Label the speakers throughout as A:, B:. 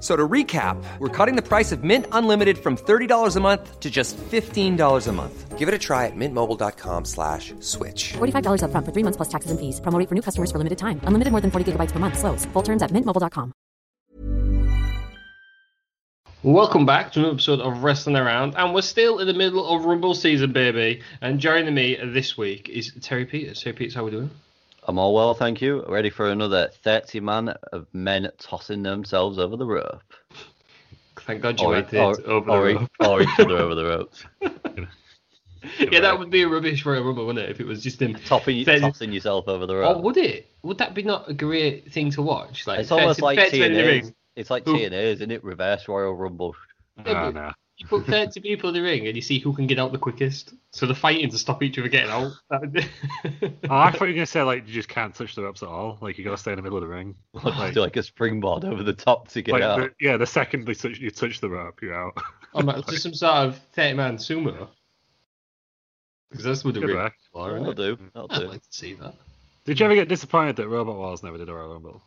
A: So to recap, we're cutting the price of Mint Unlimited from $30 a month to just $15 a month. Give it a try at mintmobile.com slash switch.
B: $45 up front for three months plus taxes and fees. Promo rate for new customers for limited time. Unlimited more than 40 gigabytes per month. Slows. Full terms at mintmobile.com.
C: Welcome back to another episode of Wrestling Around, and we're still in the middle of Rumble season, baby. And joining me this week is Terry Peters. Terry Peters, how we doing?
D: I'm all well, thank you. Ready for another 30 man of men tossing themselves over the rope.
C: Thank God you had it over
D: or, e-
C: the rope.
D: or each other over the rope.
C: Yeah, that would be a rubbish Royal Rumble, wouldn't it? If it was just him
D: Topping,
C: Then-
D: tossing yourself over the rope.
C: Or would it? Would that be not a great thing to watch? Like
D: it's almost
C: 30
D: like
C: 30 men in the
D: TNA.
C: ring.
D: It's like
C: Who-
D: TNA, isn't it? Reverse Royal Rumble.
C: Yeah, but You put 30 people in the ring and you see who can get out the quickest. So they're fighting to stop each other getting out. That would-
E: Oh, I thought you were gonna say like you just can't touch the ropes at all. Like you gotta stay in the middle of the ring.
D: Just do like a springboard over the top to get
E: Like,
D: out.
E: the, yeah, the second they touch, you touch the rope, you're out.
C: Oh, man, it's just some sort of 30 man sumo. Because that's what the
E: Good
C: ring
E: work.
C: is for,
D: That'll
C: isn't it?
D: do. That'll
C: I'd
D: do.
C: like to see that.
E: Did you ever get disappointed that Robot Wars never did a Royal Rumble?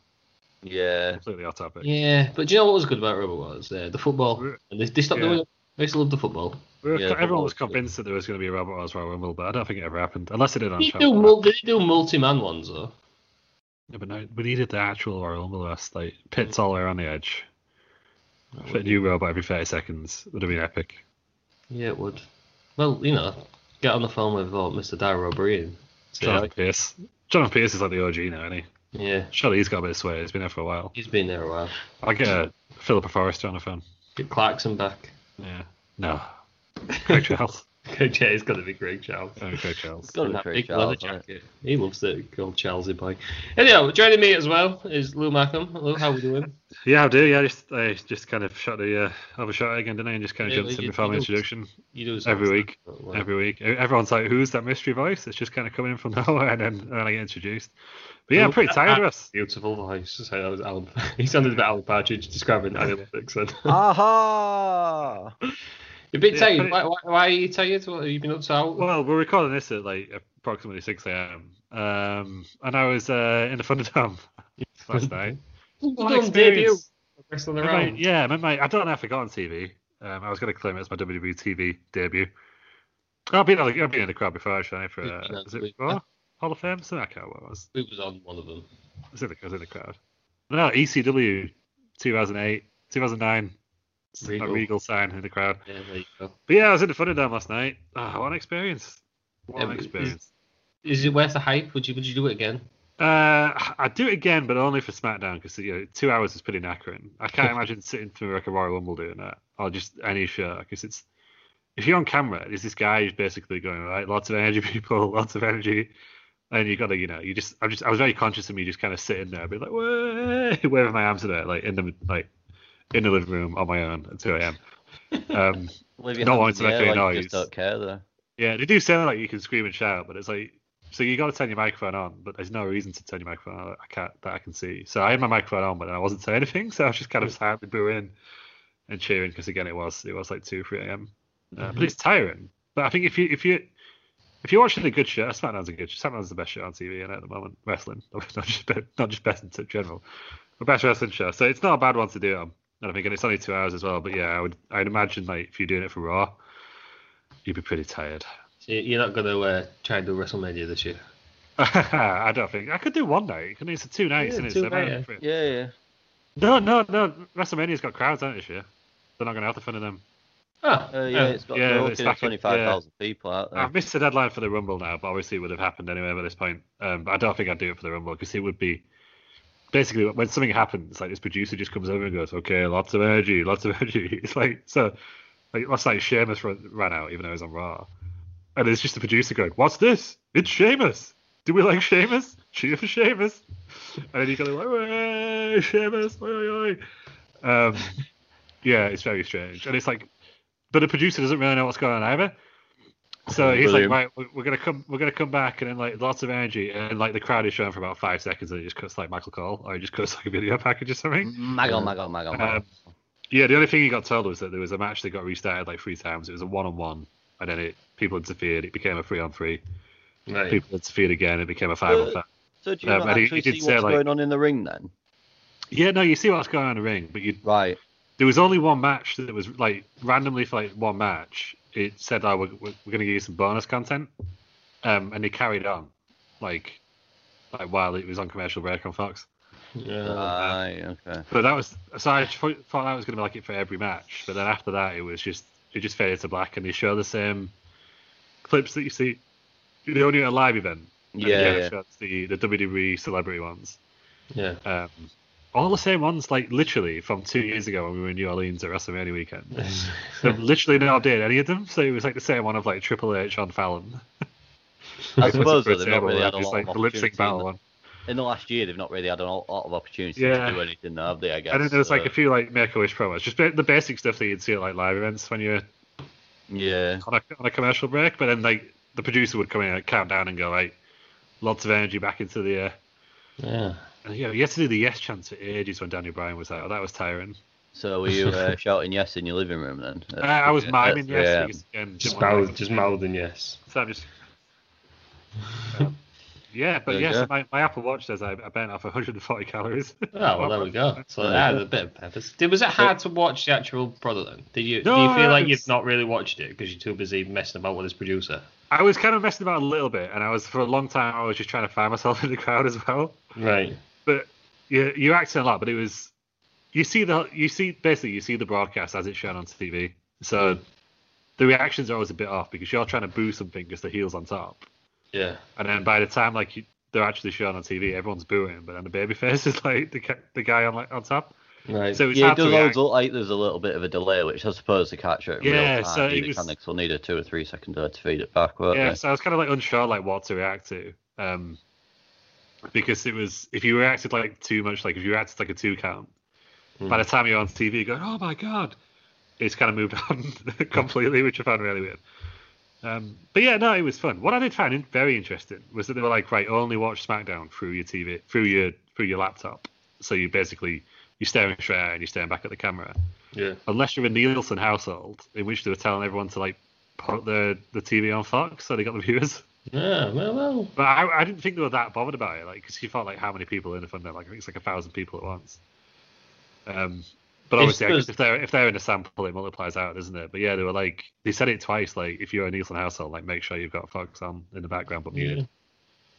D: Yeah.
E: Completely off topic.
C: Yeah, but do you know what was good about Rubber was? Uh, the football. And they, they stopped
E: Yeah.
C: doing it. I used to love the football.
E: We were-
D: Yeah,
E: everyone was
D: that was good.
E: convinced that there was going to be a Robot Wars Royal Rumble, but I don't think it ever happened. Unless it did on
C: They
E: Shock.
C: do, mul- they do multi-man ones, though.
E: Yeah, but no, we needed the actual Royal Rumble last. Like pits all the way around the edge. Fit a new robot every 30 seconds would have been epic.
C: Yeah, it would. Well, you know, get on the phone with uh, Mr. Darrow Breen. Say,
E: Jonathan
C: like,
E: Pierce. Jonathan Pierce is like the OG now, isn't he?
C: yeah,
E: Surely he's got a bit of sway. He's been there for a while.
C: he's been there a while.
E: I get a Philippa Forrester on the phone.
C: Get Clarkson back.
E: Yeah. No. Craig Charles.
C: Coach A is going to be Greg Charles.
E: Oh, Craig Charles.
D: Got
C: And
D: to
C: that
D: treat
C: big leather
D: Charles. innit?
C: jacket. He loves the old Chelsea boy. Anyhow, joining me as well is Lou Markham. Lou, how we doing?
E: Yeah, I do. Yeah, I just I just kind of shot the uh, overshot it again, didn't I? And just kind of
C: Yeah,
E: jumped
C: you-
E: in before
C: you
E: my
C: don't-
E: introduction
C: You do sound
E: every week.
C: like-
E: Every week, E- everyone's like, "Who's that mystery voice?" It's just kind of coming in from nowhere, and then, and then I get introduced. But yeah, I'm pretty tired of us.
C: Beautiful Oh, voice. So that was Alan. He sounded a bit Alan Partridge describing analytics. Then.
D: Aha!
C: You're a bit
E: Yeah,
C: tired.
E: pretty-
C: Why, why, why are you tired? What have you been up to? Out?
E: Well, we're recording this at like approximately six a.m. Um, and I was uh, in the Thunderdome last night. What an
C: Done debut.
E: experience.
C: Wrestling
E: Remember
C: around.
E: my- yeah, remember my, I don't know if I got on TV. Um, I was going to claim it's my WWE TV debut. I've been, on the- I've been in the crowd before, actually, for
C: Yeah,
E: uh, was it
C: we-
E: Raw? Hall of Fame? So I can't remember what it was.
C: Who was on one of them?
E: I was, in the, I was in the crowd. E No, ECW 2008, 2009. That
C: Regal.
E: Regal. sign in the crowd.
C: Yeah, there you go.
E: But yeah, I was in the Thunderdome last night. Ah, what an experience. What an
C: Um, is-
E: experience.
C: Is it worth the hype? Would you Would you do it again?
E: Uh, I'd do it again, but only for SmackDown because you know, two hours is pretty knackering. I can't imagine sitting through like a Royal Rumble doing that, or just any show because it's if you're on camera, there's this guy who's basically going right, lots of energy, people, lots of energy, and you got to you know you just I'm just I was very conscious of me just kind of sitting there, be like "Way," waving my arms in there, like in the like in the living room on my own at 2 a.m. Um,
D: Leave your
E: No
D: hands
E: one's
D: in the air
E: making a
D: like you just
E: noise.
D: don't care, though.
E: yeah, they do sound like you can scream and shout, but it's like so you got to turn your microphone on, but there's no reason to turn your microphone on. that I can't that I can see. So I had my microphone on, but I wasn't saying anything, so I was just kind of silently booing and cheering because again, it was it was like two three a.m. Uh, but it's tiring. But I think if you if you if you're watching a good show, SmackDown's a good show. SmackDown's the best show on TV you know, at the moment. Wrestling, not just be- not just best in general, but best wrestling show. So it's not a bad one to do it on. I don't think, and it's only two hours as well. But yeah, I would I'd imagine like if you're doing it for Raw, you'd be pretty tired.
C: So you- you're not going to uh, try and do WrestleMania this year.
E: I don't think I could do one night. Couldn't I? It's a two nights,
C: Yeah,
E: isn't it?
C: two
E: So about
C: nighter.
E: three-
D: Yeah, yeah.
E: No, no, no. WrestleMania's got crowds, aren't it, this year? They're not going to have to fund them.
C: Ah,
D: Uh, yeah, it's got
E: yeah, Ah,
D: they're
E: it's
D: looking at
E: back in- yeah.
D: 25,000 people out there.
E: I've missed the deadline for the Rumble now, but obviously it would have happened anyway by this point. Um, but I don't think I'd do it for the Rumble because it would be basically when something happens, like this producer just comes over and goes, "Okay, lots of energy, lots of energy." It's like so. Like last night, Sheamus run, ran out, even though he was on Raw, and it's just the producer going, "What's this? It's Sheamus. Do we like Sheamus? Cheer for Sheamus." And then you go, like, "Hey, Sheamus!" Oi, oi, oi. Um, yeah, it's very strange, and it's like, but the producer doesn't really know what's going on either. So he's
D: Brilliant.
E: like, right, we're- we're gonna come, we're gonna come back, and then like lots of energy, and like the crowd is showing for about five seconds, and it just cuts like Michael Cole, or it just cuts like a video package or something.
D: Maggle, maggle, maggle, maggle.
E: Um, yeah, the only thing he got told was that there was a match that got restarted like three times. It was a one-on-one, and then it people interfered. It became a three-on-three.
C: right.
E: People interfered again. It became a five-on-five.
D: So do you
E: um,
D: not
E: and he-
D: actually
E: he did
D: see
E: say,
D: what's
E: like-
D: going on in the ring then?
E: Yeah, no, you see what's going on in the ring, but you
D: Right.
E: there was only one match that was like randomly for like one match. It said, "Oh, we're, we're going to give you some bonus content," um, and they carried on, like, like while it was on commercial break on Fox.
C: Yeah.
D: Right, Ah, okay.
E: But that was so I tro- thought that was going to be like it for every match. But then after that, it was just it just faded to black, and they show the same clips that you see. They only at a live event. and they
D: Yeah,
E: only
D: yeah.
E: show the the WWE celebrity ones.
C: yeah.
E: Um, all the same ones, like literally from two years ago when we were in New Orleans at WrestleMania weekend. They've literally not did any of them, so it was like the same one of like Triple H on Fallon.
D: I
E: It was a
D: suppose that
E: good
D: they've not
E: table,
D: really had a
E: it's
D: lot
E: like
D: of
E: the lip sync
D: opportunity in
E: battle
D: the-
E: one.
D: in the last year, they've not really had a lot lot of opportunities
E: Yeah.
D: to do anything, though, have they? I guess.
E: And then there was like
D: So,
E: a few like Make a Wish promos, just ba- the basic stuff that you'd see at like live events when you're
D: Yeah.
E: on a, on a commercial break. But then like the producer would come in and count down and go like, lots of energy back into the air.
C: Yeah.
E: And yeah, you had to do the yes chance for ages when Daniel Bryan was out. that was tiring.
D: So were you uh, shouting yes in your living room then?
E: Uh, I was
D: At-
E: miming
D: at 3
E: yes.
D: a.m.?
E: because, again,
C: Just
E: didn't wanna-
C: mouth, just mouthing yes.
E: So I'm just. Um, yeah, but
D: There you
E: yes,
D: go.
E: my, my Apple Watch says I, I burnt off 140 calories.
C: Oh well, there we go. So I had a bit of purpose. Did, was it hard to watch the actual product? Then? Did you do
E: No,
C: you feel like
E: it's-
C: you've not really watched it because you're too busy messing about with this producer?
E: I was kind of messing about a little bit, and I was for a long time I was just trying to find myself in the crowd as well.
C: Right.
E: But you you're acting a lot, but it was you see the you see basically you see the broadcast as it's shown on TV, so the reactions are always a bit off because you're trying to boo something because the heel's on top,
C: Yeah.
E: and then by the time like you, they're actually shown on TV, everyone's booing, but then the babyface is like the ca- the guy on like on top.
C: Right.
E: So it's
D: Yeah, it
E: hard to
D: does always
E: react.
D: look like there's a little bit of a delay, which I suppose the catcher in
E: Yeah,
D: real time
E: so it
D: either
E: was-
D: can, 'cause they'll need a two or three second delay to feed it back, won't
E: yeah,
D: they?
E: so I was kind of like unsure like what to react to, um, because it was if you reacted like too much, like if you reacted like a two count, by the time you're on TV, going oh my god, it's kind of moved on completely, which I found really weird. Um, but yeah, no, it was fun. What I did find in- very interesting was that they were like, right, only watch SmackDown through your TV, through your through your laptop. So you basically you're staring straight at it and you're staring back at the camera
C: yeah.
E: unless you're a Nielsen household, in which they were telling everyone to like put the the TV on Fox, so they got the viewers.
C: Yeah. Well, well.
E: But I, I didn't think they were that bothered about it, like because you felt like how many people in the fund like I think it's like a thousand people at once. Um, but
C: It's
E: obviously, I guess
C: just-
E: if they're if they're in a sample, it multiplies out, doesn't it? But yeah, they were like they said it twice, like if you're a Nielsen household, like make sure you've got Fox on in the background, but muted.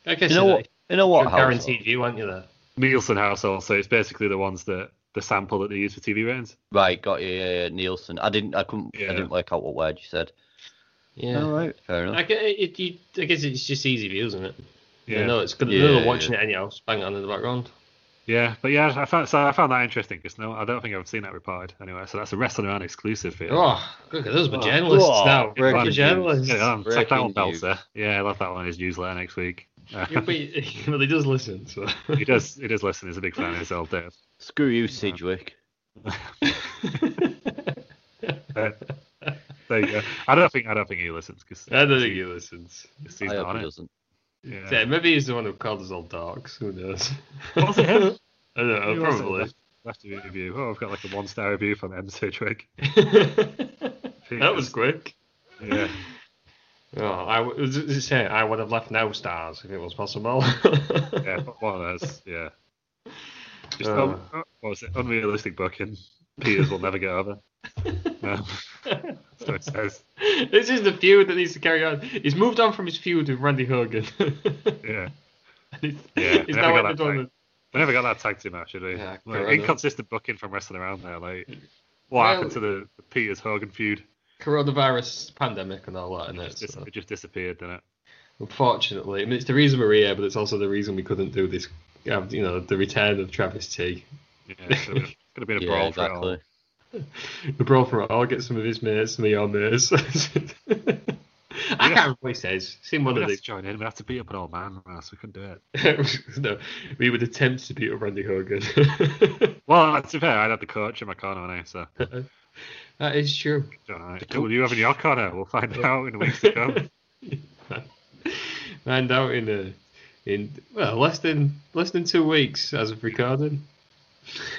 C: Yeah. I guess
D: You know what? You know
C: You're
D: what? Howard?
C: guaranteed view, aren't you? There.
E: Nielsen household, so it's basically the ones that the sample that they use for TV ratings.
D: Right, got you. Yeah, yeah, Nielsen. I didn't. I couldn't.
E: Yeah.
D: I didn't work out what word you said.
C: Yeah.
D: All right, fair enough.
C: I, gue- it, you, I guess it's just easy view, isn't it? Yeah.
E: Yeah.
C: No, it's good.
D: Yeah,
C: they're
D: yeah.
C: watching it anyhow. Just bang it on in the background.
E: Yeah, but yeah, I found so I found that interesting because no, I don't think I've seen that replied anyway. So that's a wrestling around exclusive for you.
C: Oh, look at those. We're journalists
D: oh,
C: now.
E: breaking
C: We're
E: news.
C: journalists.
E: Get it on. Take that one,
D: Breaking news.
E: Belter. Yeah, I love that one. His newsletter next week. Uh,
C: Yeah, but he, well, he does listen. So.
E: he does. He does listen. He's a big fan of his old dad.
D: Screw you, Sidgwick.
E: Uh, there you go. I don't think. I don't think he listens because
C: I don't think he listens.
E: he's
D: I
E: not
D: hope
E: on
D: he
E: it.
D: doesn't.
E: Yeah.
C: Yeah, maybe he's the one who called us all dogs. Who knows?
E: Was it him?
C: I don't know.
E: Who was
C: uh,
E: it?
C: probably.
E: Left a review. Oh, I've got like a one-star review from M. Sidgwick.
C: that was quick.
E: Yeah.
C: Oh, I w- it was just saying I would have left no stars if it was possible.
E: Yeah. One of those. Yeah. Just
C: Uh.
E: un- uh, what was it? Unrealistic booking. Peters will never get over. Um, so it says.
C: this is the feud that needs to carry on. He's moved on from his feud with Randy Hogan.
E: Yeah.
C: he's
E: Yeah,
C: he's
E: I never
C: now
E: got
C: at the
E: that
C: one
E: We never got that tag team match, did we?
C: Yeah,
E: Like,
C: Corona.
E: inconsistent booking from wrestling around there. Like, what
C: Well-
E: happened to the, the Peters Hogan feud?
C: Coronavirus pandemic and all that, and
E: It
C: it.
E: just,
C: So.
E: it just disappeared, didn't it?
C: Unfortunately, I mean, it's the reason we're here, but it's also the reason we couldn't do this. Have, you know, the return of Travis T.
E: Yeah, so it's gonna be a
D: Yeah,
E: brawl for it all.
D: exactly.
C: The brawl for it. I'll get some of his mates, some of your mates. I can't remember what he says. Seen one
E: We'd
C: of
E: have
C: these.
E: to join in. We have to beat up an old man, man, so we couldn't do it.
C: no, we would attempt to beat up Randy Hogan.
E: Well, to be fair, I'd had the coach in my corner, and I so
C: that is true.
E: don't know. Will you have in your corner? We'll find out in the weeks to come.
C: Find out in uh in well less than less than two weeks as of recording.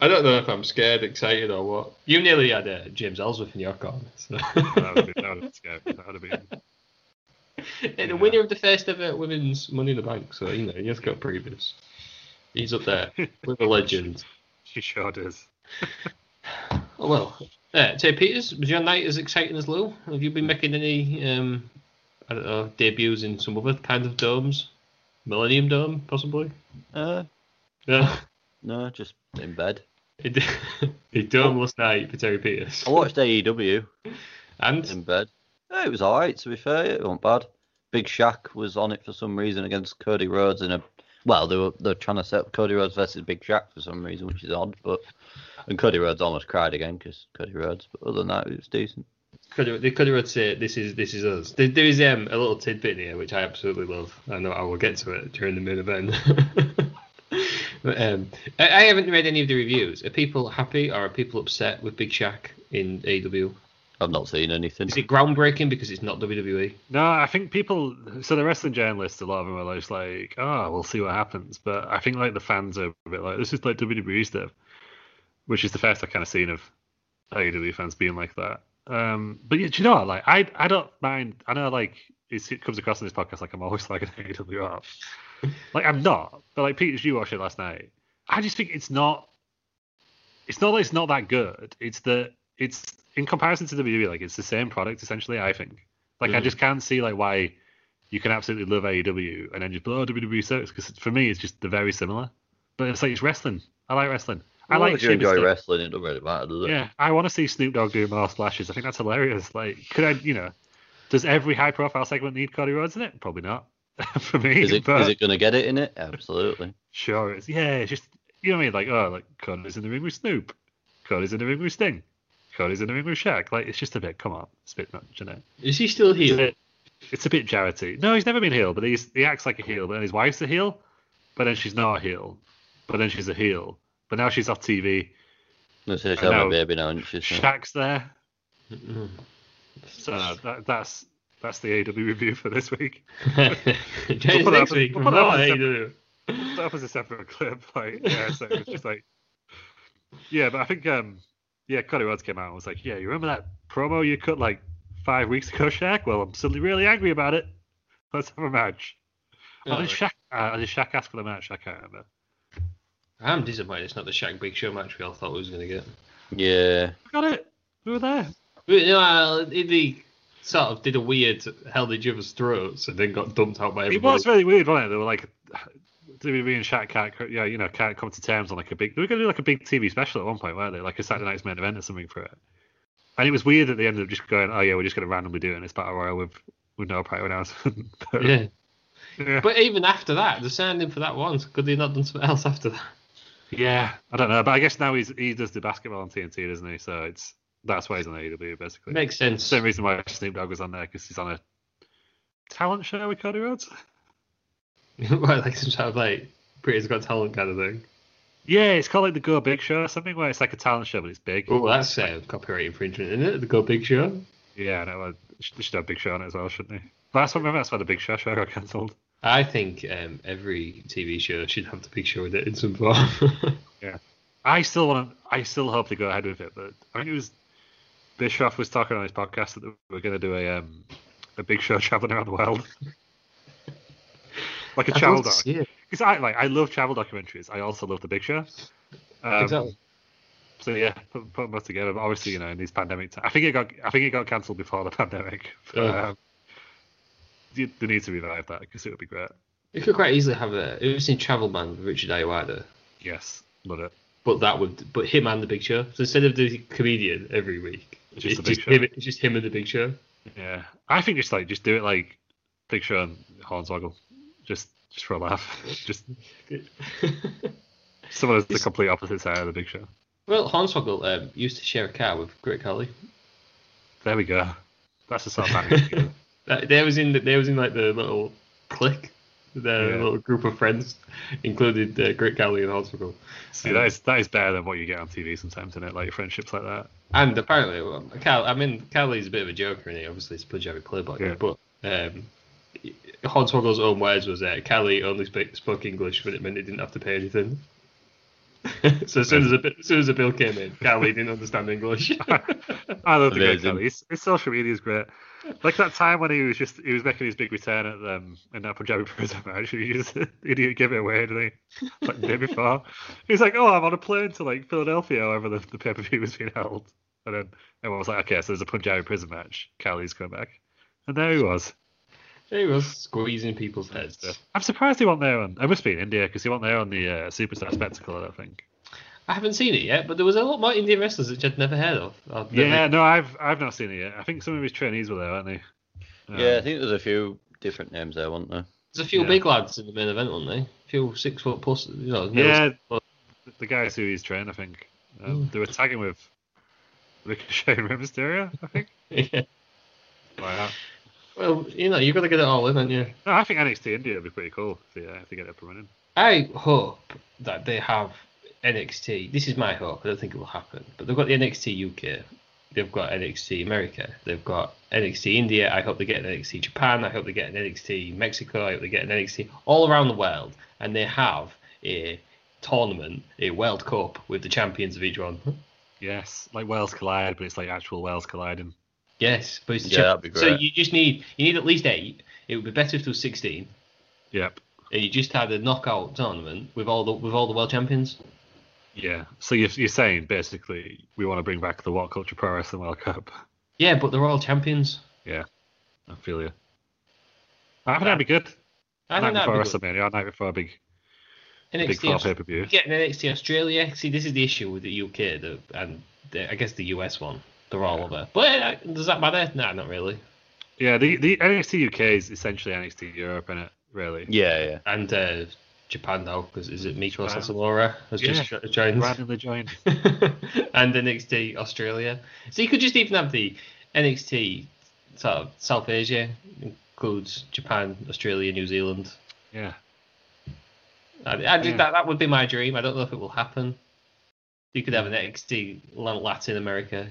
C: I don't know if I'm scared, excited, or what. You nearly had uh, James Ellsworth in your corner. So.
E: that would be that would have been scary. That would have been.
C: and the winner of the first ever women's Money in the Bank, so you know he has got previous. He's up there with a legend.
E: She sure does.
C: Oh well. Uh, Tay Peters, was your night as exciting as Lou? Have you been making any um, I don't know debuts in some other kind of domes? Millennium Dome, possibly.
D: Uh,
C: Yeah.
D: no, just in bed.
C: He did, he done last night for Terry Peters.
D: I watched E AEW in
C: And
D: bed. Yeah, it was all right. To be fair, it wasn't bad. Big Shaq was on it for some reason against Cody Rhodes in a. Well, they were they're trying to set up Cody Rhodes versus Big Shaq for some reason, which is odd. But and Cody Rhodes almost cried again because Cody Rhodes. But other than that, it was decent.
C: Cuddy- the Cuddy would say, "This is this is us." There, there is um, a little tidbit here which I absolutely love. I know I will get to it during the main event. but, um, I, I haven't read any of the reviews. Are people happy or are people upset with Big Shaq in AW?
D: I've not seen anything.
C: Is it groundbreaking because it's not E? WWE?
E: No, I think people. So the wrestling journalists, a lot of them are just like, "Oh, we'll see what happens." But I think like the fans are a bit like, "This is like WWE stuff," which is the first I've kind of seen of AEW fans being like that. Um, but yeah, do you know what? Like, I I don't mind. I know like it's, it comes across in this podcast like I'm always like an AEW op. like I'm not. But like Peter, you watched it last night. I just think it's not. It's not that it's not that good. It's that it's in comparison to WWE, like it's the same product essentially. I think. Like I
D: Mm-hmm.
C: Mhm.
E: just can't see like why you can absolutely love AEW and then just be like, oh WWE sucks because for me it's just they're very similar. But it's like it's wrestling. I like wrestling. I
D: Well,
E: like
D: if you
E: shitty
D: enjoy
E: stuff.
D: wrestling. It doesn't really matter, does it?
E: Yeah, I want to see Snoop Dogg do more splashes. I think that's hilarious. Like, could I, you know, does every high profile segment need Cody Rhodes in it? Probably not. For me,
D: Is it
E: but
D: is it gonna get it in it? Absolutely.
E: sure it's yeah. It's just you know what I mean. Like, oh, like Cody's in the ring with Snoop. Cody's in the ring with Sting. Cody's in the ring with Shaq. Like, it's just a bit. Come on, it's a bit nuts, isn't it?
C: Is he still
E: It's a
C: here?
E: bit, it's a bit charity. No, he's never been heel, but he's he acts like a heel. But then his wife's a heel, but then she's not a heel. But then she's a heel. But now she's off TV.
D: Let's say she's
E: I
D: having a
E: know.
D: baby now, isn't she? So-
E: Shaq's there.
C: Mm-hmm.
E: So that, that's that's the AW review for this week.
C: Join us
E: We'll put
C: next
E: that-
C: week.
E: we'll put that
C: Oh,
E: on E
C: hey,
E: sep-
C: do.
E: That was a separate clip, like yeah, so it was just like yeah, but I think um yeah, Cody Rhodes came out and was like, yeah, you remember that promo you cut like five weeks ago, Shaq? Well, I'm suddenly really angry about it. Let's have a match.
C: Oh,
E: Or did Shaq? Uh, did Shaq ask for the match? I can't remember.
C: I'm disappointed it's not the Shaq Big Show match we all thought we was going to get.
D: Yeah.
E: We got it. We were there.
C: Well, you know, uh, he sort of did a weird held each other's throats and then got dumped out by
E: It
C: everybody.
E: was really weird, wasn't it? They were like, WWE and Shaq can't, yeah, you know, can't come to terms on like a big. They were going to do like a big TV special at one point, weren't they? Like a Saturday Night's Main Event or something for it. And it was weird that they ended up just going, oh yeah, we're just going to randomly do it in this battle royal with with no prior announcement. but,
C: yeah.
E: yeah.
C: But even after that, the sounding for that once, could they not done something else after that?
E: yeah, I don't know, but I guess now he's he does the basketball on TNT, doesn't he? So it's that's why he's on AEW basically.
C: Makes sense.
E: Same reason why Snoop Dogg was on there because he's on a talent show with Cody Rhodes.
C: well, like some sort of like Britain's Got Talent kind of thing.
E: Yeah, it's called like the Go Big Show or something where it's like a talent show but it's big.
C: Oh, that's uh, copyright infringement, isn't it? The Go Big Show.
E: Yeah, no, uh, sh- they should have Big Show on it as well, shouldn't they? Last one, remember that's why the Big Show show got cancelled.
C: I think um, every TV show should have the Big Show in it in some form.
E: I still want to. I still hope they go ahead with it, but I think it was Bischoff was talking on his podcast that they we're going to do a um, a Big Show traveling around the world, like a travel doc.
C: Yeah,
E: Because I like I love travel documentaries. I also love the Big Show. Um,
C: exactly.
E: So yeah, put, put them both together. But obviously, you know, in these pandemic, ti- I think it got I think it got cancelled before the pandemic. But,
C: Yeah.
E: um, you- they need to revive that because it would be great.
C: You could quite easily have a. Have you ever seen Travel Man with Richard Ayoade?
E: Yes, love it.
C: But that would, but him and the Big Show. So instead of the comedian every week,
E: Just
C: it's
E: the Big
C: just
E: Show.
C: him. It's just him and the Big Show.
E: Yeah, I think just like just do it like picture on Hornswoggle, just just for a laugh. just someone has the complete opposite side of the big show.
C: well, Hornswoggle um, used to share a car with Great Collie.
E: There we go. That's the sort of man.
C: That, Uh, they was in the, they was in like the little clique, their
E: Yeah.
C: little group of friends, included uh, Great Collie and Hornswoggle.
E: See, that is that is better than what you get on TV sometimes, isn't it? Like friendships like that.
C: And apparently, well, Cal, I mean, Callie's a bit of a joker, and he obviously it's Punjabi playboy.
E: Yeah.
C: But um, Hornswoggle's own words was that Callie only spoke, spoke English when it meant he didn't have to pay anything. so as soon as, a, bi- as soon as a bill came in, Callie didn't understand English.
E: I love the Ah, great
D: Amazing.
E: Kelly. His, his social media is great. Like that time when he was just he was making his big return at them in that Punjabi prison match. He just he didn't give it away, did he? Like the day before, he was like, "Oh, I'm on a plane to like Philadelphia, however the, the pay per view was being held." And then everyone was like, "Okay, so there's a Punjabi prison match. Kelly's coming back." And there he was.
C: he was squeezing people's heads.
E: I'm surprised he wasn't there on. It must be in India because he wasn't there on the uh, Superstar Spectacle, I don't think.
C: I haven't seen it yet, but there was a lot more Indian wrestlers which I'd never heard of. Uh, I've never-
E: Yeah, no, I've I've not seen it yet. I think some of his trainees were there, weren't they?
D: yeah, I think there's a few different names there, weren't there?
C: There's a few
E: Yeah.
C: big lads in the main event, weren't they? A few six foot plus, you know. middle
E: Yeah,
C: six foot.
E: the guys who he's trained, I think. Um, they were tagging with Ricochet and Rey Mysterio, I think.
C: Yeah.
E: Like that.
C: Well, you know, you've got to get it all in, haven't you?
E: No, I think NXT India would be pretty cool if they, uh, if they get it up and running.
C: I hope that they have NXT. This is my hope. I don't think it will happen. But they've got the NXT UK. They've got NXT America. They've got NXT India. I hope they get an NXT Japan. I hope they get an NXT Mexico. I hope they get an NXT all around the world. And they have a tournament, a World Cup with the champions of each one.
D: Hmm.
E: Yes, like Wales Collide, but it's like actual Wales colliding.
C: Yes, but it's the
D: Yeah,
C: champ-
D: that'd be
C: So
D: great.
C: you just need you need at least eight. It would be better if there was sixteen.
E: Yep.
C: And you just had a knockout tournament with all the with all the world champions.
E: Yeah. So you're, you're saying basically we want to bring back the What Culture Pro Wrestling World Cup.
C: Yeah, but they're all champions.
E: Yeah. I feel you. I think that'd be good.
C: I
E: night
C: think that'd
E: before
C: be good.
E: WrestleMania, or night before a big, big
C: NXT,
E: four pay
C: Aus-
E: per view.
C: getting NXT Australia. See, this is the issue with the UK the, and the, I guess the US one. They're all over. But uh, does that matter? Nah, not really.
E: Yeah, the, the NXT UK is essentially NXT Europe, is it? Really?
D: Yeah, yeah.
C: And uh, Japan now, because is it Mikro
E: Japan.
C: Sasamura has
E: Yeah.
C: just jo- joined?
E: Randomly joined.
C: and NXT Australia. So you could just even have the NXT sort of South Asia includes Japan, Australia, New Zealand.
E: Yeah.
C: I, I think
E: Yeah.
C: that that would be my dream. I don't know if it will happen. You could have an NXT Lat- Latin America,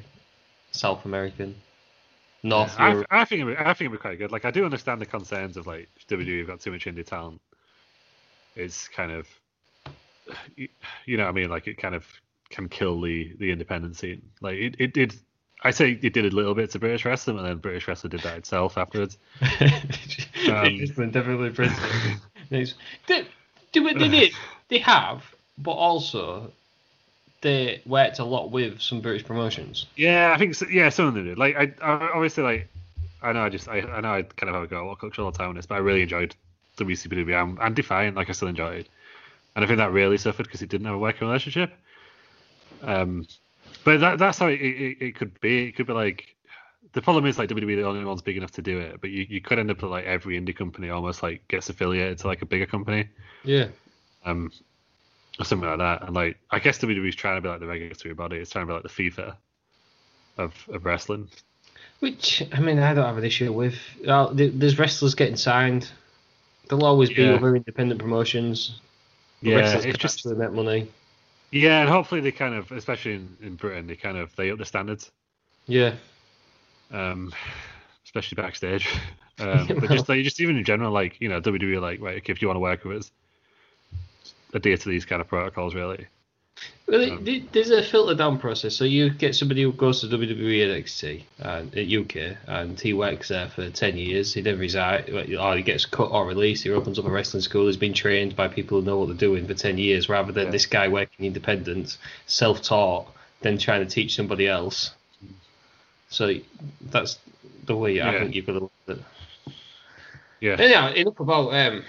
C: South American, North
E: I,
C: Europe.
E: I think it'd be, I think it'd be quite good. Like I do understand the concerns of like WWE have got too much indie talent. It's kind of, you, you know, what I mean, like it kind of can kill the the independent scene. Like it, it did. I say it did a little bit to British wrestling, and then British wrestling did that itself afterwards. Um,
C: It's been definitely British. It's- they, they, were- they did. They have, but also they worked a lot with some British promotions.
E: Yeah, I think so, yeah, some of them did. Like I, I obviously like I know I just I, I know I kind of have a go at what culture all the time on this, but I really enjoyed WCPW and, and Defiant. Like I still enjoyed it, and I think that really suffered because it didn't have a working relationship. Um, but that that's how it, it, it could be. It could be like the problem is like WWE the only ones big enough to do it, but you, you could end up with like every indie company almost like gets affiliated to like a bigger company
C: Yeah.
E: um, or something like that. And like, I guess WWE's trying to be like the regulatory body. It's trying to be like the FIFA of of wrestling.
C: Which I mean, I don't have an issue with. Uh, th- There's wrestlers getting signed. There'll always be
E: Yeah.
C: other independent promotions. The
E: Yeah,
C: wrestlers
E: it's
C: can
E: just
C: actually make money.
E: yeah, and hopefully they kind of, especially in, in Britain, they kind of they up the standards,
C: Yeah,
E: um, especially backstage. Um, but just like just even in general, like you know, WWE, are like right, okay, if you want to work with us, adhere to these kind of protocols, really.
C: well, it- th- there's a filter down process. So you get somebody who goes to E WWE NXT and at UK, and he works there for ten years. He then resigns, or oh, he gets cut or released. He opens up a wrestling school. He's been trained by people who know what they're doing for ten years, rather than this guy working independent, self-taught, then trying to teach somebody else. So that's the way I
E: Yeah.
C: think you've got to look at it.
E: Yeah,
C: Anyhow, enough about um,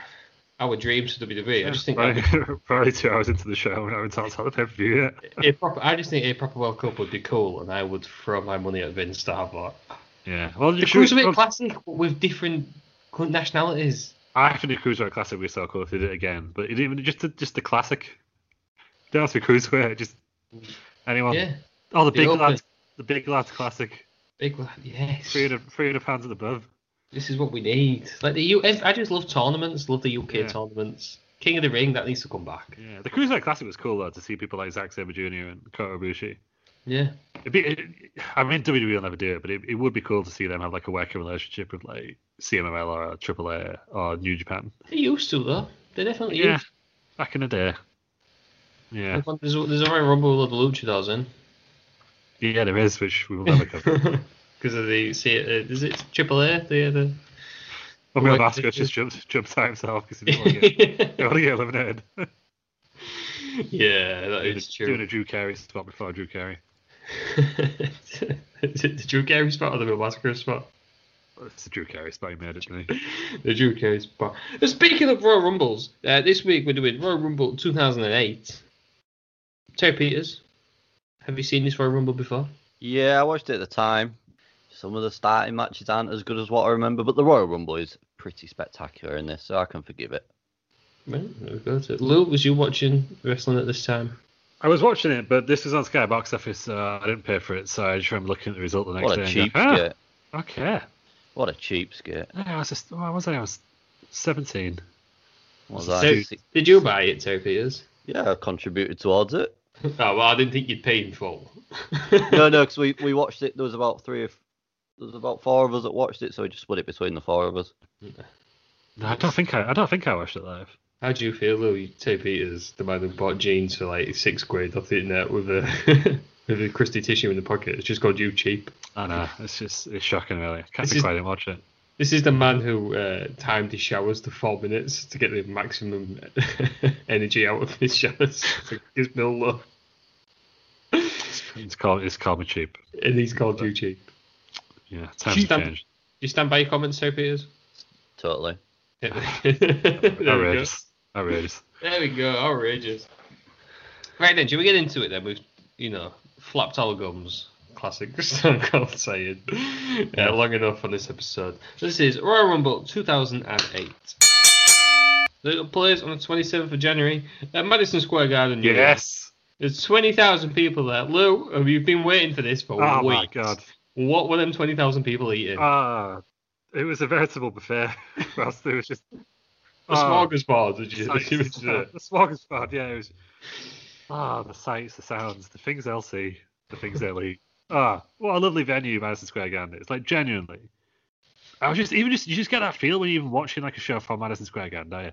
C: our dreams for WWE. I just think
E: Probably, probably two hours into the show, and I haven't talked about the pay per view yet.
C: a proper, I just think a proper World Cup would be cool, and I would throw my money at Vince to have that.
E: Yeah. Well,
C: The Cruiserweight Classic with different nationalities.
E: I actually the Cruiserweight Classic would be so cool if they did it again, but it even just the, just the classic. Don't have to be Cruiserweight, just anyone.
C: Yeah,
E: Oh, the
C: The
E: big
C: open.
E: lads, the big lads classic,
C: big lad, yes.
E: three hundred three hundred pounds and above.
C: This is what we need. Like the U, I just love tournaments. Love the UK
E: Yeah.
C: tournaments. King of the Ring that needs to come back.
E: Yeah, the Cruiserweight Classic was cool though to see people like Zack Sabre Jr. and Kota Ibushi.
C: Yeah,
E: It'd be, it, I mean, WWE will never do it, but it, it would be cool to see them have like a working relationship with like CMML or AAA or New Japan
C: they used to though. They definitely
E: Yeah.
C: used.
E: back in the day. Yeah,
C: to. There's a, there's a Royal Rumble with the Luchadors in
E: yeah, there is, which we will never cover.
C: because of the see, uh, is it Triple A? The, the...
E: I'm gonna
C: Right.
E: ask us just jumped jumped out himself because he didn't want to get,
C: yeah,
E: he didn't want to get eliminated.
C: that is
E: Doing
C: true.
E: a Drew Carey spot before Drew Carey.
C: the Drew Carey spot or the Will Massacre spot?
E: It's a Drew Carey spot. He made it, didn't he?
C: The Drew Carey spot. But speaking of Royal Rumbles, uh, this week we're doing Royal Rumble 2008. Terry Peters, have you seen this Royal Rumble before?
D: Yeah, I watched it at the time. Some of the starting matches aren't as good as what I remember, but the Royal Rumble is pretty spectacular in this, so I can forgive it.
C: Right, there we go. So, Lou, was you watching wrestling at this time?
E: I was watching it, but this was on Sky Box Office. So I didn't pay for it, so I just remember looking at the result the next
D: What a
E: day.
D: cheapskate!
E: and going, ah, okay.
D: What a cheapskate!
E: Yeah, I was just, oh, I was I? I was 17.
D: What Was
C: So,
D: I?
C: did you buy it, Terry Peters?
D: Yeah, I contributed towards it.
C: Oh, well, I didn't think you'd pay in full.
D: No, no, because we, we watched it. There was about three of, there was about four of us that watched it, so we just split it between the four of us.
E: No, I don't think I, I don't think I watched it live.
C: How do you feel, Lou? Terry Peters, the man who bought jeans for like six quid off the internet with a with a crusty tissue in the pocket. It's just called you cheap.
E: I know it's just it's shocking, really. Can't
C: This
E: be
C: is-
E: quite didn't watch it.
C: This is the man who uh, timed his showers to four minutes to get the maximum energy out of his showers. So his bill low,
E: It's called it's called me cheap.
C: and he's called you cheap.
E: Yeah, times
C: Cheap.
E: have changed.
C: Do you stand by your comments, Terry Peters?
D: Totally.
C: there we go.
E: Outrageous. Outrageous.
C: There we go. Outrageous. Right then, shall we get into it then? We've, you know, flapped our gums. Classic Stone Cold saying. Yeah, long enough on this episode. This is Royal Rumble 2008. It plays on the 27th of January at Madison Square Garden. New York.
E: Yes.
C: There's 20,000 people there. Lou, have you been waiting for this for
E: Oh
C: weeks?
E: my god.
C: What were them 20,000 people eating?
E: Ah, it was a veritable buffet. Whilst there was just
C: a
E: ah,
C: smorgasbord, did you?
E: sights,
C: you mentioned
E: the
C: it.
E: smorgasbord. Yeah, it was. Ah, the sights, the sounds, the things they'll see, the things they'll eat. Ah, what a lovely venue, Madison Square Garden. It's like genuinely. I was just even just you just get that feel when you're even watching like a show from Madison Square Garden, don't you?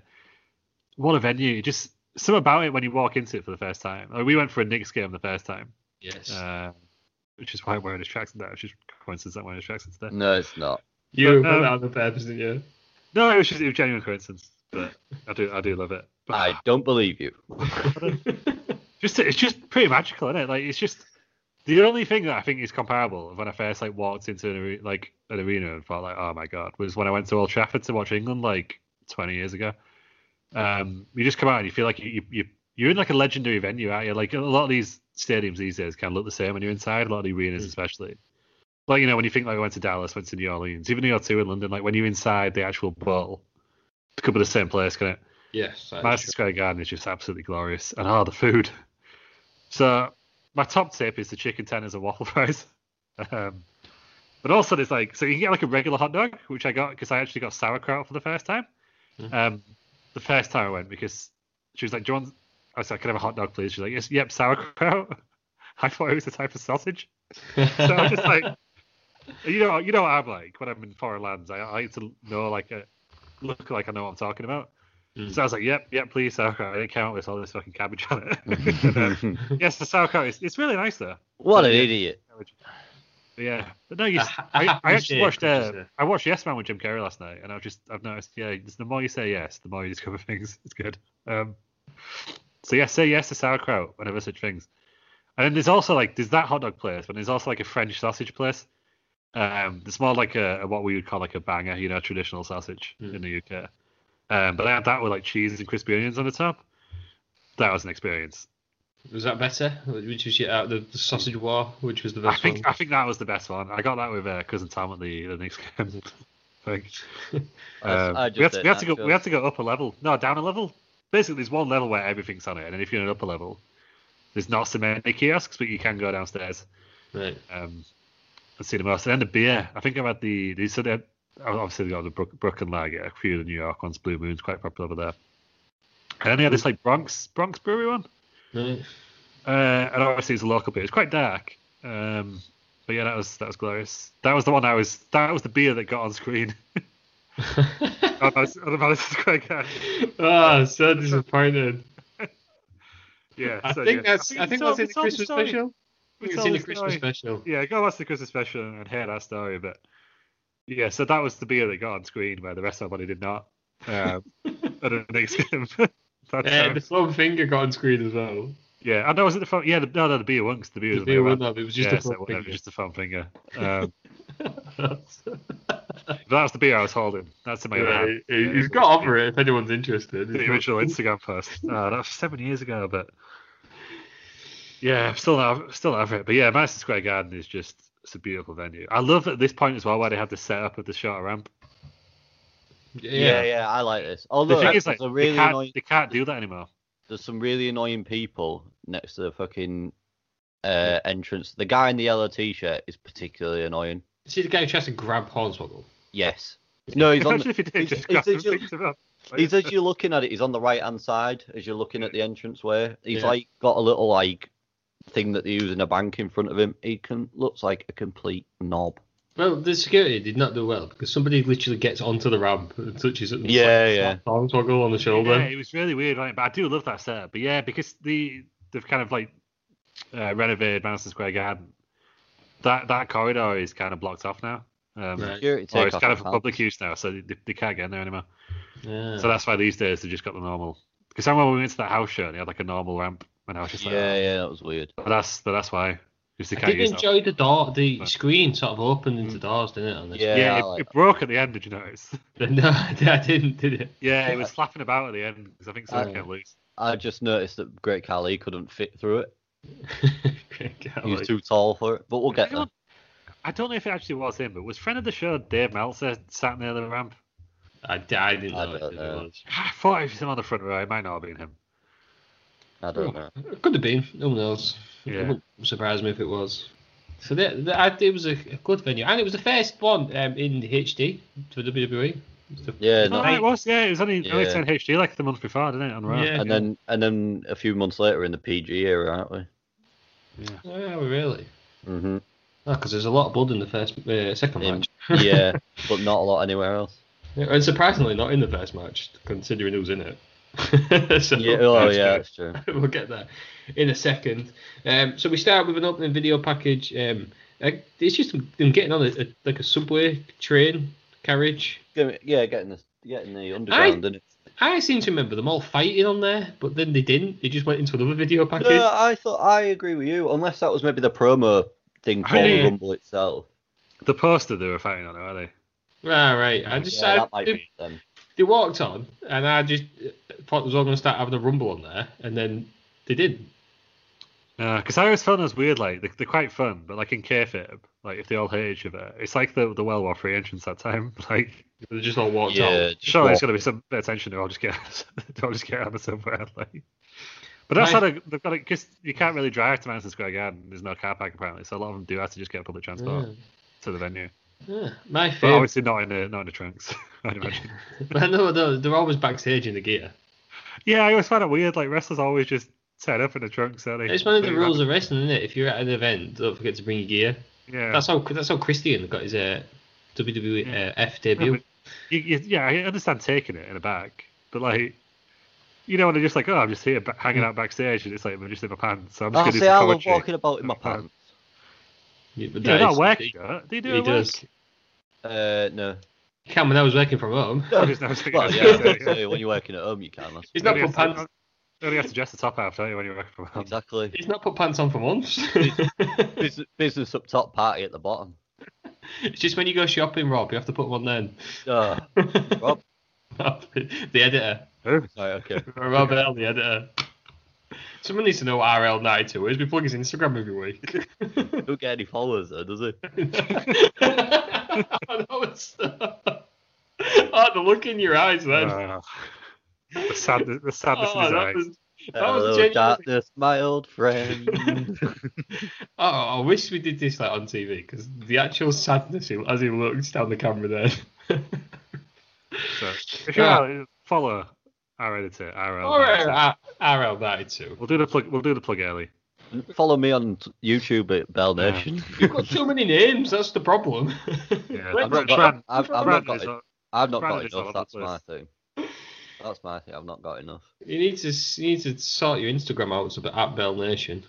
E: What a venue! It Just some about it when you walk into it for the first time. Like, we went for a Knicks game the first time,
C: Yes.
E: uh, which is why I'm wearing his tracks today. Which is coincidence that I'm wearing his tracks today.
D: No, it's not.
C: you
E: but,
C: put
E: um,
C: that on the purpose, didn't you?
E: No, it was just it was genuine coincidence, but I do I do love it. But
D: I don't believe you.
E: um, just it's just pretty magical, isn't it? Like it's just the only thing that I think is comparable when I first like walked into an are- like an arena and felt like oh my god was when I went to Old Trafford to watch England like 20 years ago. Um, you just come out and you feel like you you, you you're in like a legendary venue, aren't you? Like a lot of these stadiums these days kind of look the same when you're inside. A lot of the arenas, especially. Like you know, when you think like I went to Dallas, went to New Orleans, even New York two in London. Like when you're inside the actual bowl, it could be the same place, can it?
C: Yes. that is
E: Madison Square Garden is just absolutely glorious, and ah, the food. So my top tip is the chicken tenders and waffle fries. Um, but also there's like so you can get like a regular hot dog, which I got because I actually got sauerkraut for the first time. Um, the first time I went because she was like, "Do you want?" I was like, "Can I have a hot dog, please?" She's like, "Yes, yep, sauerkraut." I thought it was a type of sausage. So I'm just like, you know, you know what I'm like when I'm in foreign lands. I, I like to know like a, look like I know what I'm talking about. So I was like, "Yep, yep, please sauerkraut." And it came out with all this fucking cabbage on it. And, um, yes, the sauerkraut is it's really nice though.
D: What an idiot.
E: But yeah, but no, you.
C: A
E: s-
C: ha- a
E: I,
C: happy
E: I actually
C: shake,
E: watched.
C: would you
E: Uh,
C: say?
E: I watched Yes Man with Jim Carrey last night, and I've just I've noticed. Yeah, just the more you say yes, the more you discover things. It's good. Um, so yeah, say yes to sauerkraut whenever such things. And then there's also like there's that hot dog place, but there's also like a French sausage place. Um, it's more like a, a what we would call like a banger, you know, traditional sausage in the UK. Um, but I had that with like cheese and crispy onions on the top. That was an experience.
C: Was that better? Would you shoot out uh, the, the sausage war, which was the
E: I
C: best
E: think
C: one?
E: I think that was the best one. I got that with uh, cousin Tom at the, the next game. Like, um,
D: I
E: we, had
D: just
E: to,
D: ate
E: we had to
D: that,
E: go.
D: sure.
E: We had to go up a level. No, down a level. Basically, there's one level where everything's on it, and then if you're in an upper level, there's not so many kiosks, but you can go downstairs
C: Right.
E: um, and see the most. And then the beer. I think I've had the. They said they had, obviously they got the Brook, Brooklyn Lager, a few of the New York ones. Blue Moon's quite popular over there. And then they had this like Bronx Bronx Brewery one.
C: Right.
E: Uh, and obviously it's a local beer. It's quite dark. Um, but yeah, that was that was glorious. That was the one I was. That was the beer that got on screen. I was, I was quite good.
C: Oh, so disappointed.
E: Yeah,
C: I
E: so,
C: think
E: yeah.
C: that's I
E: we
C: think
E: told-
C: that's in
E: we
C: the
E: told
C: Christmas
E: story.
C: special. I think
E: We
C: it's
E: told
C: in the
E: the
C: Christmas
E: story.
C: special.
E: Yeah, go watch the Christmas special and hear that story. But yeah, so that was the beer that got on screen, where the rest of everybody did not. Um, I don't think so. That's,
C: Uh,
E: um,
C: the foam finger got on screen as well.
E: yeah, and that was it the phone. Yeah, the, no, no, the beer once the beer was
C: The
E: on
C: beer
E: there,
C: went
E: well.
C: up, it was just
E: yeah,
C: a foam
E: so whatever,
C: finger.
E: just a thumb finger. Um,
C: right.
E: but that's the beer I was holding. That's in my right. hand.
C: he- He's got over it if anyone's interested.
E: the
C: It's not-
E: original Instagram post. Oh, that was seven years ago, but yeah, I'm still not, still not over it. But yeah, Madison Square Garden is just it's a beautiful venue. I love at this point as well where they have the setup of the shorter ramp.
D: Yeah, yeah,
C: Yeah.
D: I like this.
E: The
D: Although
E: thing
D: there's,
E: is, like,
D: a really
E: they, can't,
D: annoying,
E: they can't do that anymore.
D: there's some really annoying people next to the fucking uh, entrance. The guy in the yellow t-shirt is particularly annoying.
C: See the guy who tries to grab Hornswoggle.
D: Yes. No, he's on.
E: Imagine if he did
D: he's-
E: just
D: he's
E: grab and
D: literally-
E: picked him up. Like,
D: He's as you're looking at it, he's on the right hand side as you're looking at the entranceway. He's
C: Yeah.
D: like got a little like thing that they use in a bank in front of him. He can looks like a complete knob.
C: Well, the security did not do well because somebody literally gets onto the ramp and touches it. And
D: Yeah,
C: slaps-
D: yeah.
C: slaps Hornswoggle on the shoulder.
E: Yeah, it was really weird, right? But I do love that setup. But yeah, because the they've kind of like uh, renovated Madison Square Garden. That that corridor is kind of blocked off now. Um,
C: Right.
D: Security
E: Or
D: take
E: it's
D: off
E: kind
D: his
E: of for
D: pants.
E: public use now, so they, they can't get in there anymore.
C: Yeah.
E: So that's why these days they've just got the normal. Because I remember when we went to that house show and they had like a normal ramp, and I was just like,
D: Yeah, yeah, that was weird.
E: But that's but that's why. Because they
C: I
E: can't
C: did
E: use that.
C: enjoy the door, the screen sort of opened
E: Mm.
C: into doors, didn't it? On this
D: Yeah,
E: Yeah,
D: I
E: it,
D: like
E: it broke at the end. Did you notice?
C: No, I didn't, did it?
E: Yeah, it was flapping about at the end because I think someone
D: Oh.
E: came loose.
D: I just noticed that Great Khali couldn't fit through it.
C: Great
D: He was
C: golly.
D: too tall for it. But we'll get
E: I
D: there.
E: don't, I don't know if it actually was him, but was friend of the show Dave Meltzer sat near the ramp?
C: I, I didn't
D: I
C: know,
D: don't
C: it,
D: know.
C: it
E: I thought it was him on the front row. It might not have been him.
D: I don't know.
C: was. Could have been. Who knows?
E: Yeah.
C: It wouldn't surprise me if it was. So that, that I- it was a, a good venue, and it was the first one um, in HD for E. WWE. So-
D: Yeah,
E: No,
D: no.
E: it was. Yeah, it was only only
D: Yeah.
E: 10 HD like the month before, didn't it? On Raw.
C: Yeah.
D: and then and then a few months later in the PG era, aren't we?
C: Oh, really?
D: hmm
C: Because there's a lot of blood in the first, uh, second
D: In-
C: match.
D: yeah, but not a lot anywhere else.
C: Yeah, And surprisingly, not in the first match, considering who's in it. so,
D: Yeah, oh
C: that's
D: yeah,
C: good.
D: that's true.
C: we'll get there in a second. Um, so we start with an opening video package. Um, uh, it's just them getting on a, a, like a subway train carriage.
D: Get- Yeah, getting the getting the underground. innit?
C: I seem to remember them all fighting on there, but then they didn't. They just went into another video package.
D: No, I thought I agree with you, unless that was maybe the promo thing for
E: Really?
D: the Rumble itself.
E: The poster they were fighting on, are they?
C: Ah, right. I just
D: Yeah,
C: I-
D: that might
C: they,
D: be them.
C: they walked on, and I just uh, thought they was all going to start having a rumble on there, and then they didn't.
E: because Uh, I always found those weird. Like they, they're quite fun, but like in kayfabe, like if they all hate each other, it's like the the World War Three entrance that time. Like
C: They just all walked
D: Yeah,
C: on.
D: just
E: surely there's
D: walk-
E: gonna be some bit of tension. They all just get they all just get out of somewhere. Like, but that's
C: Right.
E: how they, they've got it. Because you can't really drive to Madison Square Garden. There's no car park apparently, so a lot of them do have to just get public transport to the venue.
C: Yeah, my
E: But
C: favorite.
E: obviously not in the not in the trunks. I'd imagine.
C: But no, no, they're always backstage in the gear.
E: yeah, I always find it weird. Like wrestlers always just turn up in the trunks. Early.
C: It's one of the rules of wrestling, isn't it? If you're at an event, don't forget to bring your gear.
E: Yeah.
C: That's how that's how Christian got his uh, WWF debut.
E: you, you, yeah, I understand taking it in the back, but like, you know, when they're just like, oh, I'm just here ba- hanging out backstage, and it's like, I'm just in my pants, so I'm just
D: Oh,
E: gonna
D: see,
E: do
D: I love
E: some commentary.
D: walking about in my
E: Yeah.
D: pants.
C: Yeah, but
E: Yeah,
C: that
E: that
C: is-
E: work,
C: he-
E: yeah. do you do
C: He
E: it work?
C: does.
D: Uh, no.
C: Can when I was working from home.
E: I just noticed that you
D: Well,
E: don't
D: yeah, I
E: do it,
D: was
E: yeah.
D: gonna say, when you're working at home, you can. That's
C: He's not
E: You
C: put
E: only have to-
C: pants.
E: you only have to dress the top half, don't you, when you're working from home?
D: exactly
C: He's not put pants on for months.
D: business, business up top, party at the bottom. Oh,
C: it's just when you go shopping, Rob, you have to put one then.
D: Uh, Rob,
C: the editor.
E: Oh,
D: Right, okay.
C: Rob L, the editor. Someone needs to know what RL92 is. We plug his Instagram every week.
D: Don't get any followers though, does it?
C: that was oh, the look in your eyes then.
E: uh, the sadness, the sadness
C: oh,
E: in his
C: that
E: eyes.
C: was, that was
D: Hello,
C: genuinely-
D: darkness, my old friend.
C: Oh, I wish we did this like on TV because the actual sadness he- as he looked down the camera there.
E: So, if you are, follow our editor, RL.
C: All right, RL92.
E: We'll do the plug. We'll do the plug early.
D: Follow me on t- YouTube at Bell Nation.
C: You've got too many names. That's the problem.
E: Yeah,
C: Wait,
D: I've not
E: Fran-
D: got, I've, I've not
E: Brandon
D: got,
E: is
D: en-
E: not-
D: I've not got
E: Brandon is all
D: enough.
E: over the
D: That's my
E: place.
D: thing. That's my thing. I've not got enough.
C: you need to s- you need to sort your Instagram out. It's about at Bell Nation.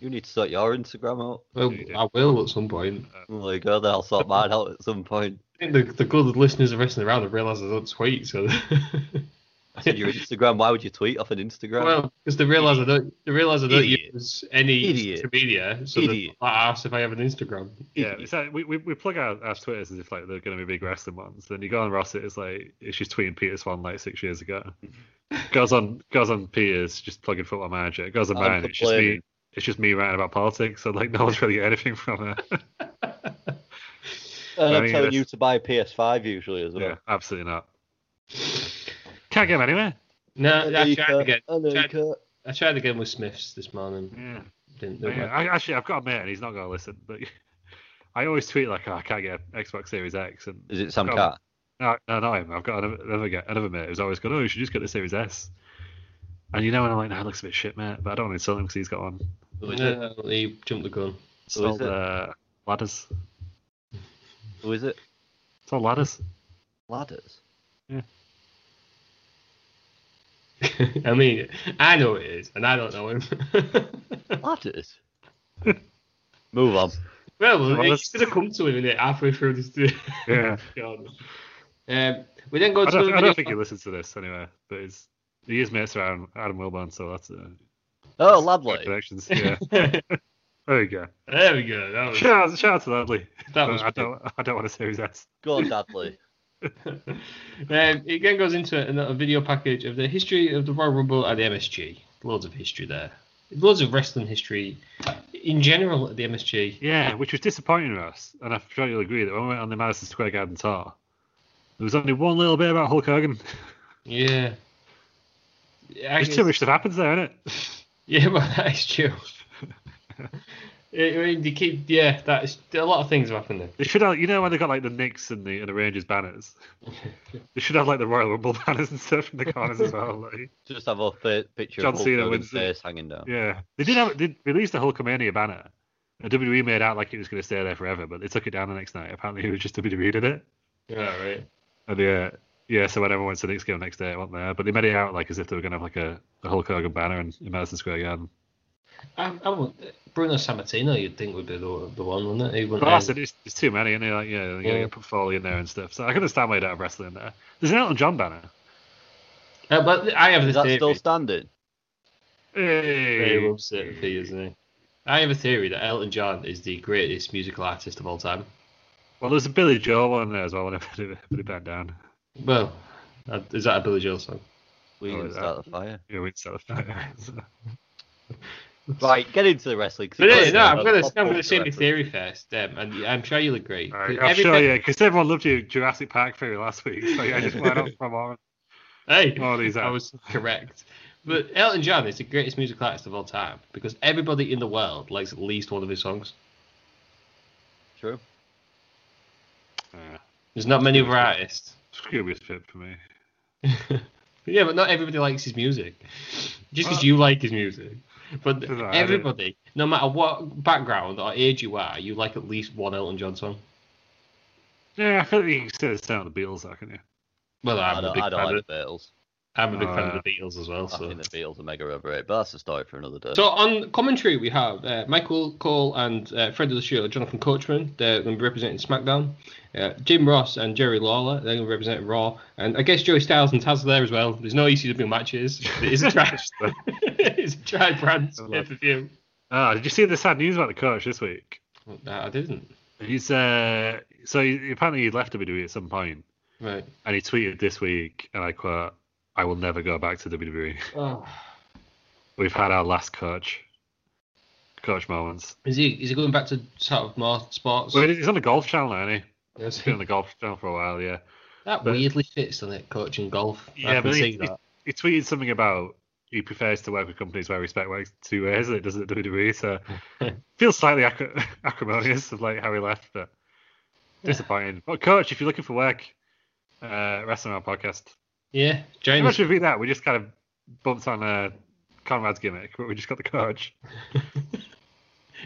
D: You need to sort your Instagram out.
C: Well, I will at some point.
D: Well, you go there. I'll sort mine out at some point.
C: I think the, the good listeners are messing around and realise I don't tweet. So
D: I said your Instagram. Why would you tweet off an Instagram?
C: well, because they realise I don't they realise I don't
D: Idiot.
C: use any
D: Idiot.
C: social media. So
D: Idiot.
C: they're like, asked if I have an Instagram.
E: Yeah, it's like, we, we we plug our, our Twitters as if like they're going to be big wrestling ones. Then you go on Rossett, it's like it's just tweeting Peter Swan like six years ago. goes on goes on Peter's, just plugging Football Manager. Goes on
D: I'm
E: mine, it's just me.
D: complaining.
E: It's just me writing about politics, so like no one's really getting anything from it.
D: and
E: I
D: I'm
E: mean,
D: Uh, telling
E: that's-
D: you to buy a PS5 usually as well.
E: yeah, absolutely not. Can't get them anywhere.
C: No,
D: Hello,
C: I
D: you
C: tried,
D: cut.
C: again,
D: Hello, you
C: tried,
D: cut.
C: I tried again with Smiths this morning.
E: Yeah.
C: Didn't do
E: Oh, Yeah,
C: it.
E: I, actually, I've got a mate, and he's not going to listen. But I always tweet like, oh, "I can't get an Xbox Series X," and
D: Is it some
E: Come
D: cat?
E: no, no, not him. I've got another another, guy- another mate who's always going, "Oh, you should just get the Series S." And you know, and I'm like, "No, it looks a bit shit, mate," but I don't want to insult him because he's got
C: Oh,
E: one.
D: Who is it?
C: No, he jumped the gun.
E: It's
D: Who is
E: all
D: it?
E: uh, ladders.
D: Who is it?
E: It's all ladders.
D: Ladders.
C: I mean, I know it is, and I don't know him.
D: Ladders. Move on.
C: well, well
E: Well,
C: it should have come to him innit, halfway through this.
E: Yeah,
C: um, we then go
E: I
C: to
E: don't,
C: the
E: I
C: video-
E: don't think he listens to this anyway. But he's he is mates around Adam Wilborn, so that's uh,
D: Oh, Ladley.
E: connections. Yeah, there you go.
C: there we go. That was,
E: Shout out, shout out to Ladley.
C: that
E: But
C: was
E: I don't I don't want a Series S.
D: Go on, Dadley.
C: Um, it then goes into another video package of the history of the Royal Rumble at the MSG. Loads of history there. Loads of wrestling history in general at the MSG.
E: Yeah, which was disappointing for us. And I'm sure you'll agree that when we went on the Madison Square Garden tour, there was only one little bit about Hulk Hogan.
C: Yeah. I
E: There's
C: guess-
E: too much stuff happens there, isn't it?
C: Yeah, well, that is true. I mean, they keep, yeah, that's a lot of things have happened there.
E: They should have, you know, when they got like the Knicks and the and the Rangers banners, they should have like the Royal Rumble banners and stuff in the corners as well. Like,
D: Just have a fa- picture
E: John
D: of Hulk
E: Cena
D: Hogan's
E: wins the-
D: face hanging down.
E: yeah, they did have they released a Hulkamania banner. And WWE made out like it was going to stay there forever, but they took it down the next night. Apparently, it was just WWE did it.
C: Yeah, right.
E: And yeah, yeah. So when everyone went to the Knicks game next day, it wasn't there. But they made it out like as if they were going to have like a, a Hulk Hogan banner in, in Madison Square Garden.
C: I, I would, Bruno Sammartino, you'd think would be the, the one, wouldn't it? He wouldn't
E: But that's it, it's, it's too many, and like, yeah, you
C: Yeah.
E: gotta put Foley in there and stuff. So I can understand why you don't have wrestling in there. There's an Elton John banner.
C: Uh, but I have
D: Is
C: this
D: that
C: theory.
D: still standing?
C: Very
E: Hey,
C: well said, Pete, isn't he? I have a theory that Elton John is the greatest musical artist of all time.
E: well, there's a Billy Joel one there as well. Whenever they put it back down,
C: Well, uh, is that a Billy Joel song?
D: We
E: Oh,
D: can
E: is that-
D: start the fire.
E: you know, we'd sell it.
D: Right, get into the wrestling. 'cause
C: But
D: it's
C: yeah, no, I'm
D: about
C: gonna
D: pop
C: I'm gonna
D: culture
C: say my
D: reference.
C: theory first, um, and I'm sure you'll agree.
E: All right, I'm
C: Everything-
E: sure, yeah, because everyone loved your Jurassic Park theory last week. So yeah, just why not from on?
C: Hey,
E: Oh, these
C: I
E: are-
C: was correct. But Elton John is the greatest musical artist of all time because everybody in the world likes at least one of his songs.
D: True.
E: Yeah,
C: There's not many other artists.
E: Scooby's fit for me.
C: Yeah, but not everybody likes his music. Just because
E: Well-
C: you like his music. But
E: No, I don't.
C: everybody, no matter what background or age you are, you like at least one Elton John song.
E: Yeah, I feel like you can say the sound of the Beatles, though, can you?
C: Well,
D: I
C: I'm a
D: don't,
C: big
D: I
C: fan,
D: don't like
C: of,
D: the Beatles.
C: I'm a big
E: Oh,
C: fan of the Beatles as well.
D: I
C: So.
D: think the Beatles are mega overrated, but that's a story for another day.
C: so on commentary, we have uh, Michael Cole and uh, friend of the show, Jonathan Coachman. They're going to be representing SmackDown. Uh, Jim Ross and Jerry Lawler. They're going to be representing Raw. And I guess Joey Styles and Taz are there as well. There's no ECW matches. It is a trash. it's a trash brand pay per view.
E: Ah, did you see the sad news about the coach this week?
C: I didn't.
E: He's uh, so he, apparently he left WWE at some point,
C: Right.
E: And he tweeted this week, and I quote, I will never go back to WWE.
C: Oh.
E: We've had our last coach, coach moments.
C: Is he is he going back to sort of more sports?
E: Well, he's on the golf channel, now, isn't he?
C: Yes.
E: He's been on the golf channel for a while, yeah.
C: that
E: but-
C: weirdly fits, doesn't it? Coaching golf. I
E: Yeah,
C: can
E: but
C: see
E: he, he,
C: that.
E: he tweeted something about he prefers to work with companies where respect works two ways, and it doesn't at WWE. So feels slightly acri- acrimonious of like how he left, but disappointing. But coach, if you're looking for work, uh, wrestling our podcast.
C: Yeah,
E: How
C: join
E: much
C: us.
E: would be that? We just kind of bumped on uh, Conrad's gimmick, but we just got the coach.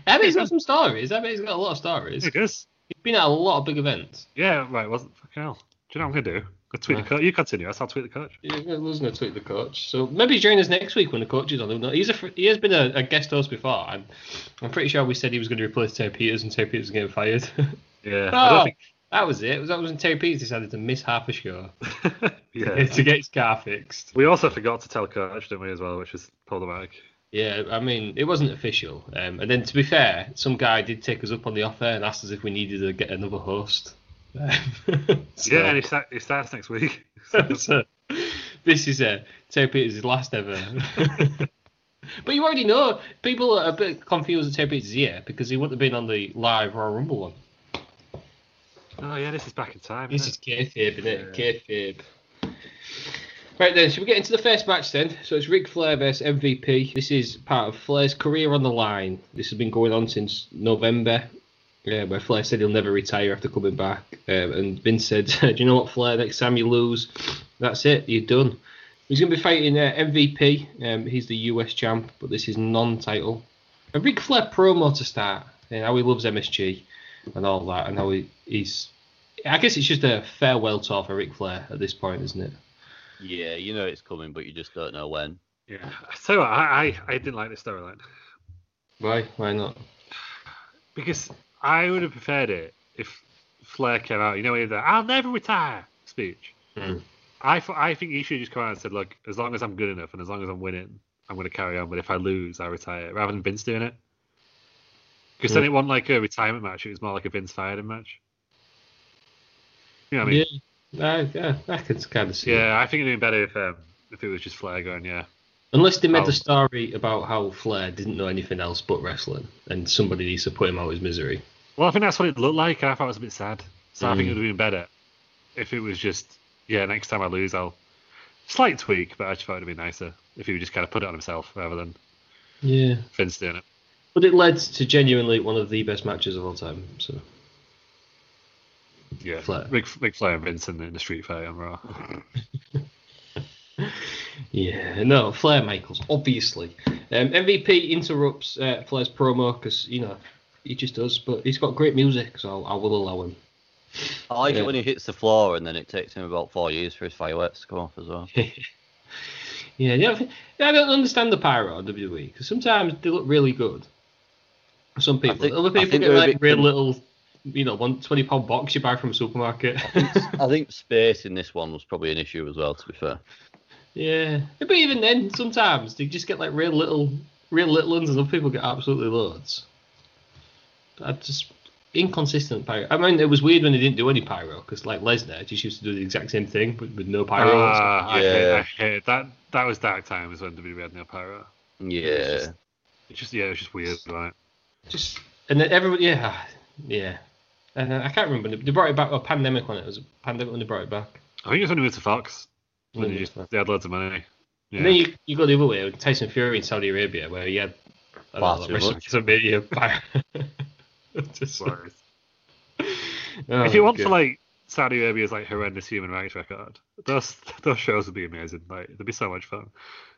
C: I mean, he's got some stories. I mean, he's got a lot of stories.
E: It is.
C: He's been at a lot of big events.
E: Yeah, right. Wasn't fucking hell. Do you know what I'm gonna do? Go tweet
C: Nah.
E: the coach. You continue. I'll tweet the coach.
C: Yeah, I was going to tweet the coach. So maybe join us next week when the coach is on. Who knows? He's a, fr- he has been a, a guest host before. I'm, I'm pretty sure we said he was going to replace Terry Peters and Terry Peters getting fired.
E: Yeah. I
C: oh,
E: don't think-
C: that was it. It was, that was when Terry Peters decided to miss half a show
E: yeah.
C: to get his car fixed.
E: We also forgot to tell coach, didn't we, as well, which is problematic.
C: Yeah, I mean, it wasn't official. Um, and then to be fair, some guy did take us up on the offer and asked us if we needed to get another host. Um, so-
E: Yeah, and it, start, it starts next week.
C: so, this is uh, Terry Peters' last ever. but you already know people are a bit confused with Terry Peters here because he wouldn't have been on the live Royal Rumble one.
E: oh yeah, this is back in time.
C: This
E: Isn't
C: is
E: it?
C: kayfabe, isn't it? Kayfabe. Right then, should we get into the first match then? So it's Ric Flair versus MVP. This is part of Flair's career on the line. This has been going on since November, yeah, where Flair said he'll never retire after coming back. Um, and Vince said, "Do you know what, Flair? Next time you lose, that's it. You're done." He's going to be fighting uh, MVP. Um, he's the US champ, but this is non-title. A Ric Flair promo to start, and how he loves MSG and all that, and how he, he's I guess it's just a farewell tour for Ric Flair at this point, isn't it?
D: Yeah, you know it's coming, but you just don't know when.
E: Yeah. So I, I I didn't like this storyline
C: Why? Why not?
E: because I would have preferred it if Flair came out. You know, with the "I'll never retire" speech.
C: Hmm.
E: I thought- I think he should have just come out and said, "Look, as long as I'm good enough and as long as I'm winning, I'm going to carry on. But if I lose, I retire." Rather than Vince doing it, because then
C: Hmm.
E: it wasn't like a retirement match. It was more like a Vince fired him match. You know what I mean?
C: yeah, I, yeah, I could kind of see. it.
E: Yeah, I think it'd be better if um, if it was just Flair going. Yeah,
C: Unless they made
E: Oh.
C: the story about how Flair didn't know anything else but wrestling, and somebody needs to put him out of his misery.
E: well, I think that's what it looked like, and I thought it was a bit sad. So I think
C: Mm.
E: it would have been better if it was just yeah. Next time I lose, I'll slight tweak, but I just thought it'd be nicer if he would just kind of put it on himself rather than
C: Yeah.
E: Vince doing it.
C: But it led to genuinely one of the best matches of all time. So
E: Yeah,
C: Flair.
E: Rick, Rick Flair and Vince in the, in the street fight on Raw.
C: yeah, no, Flair Michaels, obviously. Um, MVP interrupts uh, Flair's promo because you know he just does, but he's got great music, so I will allow him.
D: I like
C: Yeah.
D: it when he hits the floor, and then it takes him about four years for his fireworks to come off as well.
C: Yeah, yeah, I think- yeah, I don't understand the pyro on WWE because E, sometimes they look really good. Some people,
D: think-
C: other
D: I
C: people get
D: think they're a
C: like
D: bit
C: real
D: con-
C: little, you know, one twenty pound box you buy from a supermarket.
D: I think space in this one was probably an issue as well. To be fair,
C: yeah, but even then, sometimes they just get like real little, real little ones, and other people get absolutely loads. I just inconsistent pyro. I mean, it was weird when they didn't do any pyro because like Lesnar just used to do the exact same thing but with no pyro.
E: Ah, I hate-
D: Yeah.
E: I hate- that that was dark times when WWE had no pyro.
D: yeah,
E: It's just yeah, it was just weird, right?
C: just and then everybody yeah yeah and then I can't remember they brought it back or pandemic when it was pandemic when they brought it back
E: I think it was when he moved to Fox when
C: Yeah.
E: he just they had loads of money. Yeah.
C: and then you, you go the other way with Tyson Fury in Saudi Arabia where he had I
D: Far
C: don't know,
D: too
C: like,
D: much.
C: WrestleMania fire. Just-
E: Sorry.
C: oh,
E: if you want to
C: God.
E: like Saudi Arabia's like horrendous human rights record, those those shows would be amazing. Like they'd be so much fun.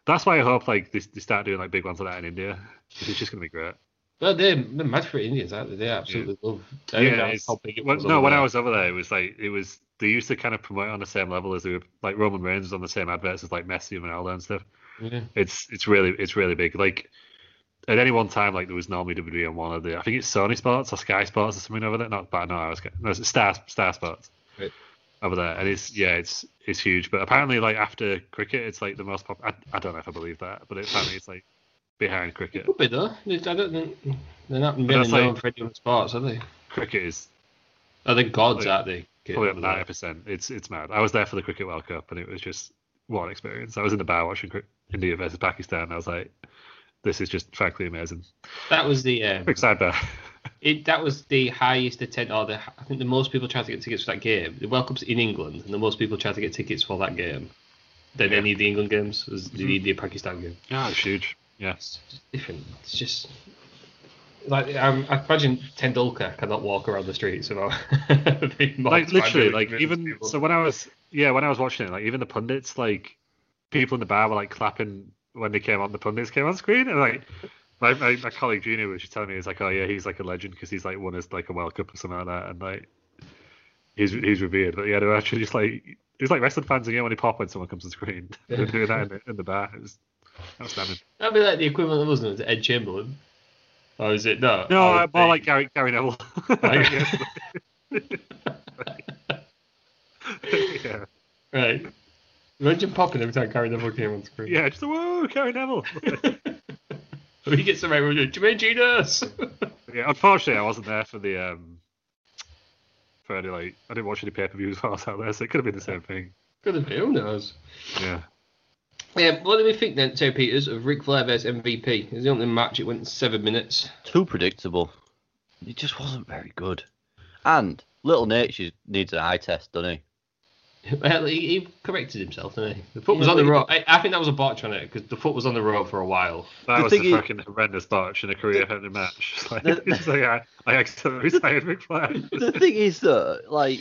E: That's why I hope like they, they start doing like big ones like that in India. 'cause It's just gonna be great.
C: well, they're, they're mad for Indians aren't they they absolutely love I didn't
E: Yeah,
C: know
E: it's-
C: how big it
E: when-
C: was
E: no,
C: over
E: when I
C: there.
E: was over there, it was like it was they used to kind of promote it on the same level as they were like Roman Reigns was on the same adverts as like Messi and Ronaldo and stuff.
C: yeah.
E: It's it's really it's really big. Like at any one time, like there was normally WWE on one of the I think it's Sony Sports or Sky Sports or something over there. Not but no, I was no it's Star Star Sports
C: Right.
E: over there, and it's yeah, it's it's huge. But apparently, like after cricket, it's like the most pop. I, I don't know if I believe that, but it, apparently it's like behind cricket.
C: could be though I don't think they're not
E: that's
C: really known
E: like-
C: for Indian sports are they
E: Cricket is
C: are they gods
E: Like-
C: aren't they cricket.
E: Probably up ninety percent. It's it's mad. I was there for the Cricket World Cup, and it was just what an experience. I was in the bar watching cri- India versus Pakistan. And I was like, this is just frankly amazing.
C: That was the um,
E: Quick sidebar.
C: it, that was the highest attend or the I think the most people tried to get tickets for that game. The World Cup's in England, and the most people tried to get tickets for that game than any of the England games. Was the
E: Mm-hmm.
C: India Pakistan game.
E: yeah, it's huge. Yeah,
C: It's just different. It's just like I'm, I imagine Tendulkar cannot walk around the streets without being mobbed by
E: like literally,
C: millions
E: like
C: of
E: even
C: people.
E: so when I was yeah when I was watching it, like even the pundits, like people in the bar were like clapping when they came on. The pundits came on screen, and like. My, my, my colleague Junior was just telling me he's like oh yeah he's like a legend because he's like won his like a World Cup or something like that and like he's he's revered but yeah they were actually just like it's like wrestling fans again when they pop when someone comes on screen they were doing that in the, in the bar it was outstanding
C: that'd be like the equivalent of wasn't it to Ed Chamberlain, or is it no?
E: no
C: I
E: I,
C: would
E: more
C: say-
E: like Gary Gary Neville
C: Like-
E: Yeah. yeah
C: right. Imagine popping every time Gary Neville came on screen.
E: yeah just whoa Gary Neville
C: we get some right. Jermaine Genius.
E: Yeah, unfortunately, I wasn't there for the um for any like I didn't watch any pay per views while I was out there, so it could have been the same thing.
C: Could have been. Who knows?
E: Yeah,
C: Yeah. What do we think then, Terry Peters, of Ric Flair versus MVP? It was the only match. It went seven minutes.
D: Too predictable. It just wasn't very good. And little Nate she needs an eye test, doesn't he?
C: Well, he, he corrected himself, didn't he? The foot was on the rope. I, I think that was a botch on it because the foot was on the rope for a while.
E: that
D: The
E: was a
D: thing is-
E: fucking horrendous botch in a career ending match. It's like,
D: The-
E: it's like I, I accidentally retired Ric Flair.
D: the thing is though, like,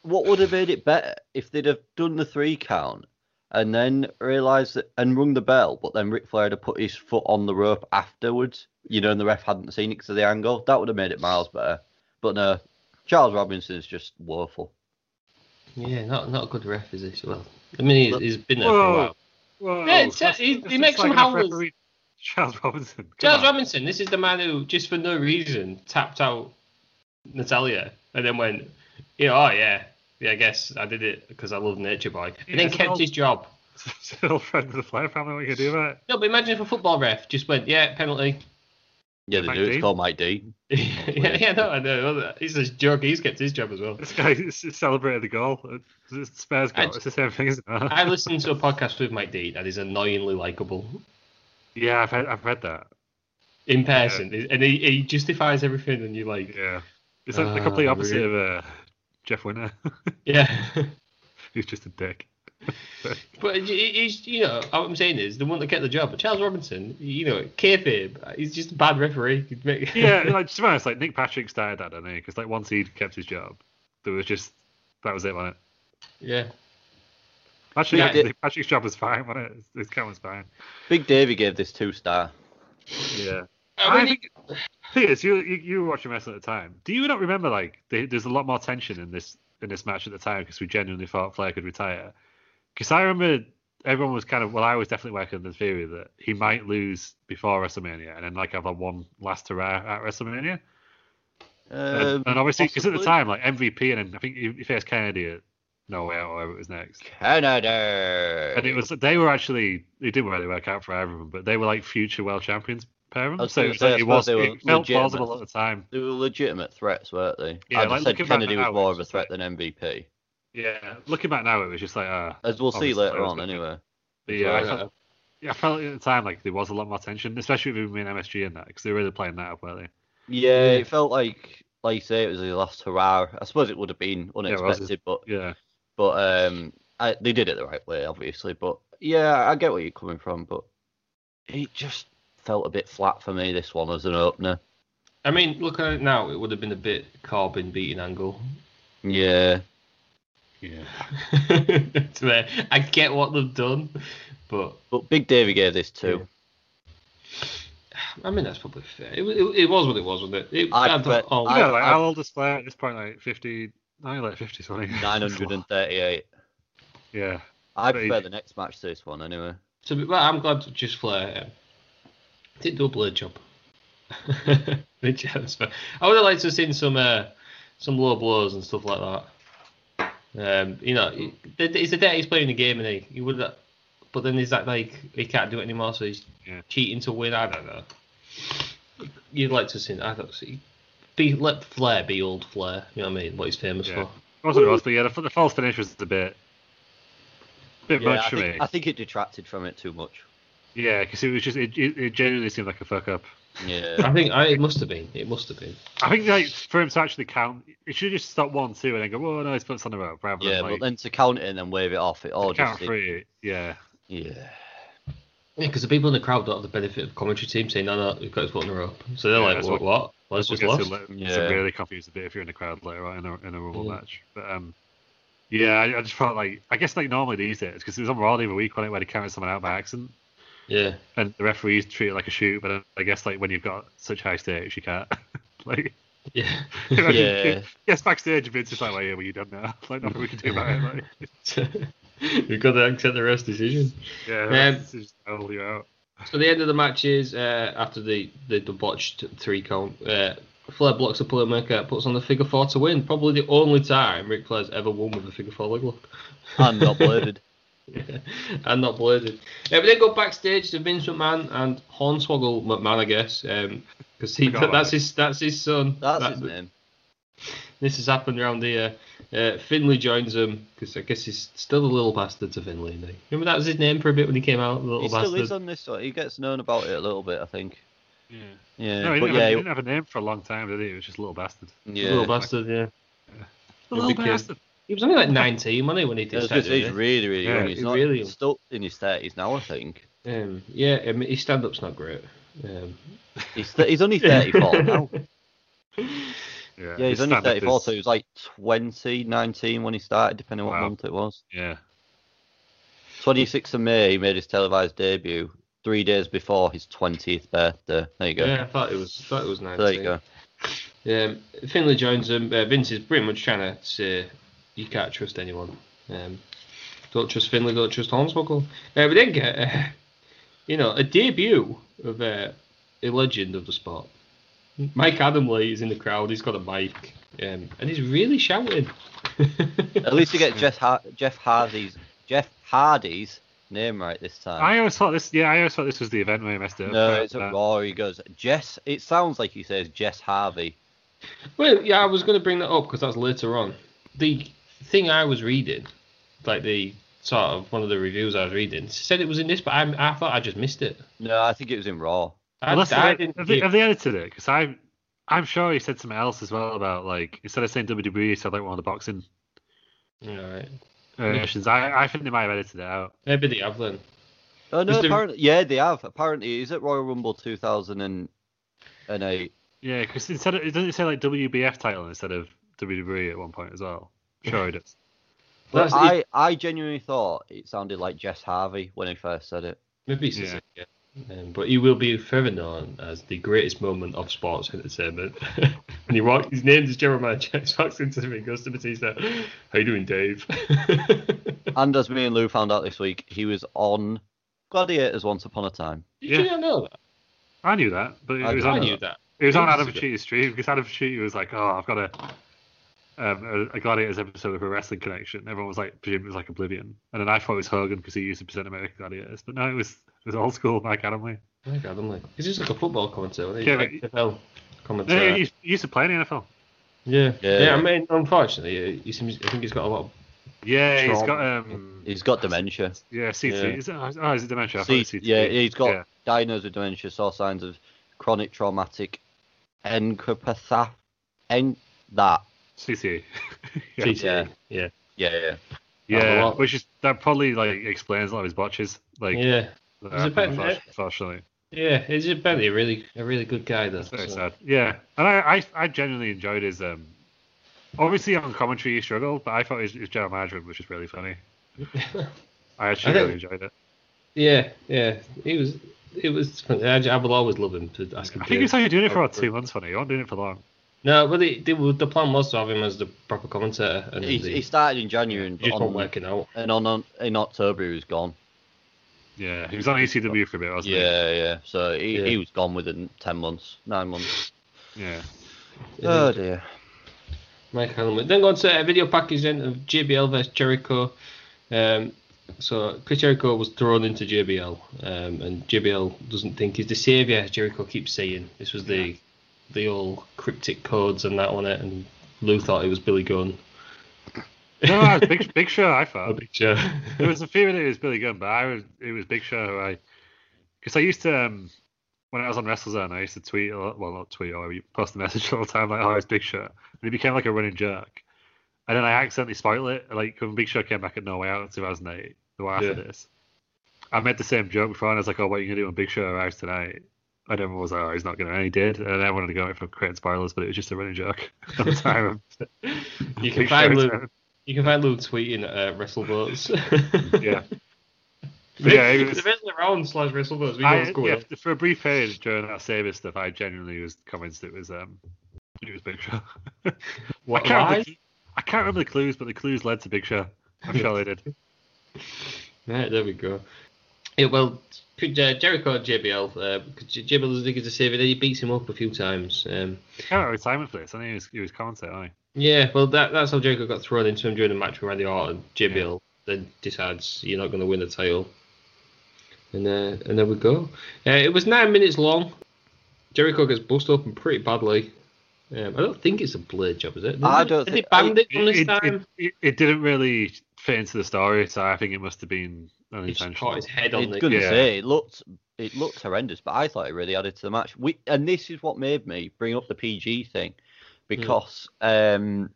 D: what would have made it better if they'd have done the three count and then realised that and rung the bell, but then Ric Flair had put his foot on the rope afterwards, you know, and the ref hadn't seen it because of the angle. That would have made it miles better. But no, Charles Robinson's just woeful.
C: Yeah, not not a good ref, is he? Well, I mean, he's, he's been there for a
E: Whoa,
C: while.
E: whoa!
C: Yeah, it's-
E: that's-
C: he- he
E: that's just
C: makes some
E: like enough
C: howls.
E: referee- Charles Robinson. come
C: Charles
E: on.
C: Robinson, this is the man who, just for no reason, tapped out Natalia and then went, yeah, oh, yeah, yeah, I guess I did it because I love Nature Boy. And then
E: Yes,
C: kept
E: well-
C: his job.
E: It's an old friend of the Flair family. What are you gonna do about it?
C: No, but imagine if a football ref just went, yeah, penalty.
D: Yeah, they
E: Mike
D: do. It's
E: D?
D: called Mike D.
C: yeah, yeah, no, I know. He's a joke. He's kept his job as well.
E: This guy s- celebrated the goal. It's- It's Spurs goal.
C: I-
E: It's the same thing, isn't it?
C: I listened to a podcast with Mike D that is annoyingly likable
E: yeah, I've heard, I've read that.
C: in person, and he, he justifies everything, and you're like,
E: Yeah. It's like the
C: Ah,
E: complete opposite
C: really?
E: of uh, Jeff Winner,
C: yeah.
E: who's just a dick.
C: But it- it- it's you know what I'm saying is the one that kept the job. But Charles Robinson, you know, kayfabe, he's just a bad referee. He'd make-
E: Yeah, like to be honest, like Nick Patrick started that, didn't he? Because like once he kept his job, there was just that was it, wasn't it?
C: yeah.
E: Actually,
C: Yeah,
E: actually,
D: it-
E: Nick Patrick's job was fine, wasn't it? His count was fine.
D: Big Davey gave this two star.
E: Yeah.
C: I
E: I
C: mean,
E: think Piers, you, you you were watching wrestling at the time. Do you not remember like the, there's a lot more tension in this in this match at the time because we genuinely thought Flair could retire. Because I remember everyone was kind of well, I was definitely working on the theory that he might lose before WrestleMania and then like have a one last hurrah at WrestLimania.
D: Um,
E: And, and obviously, because at the
D: possibly.
E: time, like MVP and then I think he he faced Kennedy at No Way Out or whatever it was next.
D: Canada.
E: And it was they were actually it didn't really work out for either of them, but they were like future world champions pair of
D: I
E: them.
D: was
E: So
D: gonna
E: it was
D: say, I
E: like
D: suppose
E: it
D: they were
E: was it felt
D: legitimate.
E: plausible at the time.
D: They were legitimate threats, weren't they?
E: Yeah,
D: I just
E: like,
D: said
E: looking back
D: Kennedy
E: now,
D: was more
E: it's
D: of a
E: just
D: threat than MVP,
E: Yeah, looking back now, it was just like uh,
D: as we'll see
E: obviously
D: later
E: players,
D: on.
E: but-
D: Anyway,
E: but yeah, I
C: Yeah.
E: felt, yeah, I felt at the time like there was a lot more tension, especially with me and MSG in that because they were really playing that up, weren't they?
D: yeah, it felt like, like you say, it was the last hurrah. I suppose it would have been
E: it was just-
D: unexpected, but
E: Yeah,
D: but um, I, they did it the right way, obviously. But yeah, I get where you're coming from, but it just felt a bit flat for me. This one as an opener.
C: I mean, looking at it now, it would have been a bit Corbin beating Angle.
D: Yeah,
E: yeah.
C: To me, I get what they've done, but
D: but Big Davey gave this too.
C: I mean that's probably fair. It, wa- it, it was what it was, wasn't it? it
D: I
C: don't-
D: bet-
C: oh,
D: I-
E: yeah, like
D: I-
E: how old is Flair at this point? Like fifty, no, like fifty something.
D: Nine hundred and thirty-eight.
E: yeah,
D: I
E: But he-
D: prefer the next match to this one anyway.
C: so, well, I'm glad to just Flair um, did do a blade job. Good chance for- I would have liked to have seen some uh, some low blows and stuff like that. Um, you know, it- it's the day he's playing the game, and he, he would. have- But then is that like he can't do it anymore, so he's
E: Yeah.
C: cheating to win? I don't know. You'd like to see. I thought see, be let Flair be old Flair. You know what I mean? What he's famous
E: yeah.
C: for.
E: That's what it was. But yeah, the, the false finish was a bit, bit
D: Yeah,
E: much
D: I
E: for
D: think,
E: me.
D: I think it detracted from it too much.
E: Yeah, because it was just it, it, it genuinely seemed like a fuck up.
D: Yeah.
C: I think I, it must have been. It must have been.
E: I think like for him to actually count, it should just stop one, two, and then go. Oh no, he's put something up. Rather
D: yeah,
E: than,
D: but
E: like,
D: then to count it and then wave it off, it all
E: count
D: just.
E: three. Yeah,
D: yeah.
C: Yeah, because the people in the crowd don't have the benefit of commentary team saying, no, no, we've got his foot in the rope. So they're
E: Yeah,
C: like,
E: that's
C: what?
E: what-
C: What? Well, it's
E: We'll
C: just
E: get to
C: lost.
E: le- to
D: Yeah.
E: really confused a bit if you're in the crowd later on in a in a rumble
C: Yeah.
E: match. But um, yeah, I, I just felt like I guess like normally these days because it was on Raw the other week on it where they counted someone out by accident
C: Yeah.
E: and the referees treat it like a shoot. But uh, I guess like when you've got such high stakes, you can't. like
C: Yeah.
D: Yeah.
E: yes, backstage, Vince is like, well, yeah, well, you done now. Like nothing we can do about it. Like,
C: You've got to accept the ref's decision.
E: yeah,
C: Um,
E: that's just hell you out.
C: So the end of the match is uh, after the, the debauched three count. Uh, Flair blocks a playmaker, puts on the figure four to win. Probably the only time Ric Flair's ever won with a figure four leg lock.
D: And not bladed.
C: and not bladed. Uh, we then go backstage to Vince McMahon and Hornswoggle McMahon, I guess, because he
E: Forgot about
C: that's
E: it.
C: his that's his son.
D: That's
C: That-
D: his name.
C: This has happened around here. Uh, Finley joins him because I guess he's still a little bastard to Finley. Isn't he? Remember that was his name for a bit when he came out, the little
D: He
C: bastard.
D: still is on this one. He gets known about it a little bit, I think.
E: Yeah.
D: Yeah.
E: No, he
D: but
E: didn't, have,
D: yeah,
E: he
D: he-
E: didn't have a name for a long time, did he? It was just little bastard.
D: yeah.
C: Little bastard, yeah.
E: The
C: Little
E: little
C: big kid.
E: bastard.
C: He was only like 19, wasn't he, when he
D: I
C: did
D: was gonna say, he's
C: Saturday?
D: really, really
E: Yeah,
D: young. He's
C: he
D: not
C: really-
D: he's still in his thirties now, I think.
C: Um, yeah, I mean, his stand up's not great. Um,
D: He's th- he's only thirty-four now.
E: Yeah,
D: Yeah, he's
E: his
D: only
E: stand-up
D: thirty-four,
E: is-
D: so he was like 20, 19 when he started, depending what
E: Wow.
D: month it was.
E: Yeah.
D: Twenty-sixth of May, he made his televised debut. Three days before his twentieth birthday. There you go.
C: yeah, I thought it was thought it was 19.
D: there you go.
C: Um, Finley Jones and uh, Vince is pretty much trying to say you can't trust anyone. Um, don't trust Finley, don't trust Hornswoggle. Uh, we then get, uh, you know, a debut of uh, a legend of the sport. Mike Adam Lee is in the crowd. He's got a mic, um, and he's really shouting.
D: At least you get Jeff Har- Jeff Hardy's Jeff Hardy's name right this time.
E: I always thought this. Yeah, I always thought this was the event where he messed it up.
D: no,
E: Uh,
D: it's a
E: uh,
D: Raw. He goes Jess. It sounds like he says Jess Harvey.
C: Well, yeah, I was going to bring that up because that's later on. The thing I was reading, like the sort of one of the reviews I was reading, said it was in this, but I, I thought I just missed it.
D: No, I think it was in Raw.
C: I,
E: Unless
C: I
E: they,
C: didn't.
E: have, they, have they edited it? Because I'm, I'm sure he said something else as well about like instead of saying WWE, he said like one of the boxing
C: All right.
E: versions. I, I think they might have edited it out.
C: Maybe they have then.
D: Oh no,
C: Was there-
D: apparently yeah, they have. Apparently, he's at Royal Rumble 2008.
E: Yeah, because instead of, it doesn't say like WBF title instead of WWE at one point as well. Sure it does.
D: But
C: That's-
D: I, I genuinely thought it sounded like Jess Harvey when he first said it.
C: Maybe it's yeah. Um, but he will be forever known as the greatest moment of sports entertainment. and he walks, his name is Jeremiah James, walks into the ring, goes to Batista, how you doing, Dave?
D: And as me and Lou found out this week, he was on Gladiators once upon a time.
C: You should not know that.
E: I knew that, but it
D: I-
E: was
D: I
E: on
C: I knew that.
E: it was on
C: Ages
E: Adam
C: ago.
E: Pacitti stream because Adam Pacitti was like, oh, I've got a. Um, a, a Gladiators episode of a wrestling connection. Everyone was like, presumed it was like Oblivion, and then I thought it was Hogan because he used to present American Gladiators, but no, it was it was old school Mike Adamley.
C: Oh my God, I'm like, he's just like a football commentator. He's
E: Yeah,
C: like NFL
E: but- No,
C: commentator.
E: he, he used to play in the NFL.
C: Yeah.
D: Yeah.
C: yeah, I mean, unfortunately, he seems. I think he's got a lot. Of,
E: Yeah, he's
C: Sure.
E: got um,
D: He's got dementia.
E: yeah, C
D: Yeah.
E: three. Is it, oh, is it dementia? I thought it
D: See,
E: was C3.
D: yeah, he's got
E: Yeah.
D: diagnosed with dementia, saw signs of chronic traumatic encephalopathy. En- that.
E: CTE. yeah,
C: TT.
D: Yeah.
C: yeah,
D: Yeah, yeah.
C: That's a
E: yeah
C: lot.
E: which is that probably like explains a lot of his botches. Like,
C: yeah, He's
E: that
C: a
E: happened,
C: bit-
E: unfortunately- unfortunately,
C: yeah. He's a apparently a really, a really good guy though.
E: it's very
C: so-
E: sad. Yeah, and I, I, I genuinely enjoyed his um. Obviously, on commentary he struggled, but I thought his, his general management was just really funny. I actually
C: I think-
E: really enjoyed it.
C: Yeah, yeah. He was. It was. I, I will always love him to ask him.
E: I think
C: to-
E: he's only doing it for about two months, funny. He wasn't doing it for long.
C: No, but the, the the plan was to have him as the proper commentator, and
D: He,
C: the,
D: he started in January
C: it
D: and
C: just
D: on,
C: not working out.
D: and on, on in October he was gone.
E: Yeah, he was on ECW for a bit, wasn't
D: Yeah, yeah. So he,
C: Yeah.
D: he was gone within ten months, nine months.
E: he? Yeah.
D: Oh dear.
C: Mike Handelman. Then go on to a video package then of JBL versus Jericho. Um, so Chris Jericho was thrown into JBL, um, and JBL doesn't think he's the savior. as Jericho keeps saying this was the the all cryptic codes and that on it, and Lou thought it was Billy Gunn.
E: No, no, it was Big, Big Show, I
C: A
E: thought.
C: big show.
E: There was a feeling it was Billy Gunn, but I was, it was Big Show who I. Because I used to, um, when I was on WrestleZone, I used to tweet, a lot, well, not tweet, or post a message all the time, like, oh, it's Big Show. And it became like a running joke. And then I accidentally spoiled it. Like, when Big Show came back at No Way Out in 2008, the way after
C: Yeah.
E: this, I made the same joke before, and I was like, oh, what are you going to do when Big Show arrives tonight? And everyone was like, oh, he's not going to. And he did. And I wanted to go in for creating spoilers, but it was just a running joke at the time.
C: you can
E: Big
C: find
E: Show's
C: Lou. You can find Lou tweeting at uh, WrestleBoats.
E: Yeah. But yeah, it was,
C: the Wrestler Round slash WrestleBoats. We know
E: I,
C: what's going
E: yeah,
C: on.
E: for a brief period during that Saber stuff, I genuinely was convinced it was um, it was Big Show.
C: What,
E: I, can't
C: why?
E: remember, I can't remember the clues, but the clues led to Big Show. I'm sure they did.
C: Right, there we go. Yeah, well, could, uh, Jericho and JBL, uh, because J- JBL doesn't think he's a savior, then he beats him up a few times. Um,
E: Came out of retirement for this. I think he was he was commentating. wasn't
C: yeah, well, that, that's how Jericho got thrown into him during the match with Randy Orton. JBL then decides you're not going to win the title. And uh, and there we go. Uh, it was nine minutes long. Jericho gets bust open pretty badly. Um, I don't think it's a blade job, is it?
D: I don't
C: Did
D: think-
C: they banned it
E: he?
C: from this
E: It, it-
C: time?
E: it- it- it didn't really fit into the story, so I think it must have been
C: He just
E: unintentional.
C: caught his head on
D: It's
C: the.
D: good to
E: Yeah.
D: say it looked it looked horrendous, but I thought it really added to the match. We and this is what made me bring up the PG thing
E: Hmm.
D: because um,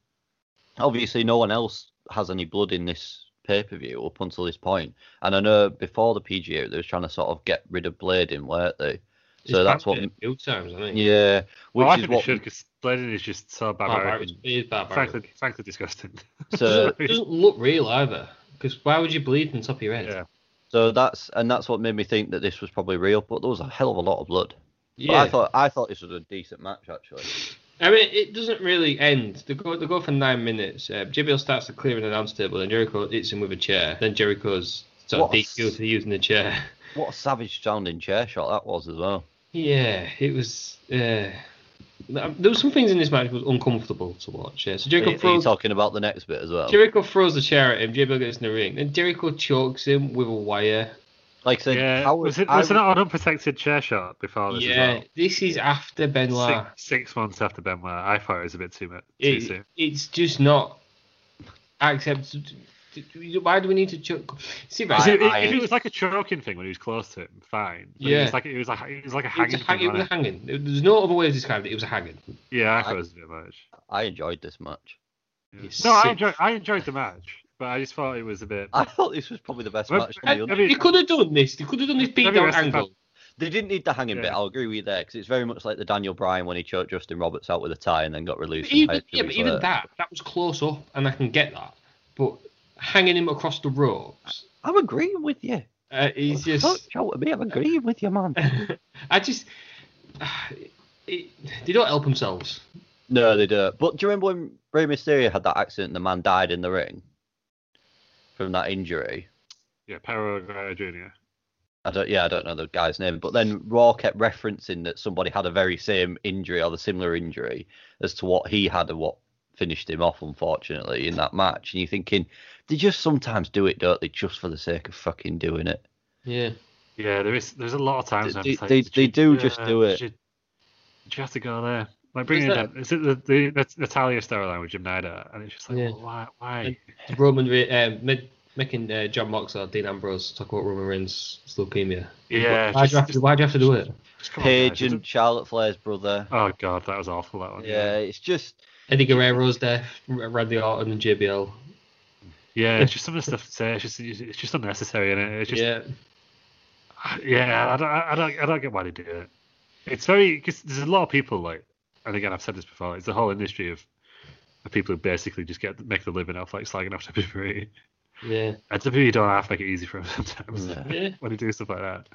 D: obviously no one else has any blood in this pay per view up until this point, and I know before the PG era, they was trying to sort of get rid of blading, weren't they? So
C: He's
D: that's what.
C: banned it a few times, I think.
D: Yeah, which
E: well, I
D: is
E: think
D: what.
E: it should because Blading is just so
C: Barbaric.
E: barbaric. and
C: It is barbaric.
E: Frankly, frankly, disgusting.
D: So
C: It doesn't look real either. Because why would you bleed on top of your head?
E: Yeah.
D: So that's and that's what made me think that this was probably real, but there was a hell of a lot of blood. But I thought I thought this was a decent match actually.
C: I mean, it doesn't really end. They go, they go for nine minutes. Uh, JBL starts to clear an announce table, and Jericho hits him with a chair. Then Jericho's sort
D: What a
C: of DQ for using the chair.
D: What a savage sounding chair shot that was as well.
C: Yeah, it was. Uh, there were some things in this match that was uncomfortable to watch. Yeah. So
D: Are
C: Jericho
D: you- are you
C: throws,
D: talking about the next bit as well?
C: Jericho throws the chair at him. JBL gets in the ring. Then Jericho chokes him with a wire.
D: Like I said,
E: Yeah,
D: how
E: was it
D: I
E: was it not an unprotected chair shot before this
C: yeah,
E: as
C: this is after
E: well?
C: Benoit.
E: Six, six months after Benoit, I thought it was a bit too much too
C: it,
E: soon.
C: it's just not accepted. Why do we need to chuck? See,
D: I-
C: right,
E: Because it,
D: I-
E: if it was like a choking thing when he was close to him, fine. But it
C: Yeah.
E: was like it was like it was like a
C: it was,
E: hanging
C: a hang, it was
E: thing.
C: a
E: wasn't it?
C: hanging. There's no other way to describe it. It was a hanging.
E: Yeah, I
D: I-
E: thought it was a bit much.
D: I enjoyed this match.
E: Yeah.
C: It's
E: No, I
C: sick.
E: enjoyed I enjoyed the match, but I just thought it was a bit.
D: I thought this was probably the best
E: Well,
D: match.
E: I-
D: on the
E: I
D: under-
E: mean-
C: They could have done this. They could have done this
E: Maybe
C: beat down
E: rest in
C: angle.
D: they didn't need the hanging bit.
E: Yeah.
D: I'll agree with you there because it's very much like the Daniel Bryan when he choked Justin Roberts out with a tie and then got
C: But
D: released. and
C: even,
D: hired two
C: yeah, but
D: weeks
C: even
D: later.
C: that, that was close up, and I can get that. But hanging him across the ropes,
D: I'm agreeing with you.
C: uh, he's
D: Don't
C: just.
D: shout at me. I'm agreeing with you, man.
C: I just. It, they don't help themselves.
D: No, they don't. But do you remember when Rey Mysterio had that accident and the man died in the ring from that injury?
E: Yeah, Pero Aguirre Jr.
D: I don't. Yeah, I don't know the guy's name. But then Raw kept referencing that somebody had a very same injury or the similar injury as to what he had and what finished him off, unfortunately, in that match. And you're thinking they just sometimes do it, don't they? Just for the sake of fucking doing it.
C: Yeah.
E: Yeah, there is there's a lot of times
D: They-
E: when
D: they-
E: it's like,
D: they-
E: did
D: they
E: you-
D: do just
E: yeah,
D: do
E: did
D: it.
E: you- did you have to go there? Like bringing it
C: that-
E: down. Is it the, the, Nat- Natalia storyline with Jim Nader? And it's just like,
C: Yeah.
E: well, why? Why?
C: Roman, Re- um, mid- making uh, John Moxley, Dean Ambrose talk about Roman Reigns' leukemia.
E: Yeah,
C: Why,
E: just-
C: do you have to, why do you have to do it?
E: just come on, guys,
D: Paige
E: just-
D: and Charlotte Flair's brother.
E: Oh god, that was awful. That one.
D: Yeah, it's just
C: Eddie Guerrero's death, R- Randy Orton and JBL.
E: Yeah, it's just some of the stuff to say. It's just, it's just unnecessary, and it? it's just yeah.
C: yeah,
E: I don't, I don't, I don't get why they do it. It's very because there's a lot of people like, and again, I've said this before. It's the whole industry of, of people who basically just get make their living off like slagging off WWE.
C: yeah,
E: And WWE don't have to make it easy for them sometimes
C: yeah.
E: when they do stuff like that.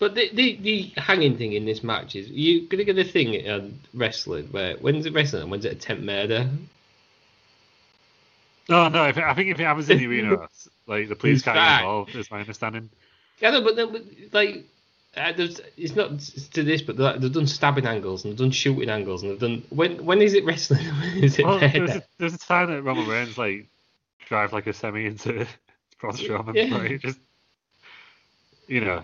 C: But the, the the hanging thing in this match is you gonna get a thing in wrestling where when's it wrestling and when's it attempt murder?
E: No, Oh, no, if, I think if it happens in the arena, like the police
C: He's
E: can't
C: back.
E: get involved. Is my understanding.
C: Yeah, no, but then, but, like. Uh, there's, it's not s- to this, but they've they've done stabbing angles and they've done shooting angles and they've done when when is it wrestling? and When is it
E: Well,
C: murder?
E: Oh, there's a, there's a time that Roman Reigns like drive like a semi into Braun Strowman,
C: Yeah.
E: but he just you know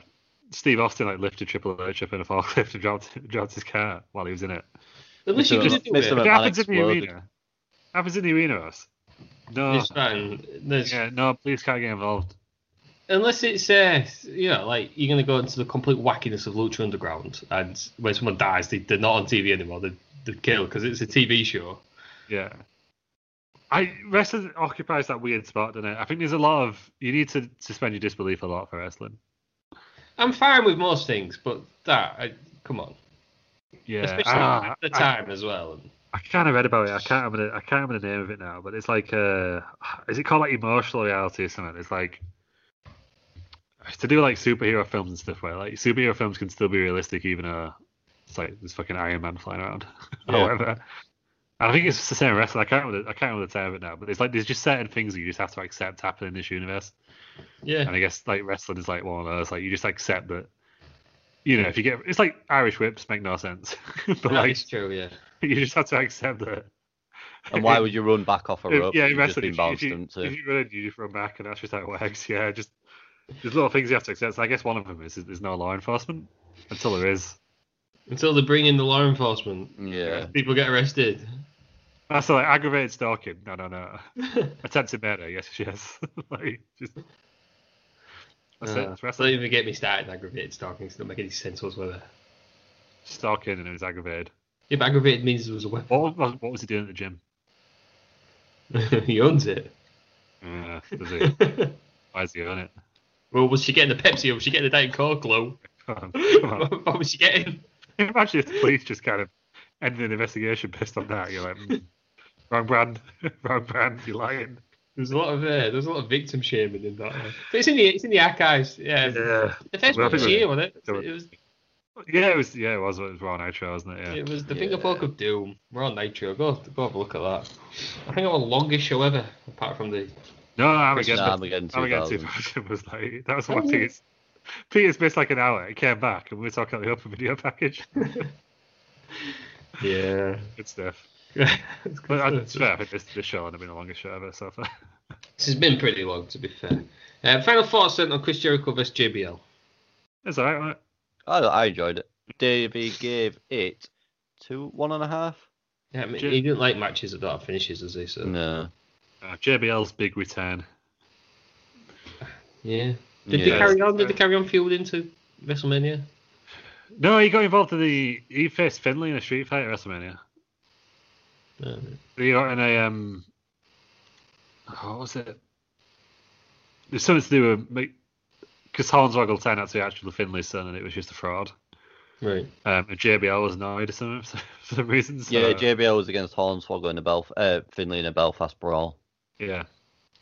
E: Steve Austin like lifted Triple H up in a forklift and dropped, dropped his car while he was in it.
C: Unless
D: Mr.
C: you're
D: Ma-
C: gonna do
D: Mr.
C: it.
D: Ma-
E: It
D: man
E: happens in the
D: exploded.
E: arena. Happens in the arena. Us. No,
C: It's fine. There's-
E: Oh. yeah, no, please can't get involved.
C: Unless it's, uh, you know, like you're going to go into the complete wackiness of Lucha Underground, and when someone dies, they, they're not on TV anymore. They, they kill because it's a TV show.
E: Yeah. I wrestling occupies that weird spot, doesn't it? I think there's a lot of you need to suspend your disbelief a lot for wrestling.
C: I'm fine with most things, but that, I, come on.
E: Yeah,
C: Especially
E: Ah,
C: at the
E: I-
C: time as well.
E: I kind of read about it. I can't remember. The, I can't remember the name of it now, but it's like, uh, is it called like emotional reality or something? It's like it's to do with, like superhero films and stuff where like superhero films can still be realistic even though it's like there's fucking Iron Man flying around
C: Yeah.
E: or whatever. And I think it's just the same wrestling. I can't remember. I can't remember the time of it now, but it's like there's just certain things that you just have to accept happen in this universe.
C: Yeah.
E: And I guess like wrestling is like one of those. Like you just accept that. You know, if you get it's like Irish whips make no sense, but
C: that
E: like
C: is true, yeah.
E: you just have to accept that.
D: And why would you run back off a
E: If-
D: rope?
E: Yeah,
D: if
E: in
D: you've just
E: wrestling,
D: been
E: if you, if,
D: bounced
E: you,
D: into?
E: if you run, you just run back, and that's just how it works. Yeah, just there's little things you have to accept. So I guess one of them is that there's no law enforcement until there is.
C: Until they bring in the law enforcement,
D: Yeah.
C: people get arrested.
E: That's like aggravated stalking. No, no, no. Attempted murder. Yes, yes. like just. That's it.
C: Uh,
E: It's
C: don't
E: wrestling.
C: even get me started on aggravated stalking, 'cause it don't make any sense whatsoever.
E: Stalking and it was aggravated.
C: Yeah, but aggravated means there was a weapon.
E: What was, what was he doing at the gym?
C: he owns it.
E: Yeah, does he? Why is he on it?
C: well, was she getting a Pepsi or was she getting a Diet Coke, Lou?
E: Come on, come on.
C: what, what was she getting?
E: Imagine if the police just kind of ended an investigation based on that. You're like, mm, wrong brand, wrong brand. You're lying.
C: There's a lot of uh, there's a lot of victim shaming in that. one. But it's in the it's in the archives. Yeah.
E: Yeah.
C: The first
E: Well,
C: one
E: I think
C: was
E: we-
C: here, wasn't it?
E: there were-
C: It was
E: Yeah, it was. Yeah, it was. It was Raw Nitro, wasn't it? Yeah.
C: it was the finger poke of doom. We're on Nitro. Go go have a look at that. I think our longest show ever, apart from the
E: No, Armageddon.
D: No, Armageddon 2000.
E: 2000 was like that was one thing. It's, Peter's missed like an hour. He came back, and we were talking about the open video package.
C: yeah.
E: Good stuff.
C: it's good
E: But I,
C: stuff.
E: it's fair, I think this, this show had been the longest show ever so far.
C: This has been pretty long, to be fair. Uh, final thoughts then on Chris Jericho versus JBL.
E: It's alright. wasn't it?
D: I, I enjoyed it. Davey gave it two, one and a half.
C: Yeah, I mean,
E: J- Mm.
C: he didn't like matches that don't have finishes, does he? So
D: No.
E: Uh, JBL's big return.
C: yeah. Did they
D: Yeah.
C: carry on? Did they carry on feud into WrestleMania?
E: No, he got involved in the he faced Finley in a street fight at WrestleMania.
C: No.
E: They got in a um. oh, what was it? There's something to do with because Hornswoggle turned out to be actually Finlay's son, and it was just a fraud.
C: Right.
E: Um, and JBL was annoyed or something for some reason. So,
D: Yeah, JBL was against Hornswoggle in a Belf- uh, Finley in a Belfast brawl.
E: yeah.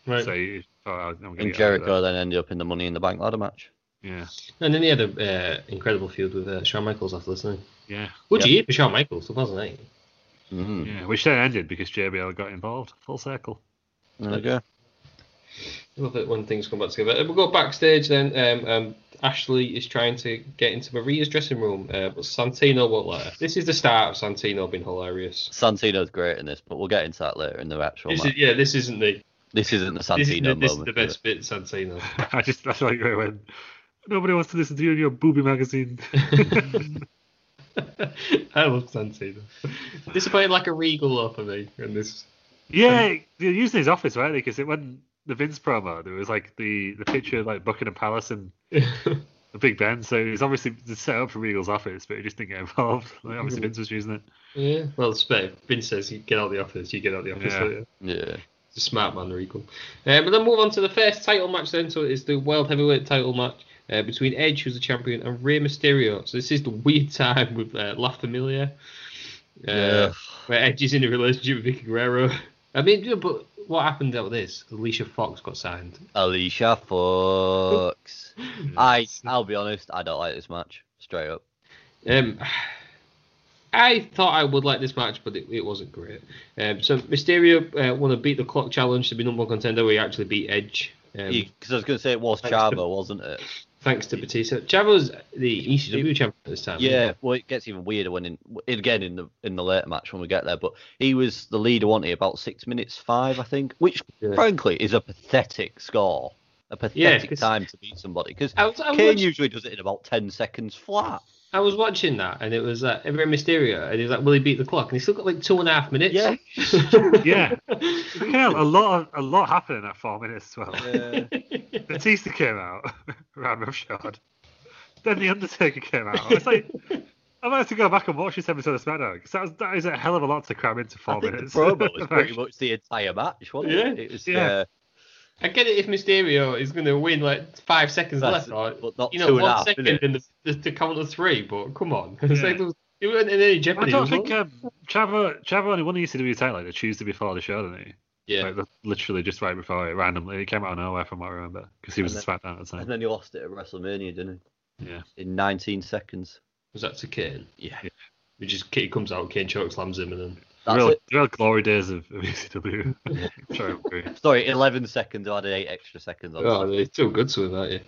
C: Right.
E: So he thought, oh, I'm going
D: And Jericho then ended up in the Money in the Bank ladder match.
E: Yeah,
C: And then he had an uh, incredible feud with uh, Shawn Michaels after this, didn't he?
E: yeah,
C: Good
D: Yeah.
C: year for Shawn Michaels, eh? 2008. Mm-hmm.
D: Mm.
E: yeah. Which then ended because JBL got involved. Full circle.
D: There you go.
C: I love it when things come back together. We'll go backstage then. Um, um, Ashley is trying to get into Maria's dressing room, uh, but Santino won't let her. This is the start of Santino being hilarious.
D: Santino's great in this, but we'll get into that later in the actual
C: This
D: match.
C: is, yeah, this isn't the
D: This isn't the
C: this is the,
D: Santino moment.
C: this is the
D: is it?
C: best bit, Santino.
E: I just that's like where I went. Nobody wants to listen to you in your booby magazine.
C: I love Santino. Disappointed like a regal though for me in this.
E: yeah, they're using his office, right? Because it when the Vince promo, there was like the the picture of like Buckingham Palace and the Big Ben. So it was obviously set up for Regal's office, but he just didn't get involved. Like, obviously
D: Mm-hmm.
E: Vince was using it.
C: yeah. Well, it's fair. Vince says you get out of the office, you get out of the office.
E: Yeah.
C: don't you?
D: Yeah.
C: It's a smart man, Regal. Uh, but then move on to the first title match then. So it's the World Heavyweight title match uh, between Edge, who's the champion, and Rey Mysterio. So this is the weird time with uh, La Familia. Uh,
D: Yeah.
C: Where Edge is in a relationship with Vicky Guerrero. I mean, yeah, but what happened out of this? Alicia Fox got signed.
D: Alicia Fox. I I'll be honest, I don't like this match. Straight up.
C: Um, I thought I would like this match, but it, it wasn't great. Um, so Mysterio uh, won a beat the clock challenge to be number one contender. We actually beat Edge. Um,
D: Because I was going to say it was
C: Thanks to-
D: Chavo, wasn't it?
C: Thanks to Batista. Chavo's the ECW champion this time.
D: Yeah. Well, it gets even weirder when in again in the in the later match when we get there. But he was the leader, wasn't he? About six minutes five, I think, which
C: Yeah.
D: frankly is a pathetic score, a pathetic
C: 'cause-
D: time to beat somebody. Because
C: I was- I
D: Kane
C: was-
D: usually does it in about ten seconds flat.
C: I was watching that, and it was uh, Rey Mysterio, and he's like, "Will he beat the clock?" And he's still got like two and a half minutes.
D: Yeah.
E: Yeah. Yeah, a lot, a lot happened in that four minutes as well.
D: Yeah.
E: Batista came out, ran roughshod. Then the Undertaker came out. It's like I might have to go back and watch this episode of SmackDown because that, was- that is a hell of a lot to cram into four
D: I think the
E: minutes.
D: promo was pretty much the entire match, wasn't it?
C: Yeah,
D: It was
E: yeah.
D: uh,
C: I get it if Mysterio is going to win like five seconds
D: That's-
C: left, or
D: but not
C: you know
D: two and a
C: one
D: half,
C: second
D: innit?
C: in the, the, the count of three. But come on,
E: Yeah.
C: It's like there was- it wasn't in any
E: I
C: jeopardy.
E: don't
C: was
E: think
C: it?
E: um, Trevor Trevor only won the ECW title like the Tuesday before the show, didn't he?
C: yeah,
E: Like, literally just right before it, randomly. It came out of nowhere from what I remember because he was
D: And
E: a SmackDown at the
D: and
E: time.
D: then he lost it at WrestleMania, didn't
E: yeah.
D: he? In 19 seconds.
C: was that to Kane?
D: Yeah,
C: Which is Kane comes out, Kane choke slams him, and then
D: that's
E: real,
D: it.
E: real glory days of, of ECW. Sorry, I'm agree.
D: Sorry, 11 seconds. I had eight extra seconds on.
C: Oh, they're still good to him, aren't you?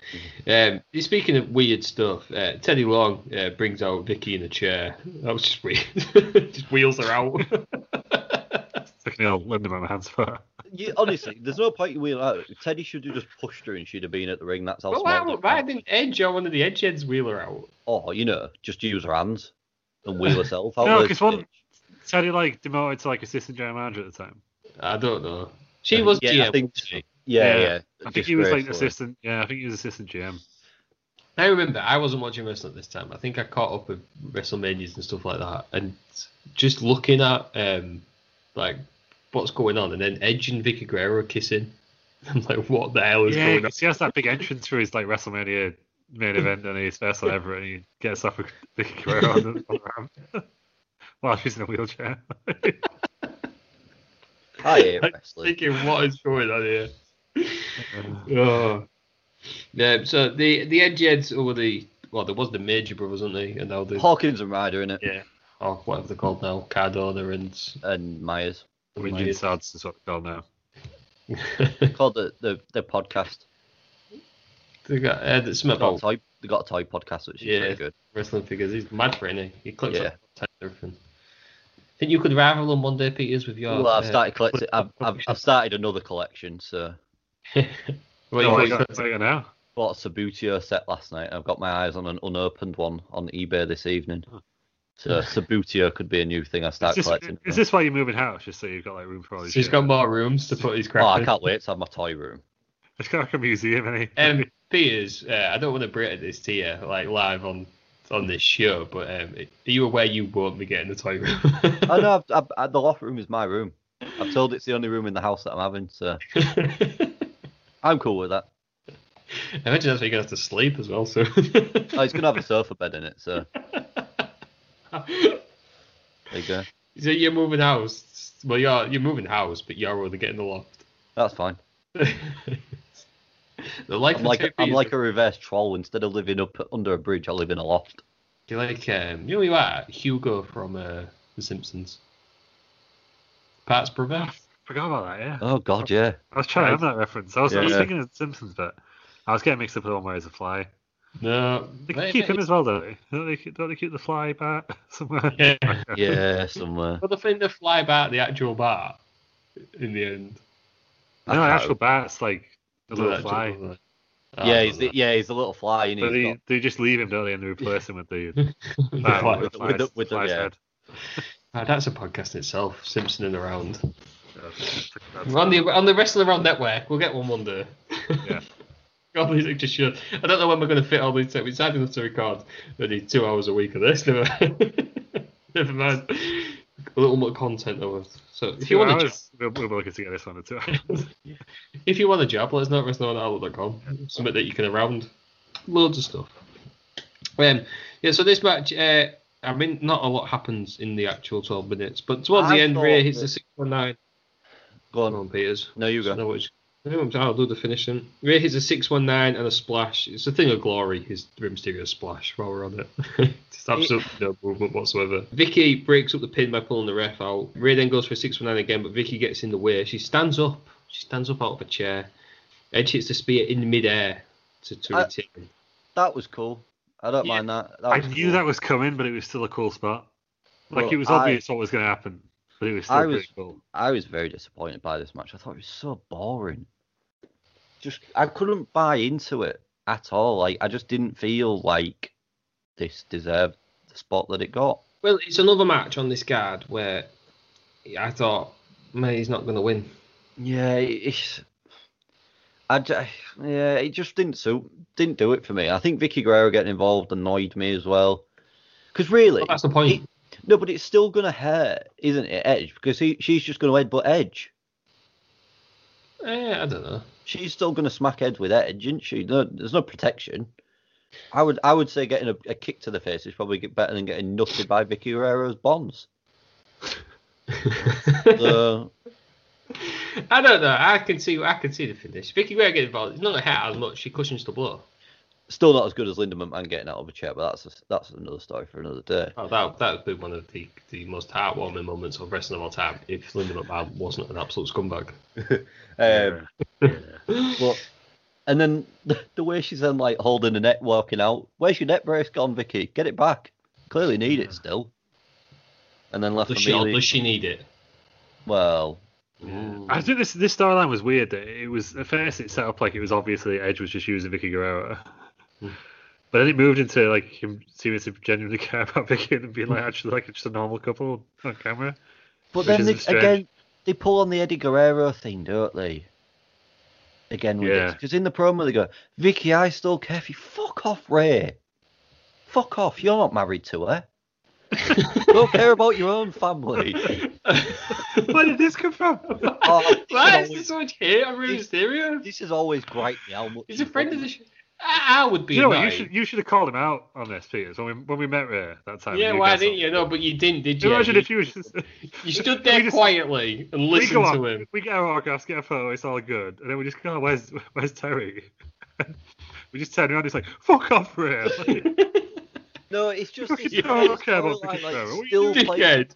D: Mm-hmm.
C: Um, speaking of weird stuff, uh, Teddy Long uh, brings out Vicky in a chair. That was just weird. just wheels her out.
E: Sticking out lending my hands for it.
D: You, honestly, there's no point you wheel out. Teddy should have just pushed her and she'd have been at the ring. That's how
C: Well, why,
D: smart. they
C: why
D: are.
C: didn't Edge or one of the Edge heads wheel her out?
D: Or, you know, just use her hands and wheel herself out.
E: No,
D: with
E: 'cause
D: the
E: one-
D: pitch.
E: Teddy like demoted to like assistant general manager at the time.
C: I don't know. She was
D: Uh, yeah,
C: GM.
D: I think, yeah,
E: Yeah,
D: yeah.
E: I think he was like
D: Disgraceful.
E: assistant. Yeah, I think he was assistant GM.
C: I remember I wasn't watching wrestling at this time. I think I caught up with WrestleManias and stuff like that, and just looking at um, like what's going on, and then Edge and Vicky Guerrero kissing. I'm like, what the hell is
E: Yeah,
C: going on?
E: 'cause he has that big entrance for his like WrestleMania main event, and he's first one ever, and he gets off with Vicky Guerrero on the, on the ramp while she's in a wheelchair.
D: I hate
C: I'm
D: wrestling.
C: thinking, what is going on here? oh. Yeah, so the the Edge Heads were the well, there was the Major Brothers, wasn't they? And now the
D: Hawkins and Ryder in it,
C: yeah, or whatever they're called now, Cardona and
D: and Myers
E: Which is odds is what they call now.
D: called the the, the podcast.
C: they got uh, that's something
D: They got, a
C: about
D: toy, they got a toy podcast, which is
C: Yeah. Oh,
D: pretty good.
C: wrestling figures. He's mad for it. isn't He, he collects
D: Yeah.
C: like, types of everything. Think you could rival him one day, Peters, with your?
D: well, I've
C: uh,
D: started collecting. I've, I've, I've started another collection. So
C: what
E: oh,
C: you
E: I
C: call
E: got,
C: it?
E: I got now.
D: bought a Sabutio set last night. I've got my eyes on an unopened one on eBay this evening. So Sabutio could be a new thing I
E: Is
D: start
E: this,
D: collecting.
E: is this why you're moving house? Just so you've got like room for all
C: So
E: these.
C: he's
E: shit?
C: got more rooms to put his crap.
D: Oh, I
C: in.
D: can't wait to have my toy room.
E: It's got like a museum, and
C: Um, Piers, uh, I don't want to break this to you, like live on on this show, but um, are you aware you won't be getting the toy room?
D: I know I've, I've, I- the loft room is my room. I've told it's the only room in the house that I'm having, so I'm cool with that.
C: I imagine that's where you're gonna have to sleep as well. So
D: Oh, it's gonna have a sofa bed in it, so there you go.
C: so you're moving house. Well, you're you're moving house, but you're only getting the loft.
D: That's fine.
C: the life
D: I'm like
C: of
D: I'm like a reverse troll. Instead of living up under a bridge, I live in a loft.
C: you're like um, you know who you are Hugo from uh, The Simpsons. Pat's brother.
E: forgot about that. Yeah.
D: Oh God, yeah.
E: I was trying to have that reference. I was, I was
D: Yeah.
E: thinking of the Simpsons, but I was getting mixed up with the one where he's a fly.
C: No,
E: They keep him as well, don't they? Don't they, don't they keep the fly back somewhere?
C: Yeah.
D: Yeah, somewhere.
C: But the thing to fly back the actual bat in the end.
E: No,
D: I
E: the
D: can't-
E: actual bat's like a
C: The
E: little
C: actual-
E: fly.
C: Oh,
D: yeah,
C: I
D: he's
C: don't know.
D: yeah, he's a little fly. Isn't he?
E: But
D: He's
E: they,
D: got-
E: they just leave him, don't they, and they replace him with the,
C: The
E: bat
C: fly.
E: with the
D: With the-
E: fly's-
D: with the-
E: fly's
D: yeah.
E: head.
C: Ah, that's a podcast in itself. Simpson and around.
E: That's-
C: We're on the on the wrestling around network. We'll get one one day.
E: Yeah.
C: God, these are just sure. I don't know when we're going to fit all these. It's sad enough to record only two hours a week of this. Never, never mind. A little more content of us. So if you
E: Two
C: want a job,
E: hours, we'll, we'll be looking to get this one in two hours.
C: if you want a job, let us know at wrestlingoutlook.com. Something that you can around. Loads of stuff. Um, yeah, so this match, uh, I mean, not a lot happens in the actual 12 minutes, but towards
D: I
C: the end,
D: thought
C: Ray hits the
D: that-
C: 619.
D: Go
C: Hold
D: on.
C: on, Peters.
D: No, you
C: I
D: go.
C: know what it's- no, I'm- I'll do the finishing. Ray hits a 619 and a splash. It's a thing of glory, his Rim Mysterio splash, while we're on it. Just absolutely no movement whatsoever. Vicky breaks up the pin by pulling the ref out. Ray then goes for a 619 again, but Vicky gets in the way. She stands up. She stands up out of a chair. Edge hits the spear in midair to, to
D: I-
C: retain.
D: That was cool. I don't
C: Yeah.
D: mind that. that
E: I
D: was
E: knew
D: cool.
E: that was coming, but it was still a cool spot. Like,
D: Well,
E: it was
D: I-
E: obvious what was going to happen, but it was still
D: I
E: pretty
D: was-
E: cool.
D: I was very disappointed by this match. I thought it was so boring. Just I couldn't buy into it at all. Like I just didn't feel like this deserved the spot that it got.
C: Well, it's another match on this card where I thought, man, he's not going to win.
D: Yeah, it's. I just, yeah, it just didn't suit, didn't do it for me. I think Vicky Guerrero getting involved annoyed me as well. Because really,
C: Well, that's the point.
D: it- no, but it's still gonna hurt, isn't it, Edge? Because he, she's just gonna headbutt Edge.
C: Eh, I don't know.
D: She's still gonna smack Edge with Edge, isn't she? No, there's no protection. I would, I would say getting a, a kick to the face is probably get- better than getting nutted by Vicky Guerrero's bombs. So,
C: I don't know. I can see. I can see the finish. Vicky Guerrero getting involved. It's not going to hurt as much. She cushions the blow.
D: still not as good as Linda McMahon getting out of a chair, but that's a, that's another story for another day.
C: Oh, that that would be one of the, the most heartwarming moments of wrestling of all time if Linda McMahon wasn't an absolute scumbag.
D: Um, but, and then the, the way she's then like holding the net, walking out. Where's your net brace gone, Vicky? Get it back. Clearly need it still. And then left
C: Does she,
D: immediately.
C: does she need it?
D: Well,
E: I think this this storyline was weird. that It was at first it set up like it was obviously Edge was just using Vicky Guerrero, Mm. but then it moved into like him seeming to genuinely care about Vicky and being like actually like just a normal couple on camera.
D: but
E: Which
D: then
E: is
D: they,
E: strange.
D: again they pull on the Eddie Guerrero thing, don't they? Again with
E: Yeah.
D: because in the promo they go, Vicky, I still care for you. Fuck off, Ray. Fuck off. You're not married to her. Don't care about your own family.
E: Where did this come from?
D: Oh,
C: Why is there so much hate on Rey Mysterio?
D: This is always great. me how much
C: He's
D: he
C: a friend of
D: loves
C: the show. I, I would be.
E: you know what? You
C: annoyed.
E: should you should have called him out on this, Peters, when we when we met Ray that time.
C: Yeah, why didn't you? No, but you didn't, did you?
E: Imagine
C: you,
E: if you was just
C: you stood
E: we
C: there
E: just-
C: quietly and
E: we go
C: listened
E: on,
C: to him.
E: we get our autographs, get a photo, it's all good, and then we just go, oh, where's where's Terry? we just turn around, it's like fuck off, Ray. Like,
D: No, it's just
E: Fucking
D: it's,
E: hell,
D: it's
E: okay, well,
D: storyline,
E: Vicky Guerrero, what
D: like, still
E: are you
C: doing?
D: playing,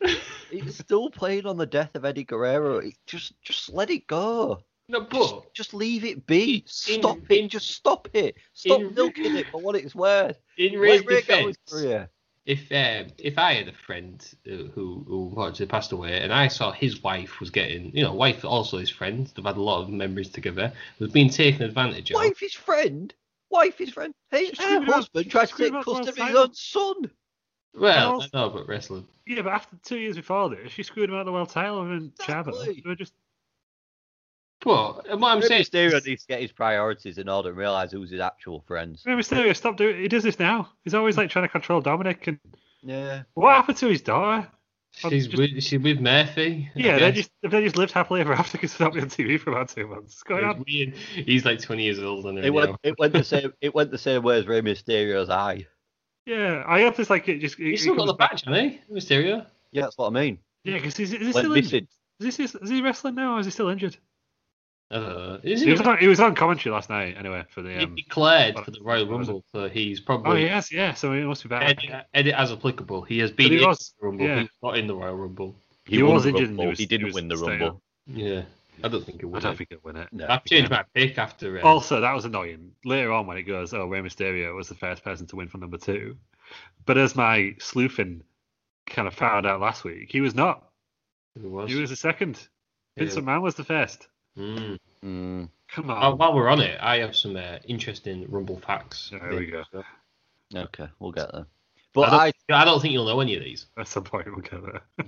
D: it's still playing on the death of Eddie Guerrero. It, just just let it go.
C: No,
D: Just,
C: but
D: just leave it be. Stop
C: in-
D: it. Just stop it. Stop
C: in-
D: milking it for what it's worth.
C: in Ray's
D: Let Ray go
C: defense,
D: his career.
C: if um, if I had a friend uh, who who unfortunately passed away, and I saw his wife was getting, you know, wife also his friend, they've had a lot of memories together, was being taken advantage of.
D: Wife his friend. Wife his friend. Hey,
E: Just
D: her
E: leave it
D: husband
E: out-
D: tries to
E: just leave
D: take
E: it out
D: custody of his
E: outside.
D: own son.
C: Well,
E: Well-
C: I know about wrestling.
E: yeah, but after two years before this, she screwed him out of the world title and Chavo.
D: Exactly.
E: They were just
C: But and what I'm
D: Rey
C: saying,
D: Mysterio needs to get his priorities in order and realize who's his actual friends.
E: Rey Mysterio, stop doing. He does this now. He's always like trying to control Dominic. And
D: Yeah.
E: what happened to his daughter?
C: she's
E: just-
C: with, she's with Murphy. I
E: Yeah, they
C: guess.
E: just they just lived happily ever after because they've not been on TV for about two months. What's going
C: It's
E: on?
C: weird. He's like 20 years old and
D: It went, it went the same. It went the same way as Rey Mysterio's eye.
E: Yeah, I have this like it just. It,
C: He's
E: it
C: still got
E: comes
C: the
E: back.
C: patch, hasn't he? Mysterio.
D: Yeah, that's what I mean.
E: Yeah, because is, is he
D: Went
E: still
D: missing.
E: injured? Is, this, is he wrestling now or is he still injured?
C: I don't know. Uh, Is
E: He
C: he?
E: was on, he was on commentary last night anyway for the.
C: He
E: Um,
C: declared for the Royal
E: what was it?
C: Rumble, so he's
E: oh
C: probably
E: yes, yeah. So he must be back.
C: edit, edit as applicable. He has
E: But
C: been
E: he
C: in
E: was-
C: the Rumble,
E: yeah.
C: he's not in the Royal Rumble.
E: He He won was the injured and he Rumble. was-
D: He
E: He
D: didn't
E: didn't he was
D: win
E: win
D: the
E: the staying
D: rumble.
E: Rumble.
C: Yeah, I don't think it
E: I
C: would.
E: don't think he'll win it.
C: I've changed my pick after. Uh,
E: Also, that was annoying. Later on, when it goes, oh, Rey Mysterio was the first person to win for number two. But as my sleuthing kind of found out last week, he was not.
C: who was.
E: He was the second.
C: Yeah.
E: Vincent Mann was the first.
C: Mm.
E: Come
C: Uh,
E: on.
C: while we're on it, I have some uh, interesting Rumble facts.
E: there we go.
D: Okay, we'll get there.
C: I
D: But
C: don't,
D: I,
C: I don't think you'll know any of these.
E: At some point, we'll get there.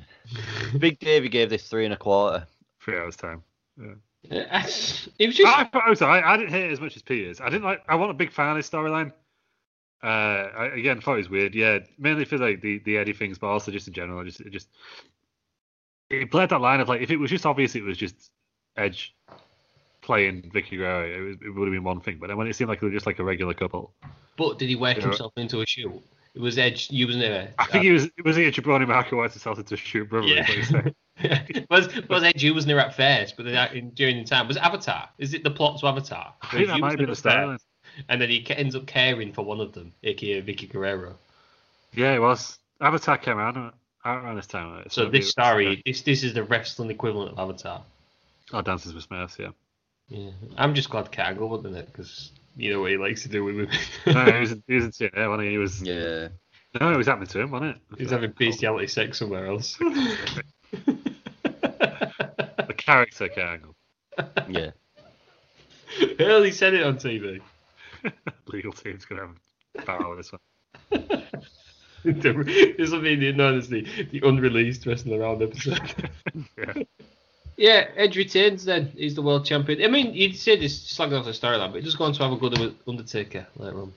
D: Big Davey gave this three and a quarter.
E: Three hours time.
C: Uh, it was just.
E: I, I, was- I, I didn't hate it as much as Peters. I didn't like. I want a big fan of this storyline. Uh, I, again, thought it was weird. Yeah, mainly for like the the Eddie things, but also just in general. I just it just it played that line of like if it was just obvious, it was just Edge playing Vicky Guerrero. It, was, it would have been one thing, but then when it seemed like they were just like a regular couple,
C: But did he work
E: Yeah.
C: himself into a shoe? It was Edge using a.
E: I think it was it was he a jabroni Marco White decided to shoot brother. is what he's saying.
C: uh, was was Edge Usner at first, but then that- in, during the time was it Avatar. Is it the plot to Avatar?
E: I think that might be the storyline.
C: And then he ca- ends up caring for one of them, aka Vicky Guerrero.
E: Yeah, it was. Avatar came out out around this time. right?
C: So
E: it'd be-
C: this story, this this is the wrestling equivalent of Avatar.
E: Oh, Dances with Smurfs, yeah.
C: Yeah, I'm just glad Cargill wasn't in it because you know what he likes to do with women.
E: No, he was he was in TNA, wasn't he? He was
D: Yeah.
E: no, it was happening to him, wasn't it?
C: He's having bestiality sex somewhere else.
E: the character angle,
D: Yeah.
C: Early said it on TV.
E: legal team's gonna have a battle with this one.
C: this will be the, no, this is the, the unreleased wrestling around episode.
E: Yeah.
C: yeah, Edge retains. Then he's the world champion. I mean, you'd say this slagging off the storyline, but he just going to have a good with Undertaker later on.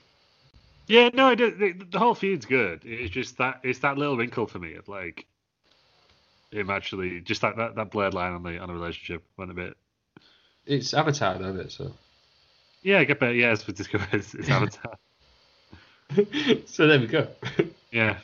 E: Yeah, no, it, it, the whole feud's good. It's just that it's that little wrinkle for me of like him actually just that that, that blurred line on the on the relationship went a bit.
C: It's Avatar, though, isn't it? So.
E: Yeah, I get better. Yeah, it's, it's, it's, it's Avatar.
C: so there we go.
E: yeah,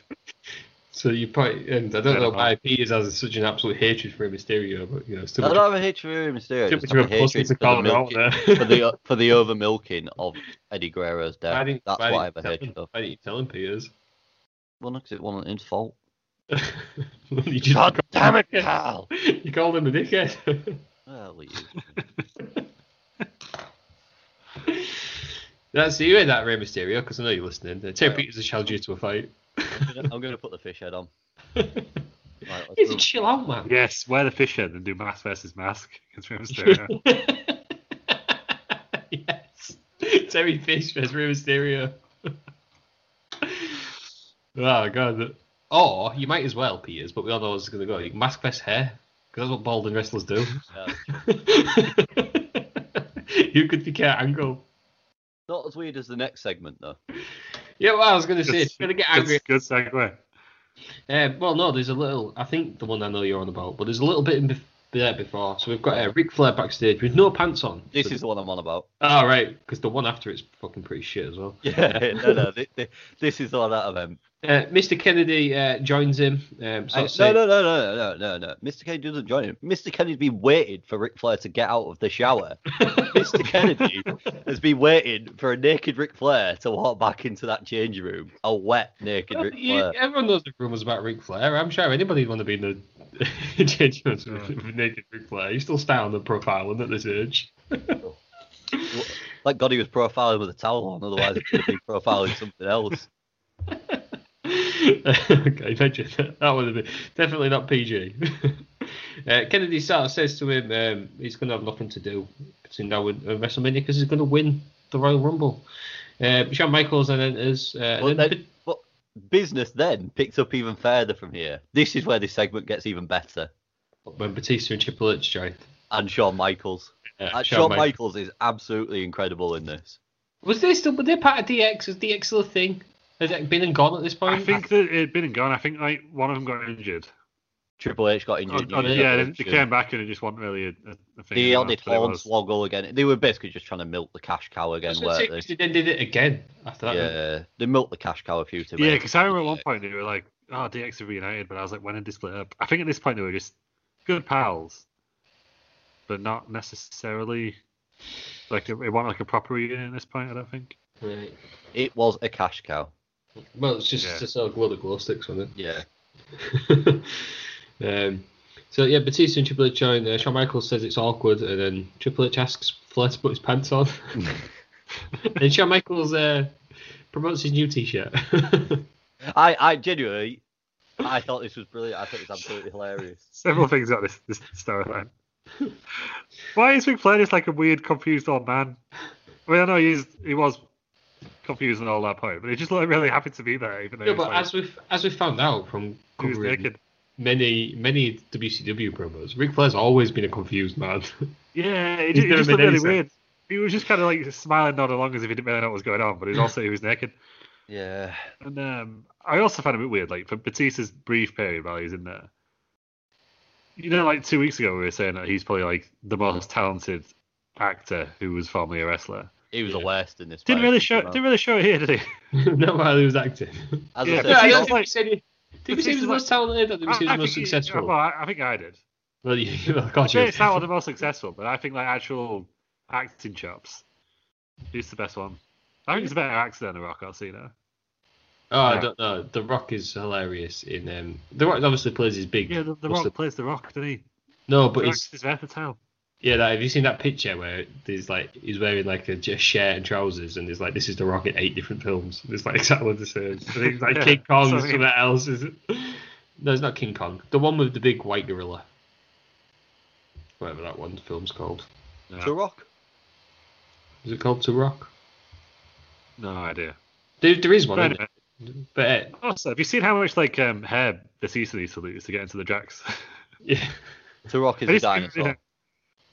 C: So you probably, and I don't know why Peters has such an absolute hatred for Mysterio, but you know, it's too
D: I
C: much.
D: don't have a hatred for Mysterio. I
C: Too
D: just
C: much
D: have a
C: of a pussy
D: hatred
C: to eh?
D: for
C: call
D: the,
C: him out
D: milking,
C: there.
D: for the for the over milking of Eddie Guerrero's
C: Why
D: death.
C: didn't-
D: That's
C: why
D: what I have
C: didn't you tell
D: a hatred
C: him-
D: of.
C: Why didn't you tell him Peters?
D: Well, no, 'cause it wasn't his fault.
C: you just
D: God damn it, pal!
C: you called him a dickhead.
D: Well, you.
C: That's you in that Rey Mysterio, because I know you're listening. Uh, Take Peters a challenge you to a fight.
D: I'm gonna- I'm going to put the fish head on. Right, let's
C: He's a
D: move-
C: chill out man.
E: yes, wear the fish head and do mask versus mask against Rey Mysterio.
C: yes. Terry Fish versus Rey Mysterio. oh, God. Or you might as well, Peters, but we all know it's going to go. You can mask best hair, because that's what bald and wrestlers do.
D: Yeah.
C: you could be Kurt Angle.
D: Not as weird as the next segment though.
C: Yeah, well, I was going to say,
E: Good-
C: it's going to get angry.
E: Good, good segue.
C: Uh, well, no, there's a little. I think the one I know you're on about, but there's a little bit in bef- there before. So we've got uh, Ric Flair backstage with no pants on.
D: This
C: So-
D: is the one I'm on about.
C: Oh, right, because the one after it's fucking pretty shit as well.
D: Yeah, no, no, thi- thi- this is all that event.
C: Uh, Mr. Kennedy uh, joins him. Um,
D: I,
C: starts
D: no,
C: saying-
D: no, no, no, no, no, no. Mr. Kennedy doesn't join him. Mr. Kennedy's been waiting for Ric Flair to get out of the shower. Mr. Kennedy has been waiting for a naked Ric Flair to walk back into that change room. A wet, naked Ric
C: You-
D: Flair.
C: everyone knows the rumours about Ric Flair. I'm sure anybody'd want to be in the change rooms with naked Ric Flair. You still stay on the profile and at this age.
D: Like God, he was profiling with a towel on, otherwise he would have been profiling something else.
C: okay, imagine that. That would have been definitely not PG. uh, Kennedy sort of says to him um, he's going to have nothing to do between now and and WrestleMania because he's going to win the Royal Rumble. Uh, Shawn Michaels then enters. Uh, and
D: But,
C: then-
D: then, but business then picks up even further from here. This is where this segment gets even better.
C: when Batista and Triple H uh, joined.
D: And Shawn Michaels. Uh, Shawn Michaels is absolutely incredible in this.
C: Was they still? Were they part of DX? Was DX still a thing? Has it been and gone at this point?
E: I think that it had been and gone. I think like one of them got injured.
D: Triple H got
E: Oh,
D: injured.
E: oh,
D: used that
E: yeah, they, they
D: option.
E: came back and it just wasn't really a, a, a thing.
D: They
E: anymore,
D: added
E: but it was-
D: Hornswoggle again. They were basically just trying to milk the cash cow
C: I
D: again,
C: was gonna say,
D: weren't
C: 'cause
D: they?
C: they then did it again after that.
D: Yeah, they milked the cash cow a few times.
E: Yeah, because I remember at one point they were like, "Oh, DX are reunited," but I was like, "When did they split up?" I think at this point they were just good pals, but not necessarily like it wasn't like a proper reunion at this point. I don't think.
C: Right.
D: it was a cash cow.
C: Well, it's just
E: Yeah.
C: to sell glow the glow sticks on it.
D: Yeah,
C: um, so yeah, Batista and Triple H join. Uh, Shawn Michaels says it's awkward, and then Triple H asks Flair to put his pants on. and Shawn Michaels uh, promotes his new T-shirt.
D: I, I genuinely, I thought this was brilliant. I thought it was absolutely hilarious.
E: Several things about this this storyline. Why is Ric Flair just like a weird, confused old man? I mean, I know he's he was confused and all that point, but he just looked really happy to be there, even though
C: yeah,
E: he was,
C: but
E: like,
C: as we've as we found out from
E: he was
C: covering
E: naked.
C: many many WCW promos, Ric Flair's always been a confused man.
E: Yeah, it,
C: He's
E: ju- it
C: never
E: just
C: been
E: looked really
C: anything.
E: weird. He was just kind of like smiling, nodding along as if he didn't really know what was going on, but he was also he was naked.
D: Yeah,
E: And um, I also found it a bit weird, like for Batista's brief period while he was in there. You know, like two weeks ago, we were saying that he's probably like the most talented actor who was formerly a wrestler.
D: he was the worst in this.
E: Didn't
D: fight,
E: really show,
D: you know.
E: didn't really show it here, did he?
C: Not while he was acting.
D: As
E: yeah,
D: I said,
C: No, I don't
E: Batista's
D: Shawn-
C: think we said he- Did we say he was the most talented? I think we said he was the most
E: think he-
C: successful.
E: well, I, I think I did.
C: Well, you, well, God,
E: Maybe
C: you.
E: it's not one of the most successful, but I think like actual acting chops, he's the best one. I think he's a better actor than The Rock. I'll see you now.
C: Oh, I don't know. The Rock is hilarious in um. The Rock obviously plays his big.
E: Yeah, the, the
C: what's
E: Rock plays The Rock, doesn't he?
C: No, but
E: The
C: it's
E: Rock is versatile.
C: yeah. That, have you seen that picture where there's like he's wearing like a, j- shirt and trousers, and there's like this is the Rock in eight different films. It's like exactly the same. I think it's like
E: Yeah,
C: King Kong or
E: sorry.
C: something else. Is it? No, it's not King Kong. The one with the big white gorilla. Whatever that one film's called.
D: The Rock.
C: Is it called To Rock?
E: No idea.
C: There, there is one.
E: But
C: Isn't
E: anyway,
C: it? But uh,
E: Also, have you seen how much like um, hair the Caesar needs to lose to get into the jacks?
C: yeah,
D: The Rock is a dinosaur.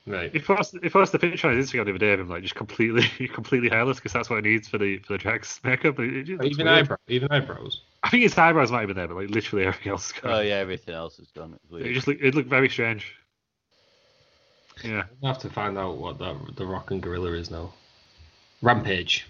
C: right.
E: He posted, he posted a picture on his Instagram the other day of him like just completely completely hairless because that's what he needs for the for the jacks makeup. It- it just
C: Or
E: looks
C: even
E: weird.
C: eyebrow, even eyebrows.
E: I think his eyebrows might have been there, but like literally everything else. is gone.
D: Oh yeah, everything else is gone. It's
E: It
D: weird.
E: just looked, it looked very strange. Yeah.
C: We'll have to find out what that the rock and gorilla is now. Rampage.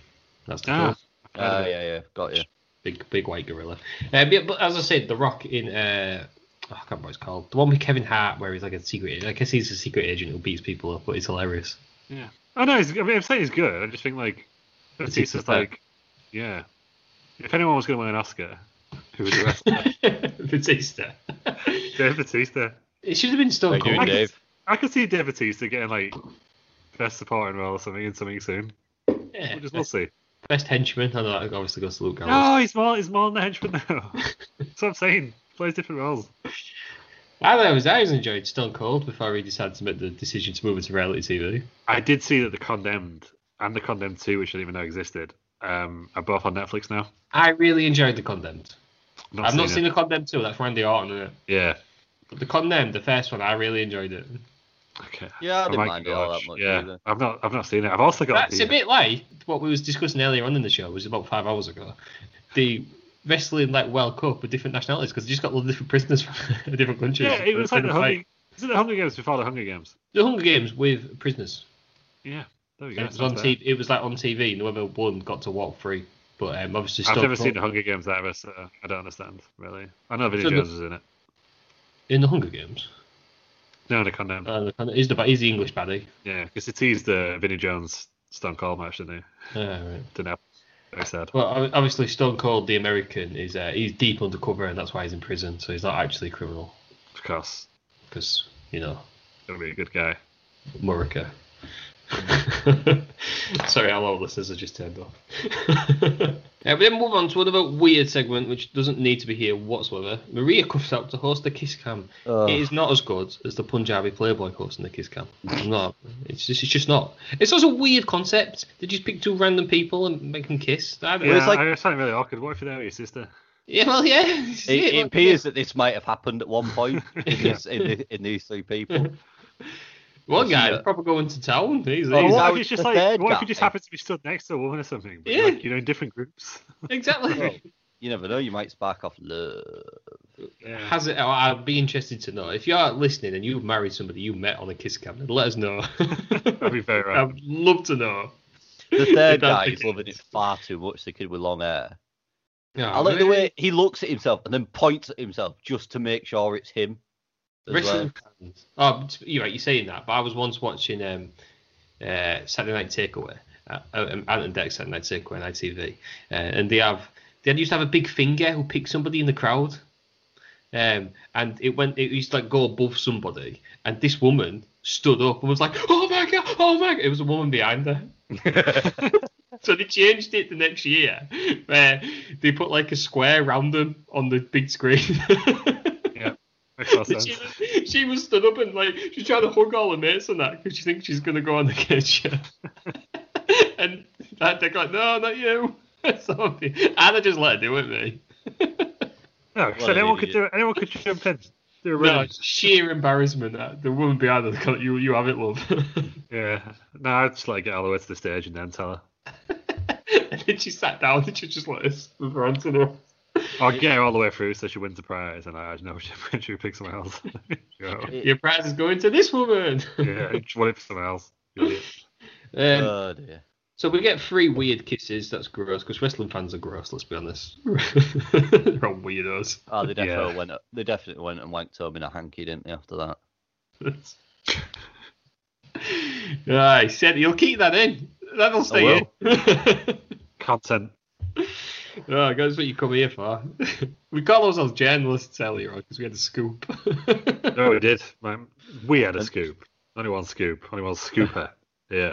C: That's the
E: Ah.
C: first
D: Oh yeah, yeah, got you.
C: big big white gorilla. Uh, but, but as I said, the rock in uh, oh, I can't remember what it's called. The one with Kevin Hart where he's like a secret. I guess he's a secret agent who beats people up, but he's hilarious.
E: Yeah. Oh no, he's, I mean, I'm saying he's good. I just think like
C: Is he
E: it's just
C: prepared?
E: like yeah. If anyone was going to win an Oscar, who would the wrestler?
C: Batista.
E: Dave Batista.
C: it should have been
D: How
C: Stone
D: you doing,
C: Cold.
D: Dave?
E: I could see Dave Batista getting like best supporting role or something in something soon.
C: Yeah,
E: We'll just we'll
C: best,
E: see.
C: best henchman. I know that obviously goes to Luke Gallows.
E: No, he's more he's more than the henchman now. That's what I'm saying. Plays different roles.
C: I thought it was I always enjoyed Stone Cold before he decided to make the decision to move into reality TV.
E: I did see that the Condemned and the Condemned Two, which I didn't even know existed, um, are both on Netflix now.
C: I really enjoyed the Condemned.
E: Not
C: I've not
E: it.
C: seen the Condemned too. That's Randy Orton, isn't it?
E: Yeah.
C: But the Condemned, the first one, I really enjoyed it.
E: Okay.
D: Yeah, I didn't
E: might
D: mind
E: give
D: it all that
E: watch.
D: much
E: Oh, Yeah,
D: either.
E: I've not, I've not seen it. I've also got.
C: That's
E: The,
C: a bit like what we was discussing earlier on in the show, which was about five hours ago. The wrestling like World Cup with different nationalities because they just got all the different prisoners from different countries.
E: uh, Yeah, it was like the
C: Fight.
E: Hunger. Is it the Hunger Games before the Hunger Games?
C: The Hunger Games with prisoners.
E: Yeah, there we go.
C: And it was
E: that's
C: on
E: better.
C: TV. It was like on TV. And whoever won got to walk free. But um, obviously,
E: I've
C: Stone
E: never
C: Cold-
E: seen the Hunger Games ever, so I don't understand really. I know Vinny
C: So the-
E: Jones was in it.
C: in the Hunger Games.
E: No, the Condemned.
C: Uh, is the is the English baddie?
E: yeah, because it teased the Vinny Jones Stone Cold match, didn't they?
C: Yeah, right.
E: Didn't happen. Very sad.
C: Well, ob- Uh, obviously, Stone Cold, the American, is uh, he's deep undercover, and that's why he's in prison. So he's not actually a criminal,
E: Of course,
C: because you know,
E: gonna be a good guy.
C: Murica. Sorry, our listeners are just turned off. yeah, Uh, we then move on to another weird segment, which doesn't need to be here whatsoever. Maria cuffs up to host the Kiss Cam. It is not as good as the Punjabi Playboy hosting the Kiss Cam. It's not. It's just. It's just not. It's also a weird concept. They just pick two random people and make them kiss. I don't-
E: Yeah,
D: it's like-
E: I was sounding really awkward. What if you're there with your sister?
C: Yeah, well, yeah. this is
D: It,
C: it,
D: it
C: like,
D: appears that this might have happened at one point in, this, in, the, in these three people.
C: One guy is probably going to town. He's,
D: Oh,
C: he's-
E: What
D: that
E: if
D: was
E: it's just
D: the
E: like?
D: third
E: What if you just
D: guy.
E: happen to be stood next to a woman or something? But
C: Yeah.
E: like, you know, in different groups.
D: Oh.
C: exactly.
D: You never know. You might spark off love.
E: yeah.
C: Has it? oh, I'd be interested to know if you are listening and you've married somebody you met on a kiss cam. Then let us know.
E: That'd be very random.
C: I'd love to know.
D: The
C: If that's
D: third guy
C: the
D: is loving it
C: case.
D: far too much. The kid with long hair.
C: Yeah,
D: I like the way he looks at himself and then points at himself just to make sure it's him. as
C: Wrestling fans. Oh, but you're right. You're saying that, but I was once watching um, uh, Saturday Night Takeaway, uh, um, Ant and Dex Saturday Night Takeaway on ITV, uh, and they have they used to have a big finger who picked somebody in the crowd, um, and it went it used to like go above somebody, and this woman stood up and was like, "Oh my god, oh my god!" It was a woman behind her. So they changed it the next year, where they put like a square round them on the big screen.
E: Yeah, makes a lot of
C: she,
E: sense.
C: was, she was stood up and like she's trying to hug all her mates and that because she thinks she's gonna go on the kitchen. and that they're like, no, not you. so, and I just let her do it, me.
E: No, 'cause
D: What an
E: anyone could do
D: idiot.
E: it. Anyone could jump in. Do a
C: No,
E: run.
C: sheer embarrassment. That the woman behind her, like, you, you have it, love.
E: Yeah. No, I'd just like get all the way to the stage and then tell her.
C: and then she sat down and she just let us with her hands in her.
E: I'll get her all the way through so she wins the prize and I know she she would pick someone else. yeah,
C: Your prize is going to this woman.
E: yeah, she won it for someone else.
D: well.
C: Um,
D: Oh dear.
C: So we get three weird kisses. That's gross because wrestling fans are gross. Let's be honest. They're all weirdos.
D: Oh, they definitely
E: Yeah.
D: went. They definitely went and wanked home in a hanky, didn't they? After that.
C: I said you'll keep that in. That'll stay
D: will.
C: in.
E: Content.
C: oh, that's what you come here for. we call ourselves journalists earlier on because we had a scoop.
E: No, we did. man. We had a scoop. Only one scoop. Only one scooper. Yeah.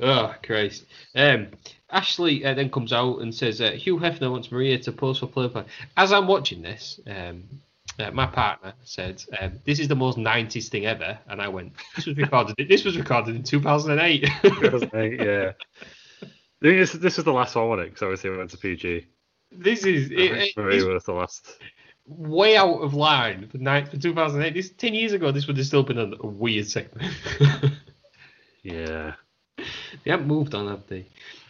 C: oh Christ! Um, Ashley uh, then comes out and says uh, Hugh Hefner wants Maria to pose for Playboy. As I'm watching this, um, uh, my partner said, um, "This is the most '90s thing ever," and I went, "This was recorded. this was recorded in 2008."
E: yeah. This, this is the last one, wasn't it? Because obviously we went to PG.
C: This is it,
E: It's
C: it-
E: very
C: it's
E: worth the last.
C: way out of line for, nine, for 2008. This ten years ago, this would have still been a, a weird segment.
E: Yeah.
C: they haven't moved on, have they?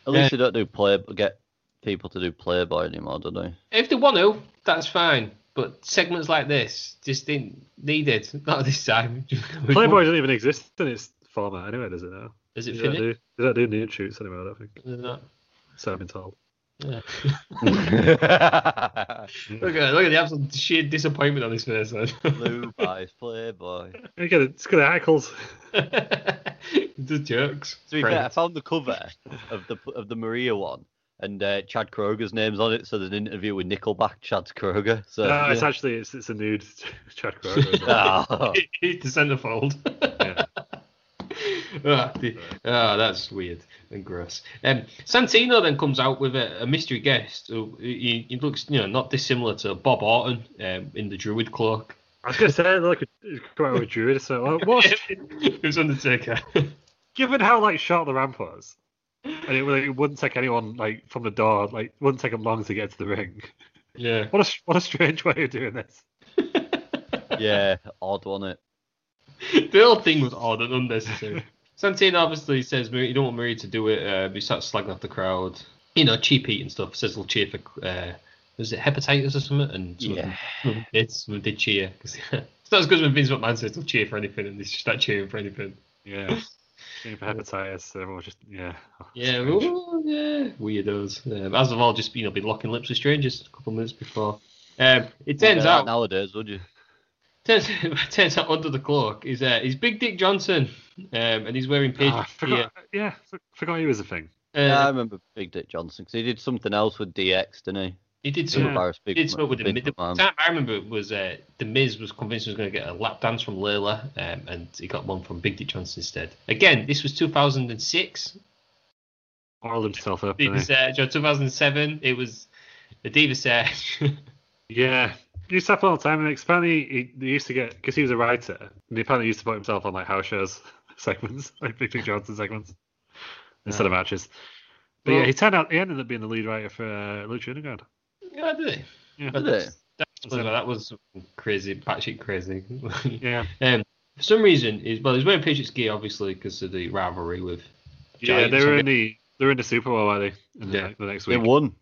D: At least they don't do play get people to do Playboy anymore, do they?
C: If they want to, that's fine. But segments like this just didn't need it. Not this time.
E: Playboy doesn't even exist in its format anyway, does it now?
C: Is
E: They
C: it
E: don't,
C: finished?
E: do, they don't do nude shoots anymore, I don't think.
C: Is it not?
E: So I've been told.
C: Yeah. Look at look at the absolute sheer disappointment on his face. man.
D: Blue buys Playboy.
E: Look at it, It's got hackles.
C: Just jokes.
D: To be fair, I found the cover of the of the Maria one, and uh, Chad Kroger's name's on it. So there's an interview with Nickelback, Chad Kroger. So
E: no, Uh, it's
D: yeah.
E: actually it's, it's a nude Chad Kroger. isn't it?
D: Ah.
C: It's the centerfold.
E: Yeah.
C: Ah, the- ah, that's weird and gross. Um, Santino then comes out with a, a mystery guest. who- He, he looks, you know, not dissimilar to Bob Orton um, in the Druid cloak.
E: I was gonna say like a- come out with Druid. So like, what?
C: it was Undertaker.
E: Given how like short the ramp was, and it, really- it wouldn't take anyone like from the door, like it wouldn't take them long to get to the ring.
C: yeah.
E: What a s- what a strange way of doing this.
D: yeah, odd one it.
C: the whole thing was odd and unnecessary. Santino obviously says Marie, you don't want Marie to do it. Uh, he starts slagging off the crowd. You know, cheap heat and stuff. Says he'll cheer for. Uh, was it hepatitis or something? And some
D: Yeah.
C: of them did. Some of them did cheer. 'cause- it's not as good when Vince McMahon says he'll cheer for anything, and they just start cheering for anything.
E: Yeah. Being for hepatitis, so everyone was just yeah.
C: Yeah,
E: Strange.
C: ooh, yeah, weirdos. Um, as of all, just you know, be locking lips with strangers a couple of minutes before. Um, it turns
D: Wouldn't do that
C: out,
D: nowadays, would you?
C: turns, turns out under the cloak is uh, is Big Dick Johnson, um, and he's wearing Um, page.
E: Ah, I forgot, yeah, for- forgot he was a thing.
D: yeah, I remember Big Dick Johnson 'cause he did something else with DX, didn't he?
C: He did
D: Some
C: some.
E: Yeah.
D: embarrassed
C: Hmm. He
D: big,
C: did smoke with him.
D: big
C: The
D: man.
C: time I remember it was uh, the Miz was convinced he was going to get a lap dance from Layla, um, and he got one from Big Dick Johnson instead. Again, this was 2006.
E: Oiled himself up.
C: Diva
E: didn't he?
C: Search, or 2007. It was the Diva Search.
E: Yeah. He used to happen all the time, and it's apparently he, he used to get because he was a writer, and he apparently used to put himself on like house shows segments, like Big Dick Johnson segments, instead of matches. But yeah,
C: Well-
E: he turned out he ended up being the lead writer for uh, Lucha Underground.
C: yeah, did it?
E: Yeah,
D: Did it?
C: Well, that was crazy, batshit crazy.
E: yeah,
C: um, for some reason, he's, well, he's wearing Patriots gear, obviously, because of the rivalry with.
E: yeah.
C: Giants.
E: They were in the they were in the Super Bowl, were they? In the,
C: Yeah.
E: ne- the next
D: They
E: week.
D: won.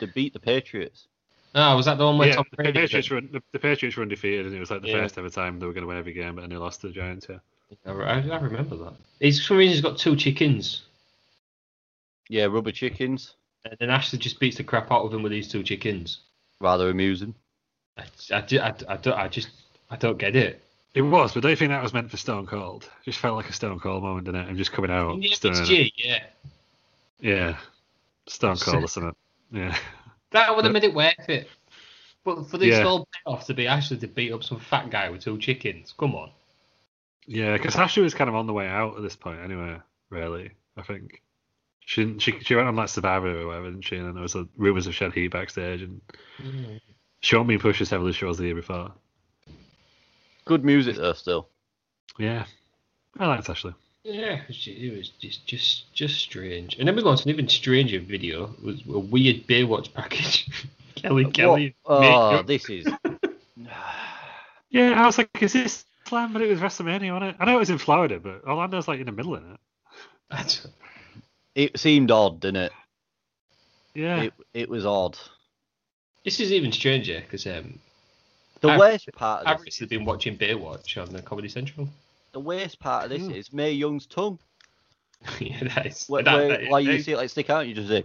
D: They beat the Patriots.
C: Ah, was that the one where
E: yeah,
C: Tom
E: the
C: Brady? was
E: Patriots
C: in?
E: were the, the Patriots were undefeated, and it was like the
C: Yeah.
E: first ever time they were going to win every game, and they lost to the Giants. Yeah,
C: I, I remember that. He's, for some reason, he's got two chickens.
D: Yeah, rubber chickens.
C: And then Ashley just beats the crap out of him with these two chickens.
D: Rather amusing.
C: I, I, ju- I, I don't, I just I don't get it.
E: it was, but don't you think that was meant for Stone Cold? It just felt like a Stone Cold moment, didn't it? I'm just coming out.
C: Yeah,
E: Oh, just doing it.
C: G, yeah.
E: Yeah. Stone Cold or something. Yeah.
C: That would have made it worth it. But for this
E: Yeah.
C: whole payoff to be Ashley to beat up some fat guy with two chickens, come on.
E: Yeah, because Ashley was kind of on the way out at this point anyway, really, I think. She didn't, she, she went on like Survivor or whatever, didn't she? And then there was like, rumours of Shed Heat backstage and Sean Me pushes heavily shows the year before.
D: Good music though, still.
E: Yeah. I liked Ashley.
C: Yeah, it was ju- it was just just just strange. And then we go on to an even stranger video. It was a weird Baywatch package. Kelly Kelly.
D: What- Oh,
C: makeup.
D: this is.
E: Yeah, I was like, is this Slam? But it was WrestleMania, wasn't it? I know it was in Florida, but Orlando's like in the middle of it.
C: That's-
D: It seemed odd, didn't it?
E: Yeah.
D: It it was odd.
C: this is even stranger because um,
D: The
C: I've-
D: worst part
C: I've
D: of this,
C: recently been watching Baywatch on the Comedy Central.
D: the worst part of this is May Young's tongue.
C: yeah, that is.
D: Where,
C: Hmm. that-
D: where,
C: that is-
D: like you see it like stick out, and you just say,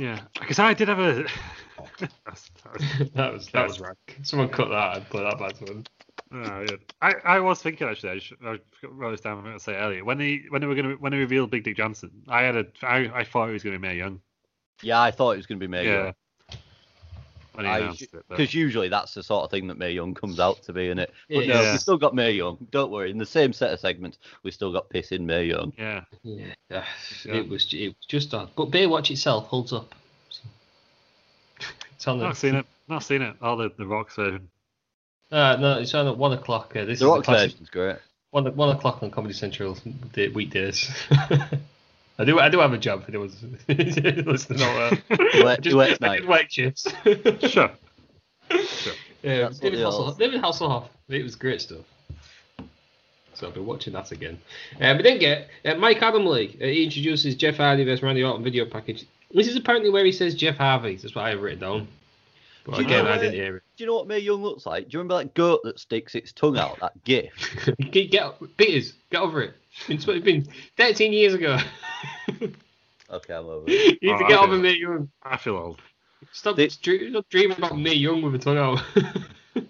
E: Yeah. Because I did have a. That was- that was-
C: that was that was rank. Someone cut that and put that back to him.
E: Oh, yeah. I, I was thinking actually. I, should, I forgot- wrote this down. I meant to say earlier when they when they were gonna when they revealed Big Dick Johnson. I had a I, I thought he was gonna be Mae Young.
D: "Yeah, I thought it was going to be May
E: Yeah.
D: Young."
E: When he announced it, but-
D: Because usually that's the sort of thing that May Young comes out to be, in it. But no,
E: Yeah.
D: we still got May Young. Don't worry. In the same set of segments, we still got pissing May Young.
E: yeah,
C: Yeah, it was ju- it was just odd. But Baywatch itself holds up. It's on the,
E: not seen it. Not seen it. Oh, the the Rock's version.
C: Uh, no, it's on at one o'clock. Uh, this
D: The
C: is
D: Rock
C: classic-
D: version's great.
C: one one o'clock on Comedy Central the weekdays. I do. I do have a job for those listening out there.
D: Work-
C: Just-
D: work
C: I
D: night.
C: did work shifts.
E: Sure.
C: Yeah,
D: That's what
C: David
D: they are.
C: Hasselhoff. David Hasselhoff. It was great stuff. So I've been watching that again. Uh, but then get uh, Mike Adam League. Uh, he introduces Jeff Hardy versus Randy Orton video package. This is apparently where he says Jeff Harvey. That's what I have written down. But
D: Do you
C: again,
D: know
C: I
D: where-
C: didn't hear it.
D: Do you know what Mae Young looks like? Do you remember that goat that sticks its tongue out? That gif.
C: Get, get Peters, get over it. It's been 13 years ago. you
D: Okay, I'm over. it.
C: need
E: Oh,
C: to
E: I
C: get
E: do.
C: over me, Young.
E: I feel old.
C: Stop,
D: They-
C: dream, stop dreaming about me, Young, with a tongue out.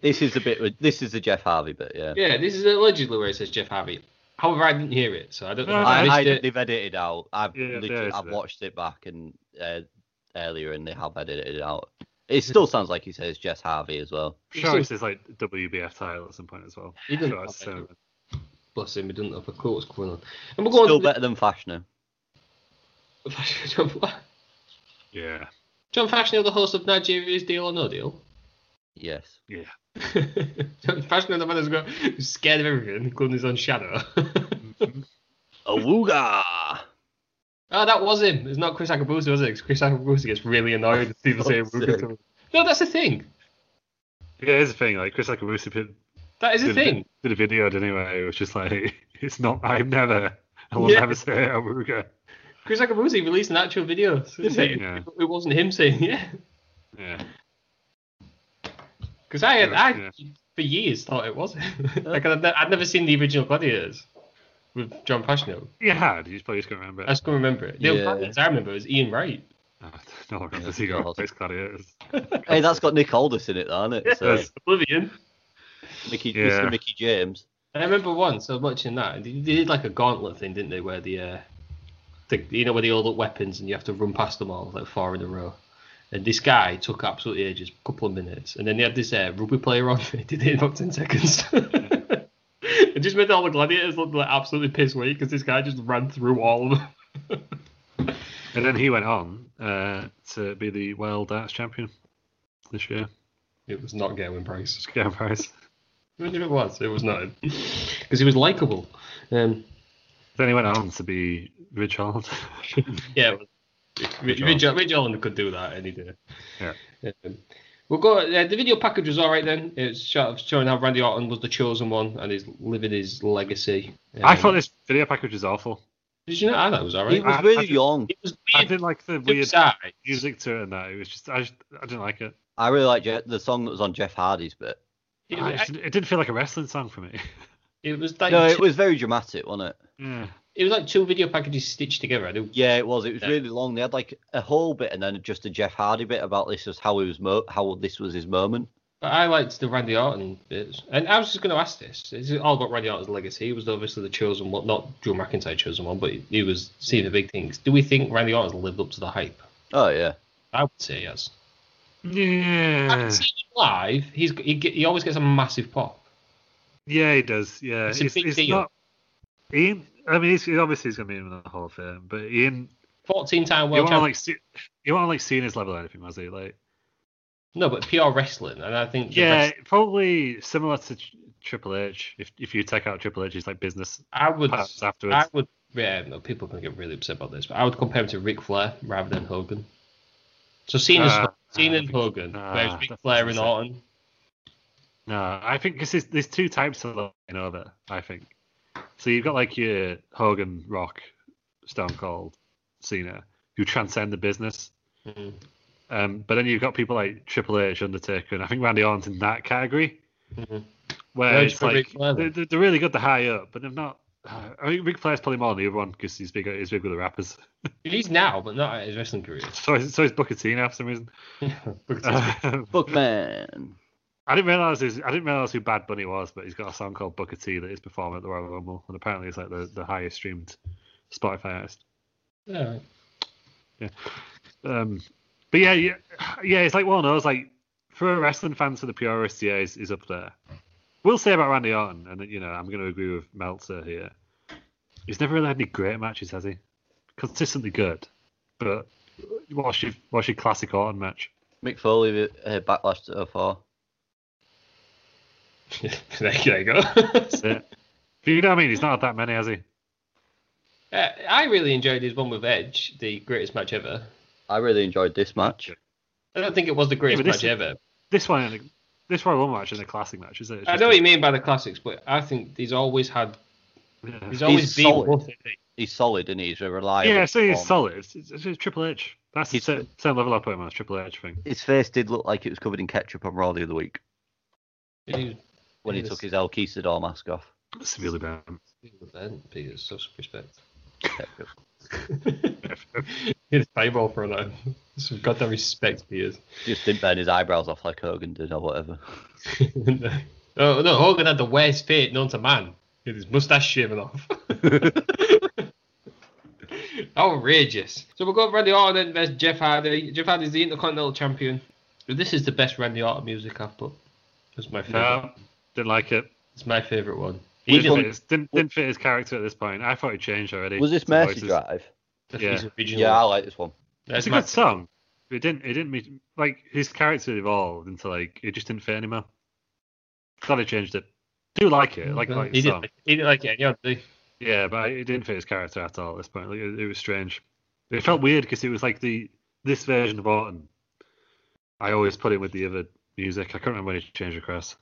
D: This is the bit. with- This is the Jeff Harvey bit. Yeah.
C: yeah, this is allegedly where it says Jeff Harvey. However, I didn't hear it, so I don't know.
E: No,
C: if
E: no,
C: I,
D: I, I,
C: missed it.
D: they've edited out. I've
E: Yeah,
D: legit-
E: there is
D: I've
E: it.
D: watched it back and uh, earlier, and they have edited it out. It still sounds like he says Jeff Harvey as well.
E: Sure, it's his like WBF title at some point as well.
C: He doesn't
E: Sure,
C: have
E: it's,
C: that.
E: uh,
C: Bless him, he doesn't have a clue what's going on. And we're
D: Still
C: going
D: better than Fashner.
C: to John Fa-
E: yeah,
C: John Fashner, the host of Nigeria's Deal or No Deal.
D: Yes.
E: yeah.
C: John Fashner, the man who's got who's scared of everything, including his own shadow.
D: Awooga!
C: oh, that was him. It's not Chris Akabusa, was it? 'Cause Chris Akabusa gets really annoyed at people saying
D: Fuck's
C: Ruka
D: sake.
C: to him. No, that's a thing.
E: Yeah, it is a thing. Like Chris Akabusi did,
C: That is a
E: did,
C: thing.
E: did a video, didn't he? Where it was just like, it's not. I've never. I will
C: Yeah.
E: never say Awuga.
C: Chris Akabusa released an actual video.
E: he?
C: saying-
E: Yeah.
C: It wasn't him saying, yeah.
E: Yeah.
C: Because I had, I
E: Yeah,
C: for years thought it was him. like I'd, ne- I'd never seen the original Gladiators with John Fashner.
E: You had. You just probably just can't remember.
C: I just can't remember it. The only
D: Yeah.
C: Gladiators I remember was Ian Wright.
E: No, Ah, no, I remember.
D: Yeah,
E: he got
D: God.
E: face gladiators.
D: Hey, that's got Nick Aldis in it, though, hasn't it? So,
C: Yes, Oblivion.
D: Mickey,
E: Yeah.
D: Mr. Mickey James.
C: I remember once I was watching that. and They they did like a gauntlet thing, didn't they? Where the, uh, the you know where they all up weapons and you have to run past them all like four in a row. And this guy took absolutely ages, a couple of minutes, and then they had this uh, rugby player on. He did it in about ten seconds. it just made all the gladiators look like absolutely piss weak because this guy just ran through all of them.
E: And then he went on uh, to be the world darts champion this year.
C: It was not Gavin Price.
E: Just getting prize.
C: Imagine it was. It was not him because he was likable. Um,
E: Then he went on to be Ridge Holland.
C: yeah, it was- Rich,
E: Rich
C: Rich, Rich Holland could do that any day.
E: Yeah.
C: Um, we'll go. Uh, the video package was all right then. It's sho- showing how Randy Orton was the chosen one and is living his legacy. Um,
E: I thought this video package was awful.
C: Did you know? I thought it was all
D: He
C: right.
D: was
E: I- I
D: really
E: just-
D: young.
C: it was
E: I
C: weird.
E: didn't like the
C: to
E: weird
C: decide.
E: music to it and that. It was just I, just, I didn't like it.
D: I really like Je- the song that was on Jeff Hardy's bit.
C: It,
E: I
C: was-
E: just- it didn't feel like a wrestling song for me.
C: it was like
D: No, it
C: two-
D: was very dramatic, wasn't it?
E: yeah.
C: it was like two video packages stitched together. I do.
D: Yeah, it was. It was
C: Yeah.
D: really long. They had like a whole bit and then just a Jeff Hardy bit about this was how he was mo- how this was his moment.
C: But I liked the Randy Orton bits, and I was just going to ask this: Is it all about Randy Orton's legacy? He was obviously the chosen one, not Drew McIntyre chosen one, but he, he was seeing the big things. Do we think Randy Orton's lived up to the hype?
D: Oh yeah.
C: I would say yes.
E: Yeah.
C: Seeing him live, he's he, ge- he always gets a massive pop.
E: Yeah, he does. Yeah.
C: It's a
E: he's,
C: big
E: he's
C: deal.
E: not. Ian, I mean, he's, he obviously he's going to be in the Hall of Fame, but Ian,
C: Fourteen-time
E: you
C: world
E: want to
C: champion.
E: like see, you want to like seeing his level or anything, was he? Like,
C: No, but pure wrestling, and I think the
E: yeah,
C: rest-
E: probably similar to Tr- Triple H. If if you take out Triple H's like business
C: I would.
E: parts
C: I
E: afterwards,
C: would. Yeah, no, people are going to get really upset about this, but I would compare him to Ric Flair rather than Hogan. So Cena,
E: Nah,
C: Cena
E: nah,
C: and
E: Ah, Ric- ah,
C: Hogan,
E: nah,
C: whereas Ric
E: that
C: Flair and
E: doesn't say-
C: Orton.
E: no, I think because there's, there's two types of line over. I think so. You've got like your Hogan, Rock, Stone Cold, Cena, who transcend the business.
C: Mhm.
E: Um, but then you've got people like Triple H, Undertaker, and I think Randy Orton's in that category.
C: Mhm.
E: Where
C: Where'd you
E: it's
C: put
E: like
C: Ric Flair then?
E: they're, they're really good to high up, but they're not. I think Ric Flair's probably more than the other one because he's big. He's big with the rappers.
C: He's now, but not at his wrestling career.
E: So is, so is Booker T now for some reason. Um,
D: Bookman.
E: I didn't realize his, I didn't realize who Bad Bunny was, but he's got a song called Booker T that is performing at the Royal Rumble, and apparently it's like the, the highest streamed Spotify artist.
C: Yeah.
E: Um, but yeah, yeah, yeah, it's like one of those like for a wrestling fan for the purists, yeah, is is up there. We'll say about Randy Orton, and you know I'm going to agree with Meltzer here. He's never really had any great matches, has he? Consistently good, but what's your what's your classic Orton match?
D: Mick Foley uh, backlash to 04.
C: there you go.
E: That's it. But you know what I mean? He's not had that many, has he?
C: Uh, I really enjoyed his one with Edge, the greatest match ever.
D: I really enjoyed this match.
C: I don't think it was the
E: Yeah,
C: greatest
E: but this-
C: match ever.
E: This one, ain't a- this Royal Rumble match isn't a classic match, is it? It's
C: I
E: just
C: know
E: a-
C: what you mean by the classics, but I think he's always had.
E: Yeah.
C: He's always been
D: solid.
C: worth it.
D: He's solid and he's a reliable.
E: Yeah, so he's
D: performer.
E: solid. It's, it's, it's Triple H. That's the
D: He's-
E: same, same level I put him on. It's Triple H thing.
D: His face did look like it was covered in ketchup on Raw the other week
C: He
D: when he
C: Yes.
D: took his El Quisador mask off.
E: Severely bad.
C: was event, Peter. Self-respect.
D: Ketchup.
C: He's fireball for that. Some goddamn respect, Peter.
D: Just didn't burn his eyebrows off like Hogan did or whatever.
C: oh no, Hogan had the worst fate known to man. He had his mustache shaven off. Outrageous. So we'll go with Randy Orton then versus Jeff Hardy. Jeff Hardy's the Intercontinental Champion. This is the best Randy Orton music I've put. It's my favorite.
E: No, didn't like it.
C: It's my favorite one. He
E: Didn't
C: just,
E: fit, his, didn't, didn't fit his character at this point. I thought he changed already.
D: Was this
E: to
D: Mercy
E: voices.
D: Drive?
C: that's
E: Yeah.
C: his original.
D: Yeah, I like this one.
C: that's
E: It's a
C: my,
E: good song. but It didn't. It didn't mean like his character evolved into like it just didn't fit anymore. Glad he changed it. Do like it. Like, like
C: he,
E: the
C: didn't,
E: song.
C: like- he didn't like it. Yeah, the-
E: Yeah, but it didn't fit his character at all at this point. Like, it, it was strange. It felt weird because it was like the this version of Orton. I always put it with the other music. I can't remember when he changed across.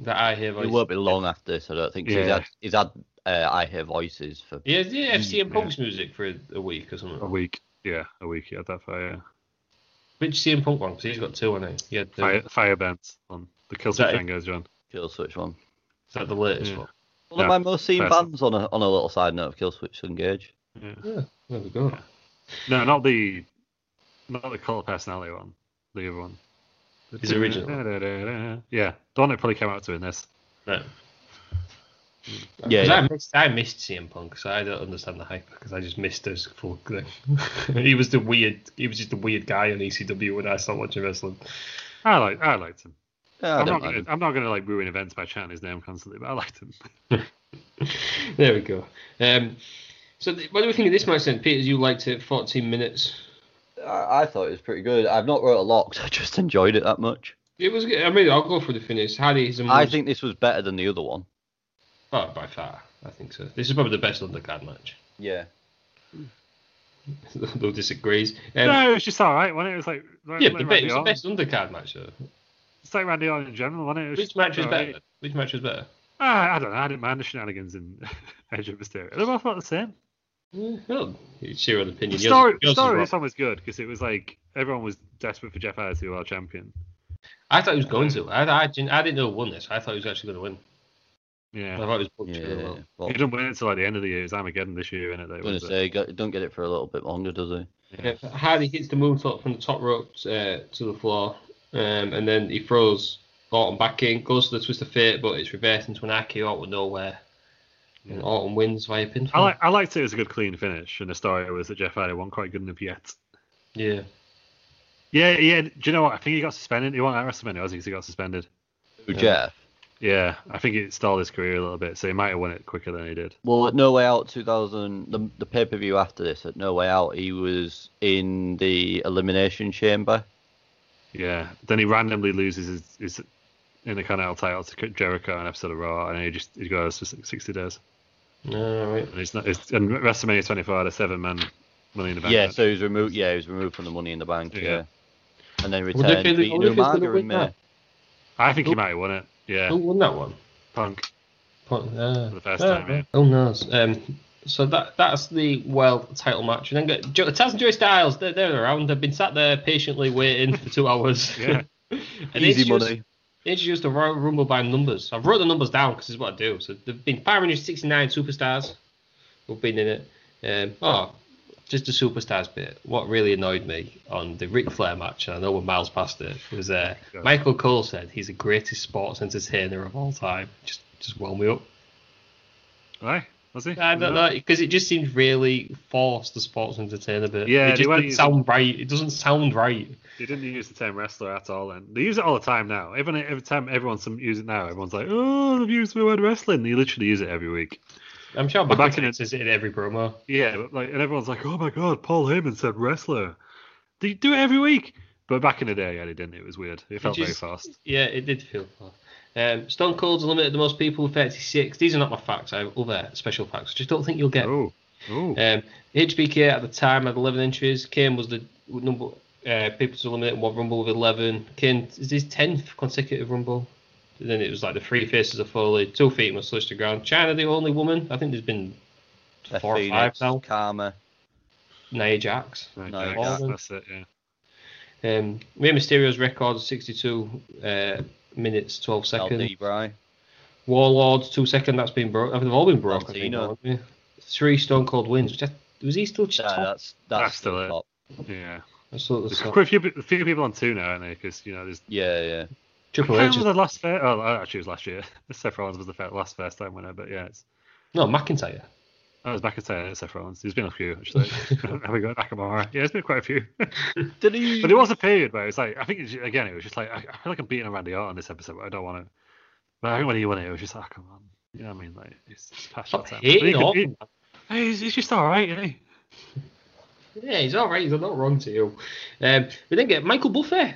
C: that I hear voice.
D: It won't be long after this, I don't think. 'cause
E: Yeah.
D: He's had, he's had uh, I Hear Voices for.
C: He has the FC and
E: Yeah.
C: Punk's music for a, a week or something.
E: A week. Yeah, a week. Yeah, that far. Yeah.
C: Which CM Punk one? 'Cause he's got two, hasn't he? Yeah,
E: Fire,
C: is
E: fire Bent on the Kill
C: that it?
E: Switch goes on.
D: Kill Switch one.
C: that the latest
E: Yeah.
C: one?
D: One of
E: Yeah,
D: my most seen
E: personally.
D: bands on a on a little side note of Kill Switch Engage.
C: Yeah, there we go.
E: No, not the not the cult personality one. The other one.
C: His original.
E: Yeah, the one that probably came out to E in this.
C: Right.
D: Yeah,
C: 'Cause
D: yeah.
C: I, missed, I missed CM Punk, so I don't understand the hype because I just missed those full thing. he was the weird, he was just the weird guy on ECW when I started watching wrestling.
E: I like I liked him.
D: Yeah, I don't
E: I'm not,
D: mind
E: gonna,
D: him.
E: I'm not gonna like ruin events by chanting his name constantly, but I liked him.
C: There we go. Um, so th- what do we think of this match then, Peter? You liked it, 14 minutes.
D: I, I thought it was pretty good. I've not wrote a lot 'cause I just enjoyed it that much.
C: It was. good. I mean, I'll go for the finish. Hardy's and
D: I think this was better than the other one.
C: oh, by far. I think so. This is probably the best undercard match.
D: Yeah.
C: Though disagrees. Um,
E: no, it was just all right. When it was like, like
C: yeah,
E: like
C: but the, be-
E: Randy
C: it was the
E: Orton.
C: best undercard match though.
E: It's like Randy Orton in general, wasn't it? It was
C: Which
E: just
C: match was
E: all
C: better?
E: right.
C: Which match was better?
E: Ah, I don't know. I didn't mind the shenanigans in Edge of Mysterio. They're both about the same.
C: Well, it's your own opinion.
E: The
C: Yours-
E: story, the
C: yours is
E: story of
C: wrong.
E: this one was good because it was like everyone was desperate for Jeff Hardy to be world champion.
C: I thought he was going to. I, I, didn't, I didn't know he won this. I thought he was actually going to win. I
E: Yeah.
C: thought he was booked to
D: Yeah.
C: win.
D: Well,
E: He didn't win it until like the end of the year. It was Armageddon this year, innit? Though,
D: I'm gonna
E: was it?
D: say, go- don't get it for a little bit longer, does he?
C: Yeah, Uh, Hardy hits the moonsault from the top rope uh, to the floor, um, and then he throws Orton back in, goes for the twist of fate, but it's reversed into an RKO out of nowhere. And Orton wins via pinfall.
E: I, like, I liked it as a good clean finish, and the story was that Jeff Hardy wasn't quite good enough yet.
C: yeah.
E: Yeah, yeah. Do you know what? I think he got suspended. He won at WrestleMania, wasn't he? 'Cause he got suspended.
D: Who, Jeff.
E: Yeah, I think it stalled his career a little bit, so he might have won it quicker than he did.
D: Well, at No Way Out 2000, the, the pay per view after this, at No Way Out, he was in the Elimination Chamber.
E: Yeah. Then he randomly loses his, his Intercontinental title to Jericho on episode of Raw, and he just he goes for six- 60 days.
C: All right.
E: And it's not. It's and WrestleMania 24 had a seven man million event.
D: Yeah, so he was removed. Yeah, he was removed from the Money in the Bank.
E: Yeah.
D: Yeah, and then
C: Would they
D: returned
C: be
D: to
C: the
D: beat
C: only ones gonna
D: Umaga uh,
C: win
D: in May.
C: that?
E: I think he might have won it. Yeah,
C: Who won that one?
E: Punk.
C: Point- Uh,
E: For the first
C: uh,
E: time, yeah.
C: Who knows? Um, so that that's the world title match. And then got jo- Taz and Joey Styles, they're, they're around. They've been sat there patiently waiting for two hours.
E: Yeah.
C: and
D: Easy
C: it's just-
D: money.
C: They introduced the Royal Rumble by numbers. I've wrote the numbers down because it's what I do. So there've been 569 superstars who've been in it. Um, oh, just the superstars bit. What really annoyed me on the Ric Flair match, and I know we're miles past it, was uh, Michael Cole said he's the greatest sports entertainer of all time. Just, just wound me up.
E: Aye, was he?
C: I don't know because it just seems really forced. The sports entertainer bit.
E: Yeah,
C: it
E: they
C: just
E: weren't
C: doesn't
E: using-
C: sound right. It doesn't sound right.
E: They didn't use the term wrestler at all, and they use it all the time now. Even every time everyone's some use it now, everyone's like, "Oh, they've used the word wrestling." They literally use it every week.
C: I'm sure
E: But back in
C: Backlund says it in every promo.
E: Yeah, but like, and everyone's like, "Oh my god, Paul Heyman said wrestler." They do it every week. But back in the day, yeah, they didn't. It was weird. It felt
C: is-
E: very fast.
C: Yeah, it did feel far. Um, Stone Cold's limited the most people with 36. These are not my facts. I have other special facts. I just don't think you'll get.
E: Oh, Ooh.
C: Um, HBK at the time had 11 entries. Kane was the number uh, people to eliminate in one Rumble with 11. Kane is his 10th consecutive Rumble. And then it was like the three faces of Foley, two feet must touch the ground. China, the only woman. I think there's been four or five
D: Phoenix,
C: now.
D: Karma.
C: Nia Jax.
E: Right,
D: no,
E: yeah,
C: Orton.
E: that's it. Yeah.
C: Um, Rey Mysterio's record 62 uh, minutes 12
D: El
C: seconds.
D: Debray.
C: Warlords two second. That's been broken. They've all been broken. I think,
D: Valentino.
C: haven't they? Three Stone Cold wins. Which I, was he still
D: No,
C: top?
D: that's that's
E: That's still
D: the
E: it.
D: top.
E: Yeah.
C: Absolutely
E: There's
C: top.
E: quite a few, a few people on two now, aren't they? Because you know, there's
D: Yeah, yeah.
C: Triple
E: When
C: H.
E: was
C: is-
E: the last fair? Oh, actually, it was last year. Seth Rollins was the fir- last first time winner, but yeah, it's
C: No, McIntyre.
E: that was McIntyre and Seth Rollins. uh, There's been a few actually. Have we got Nakamura? Yeah, there's been quite a few. but
D: Did he?
E: there was a period where it's like I think it's, again it was just like I, I feel like I'm beating around the art on this episode. But I don't want to. But I think when he won it, it was just like, oh, come on. You know what I mean? Like it's, it's past
C: Stop
E: that time. But he
C: hating
E: could-
C: on
E: he-
C: him.
E: he's, he's just all right, isn't he?
C: Yeah, he's all right. He's not wrong to you. Um, we then get Michael Buffet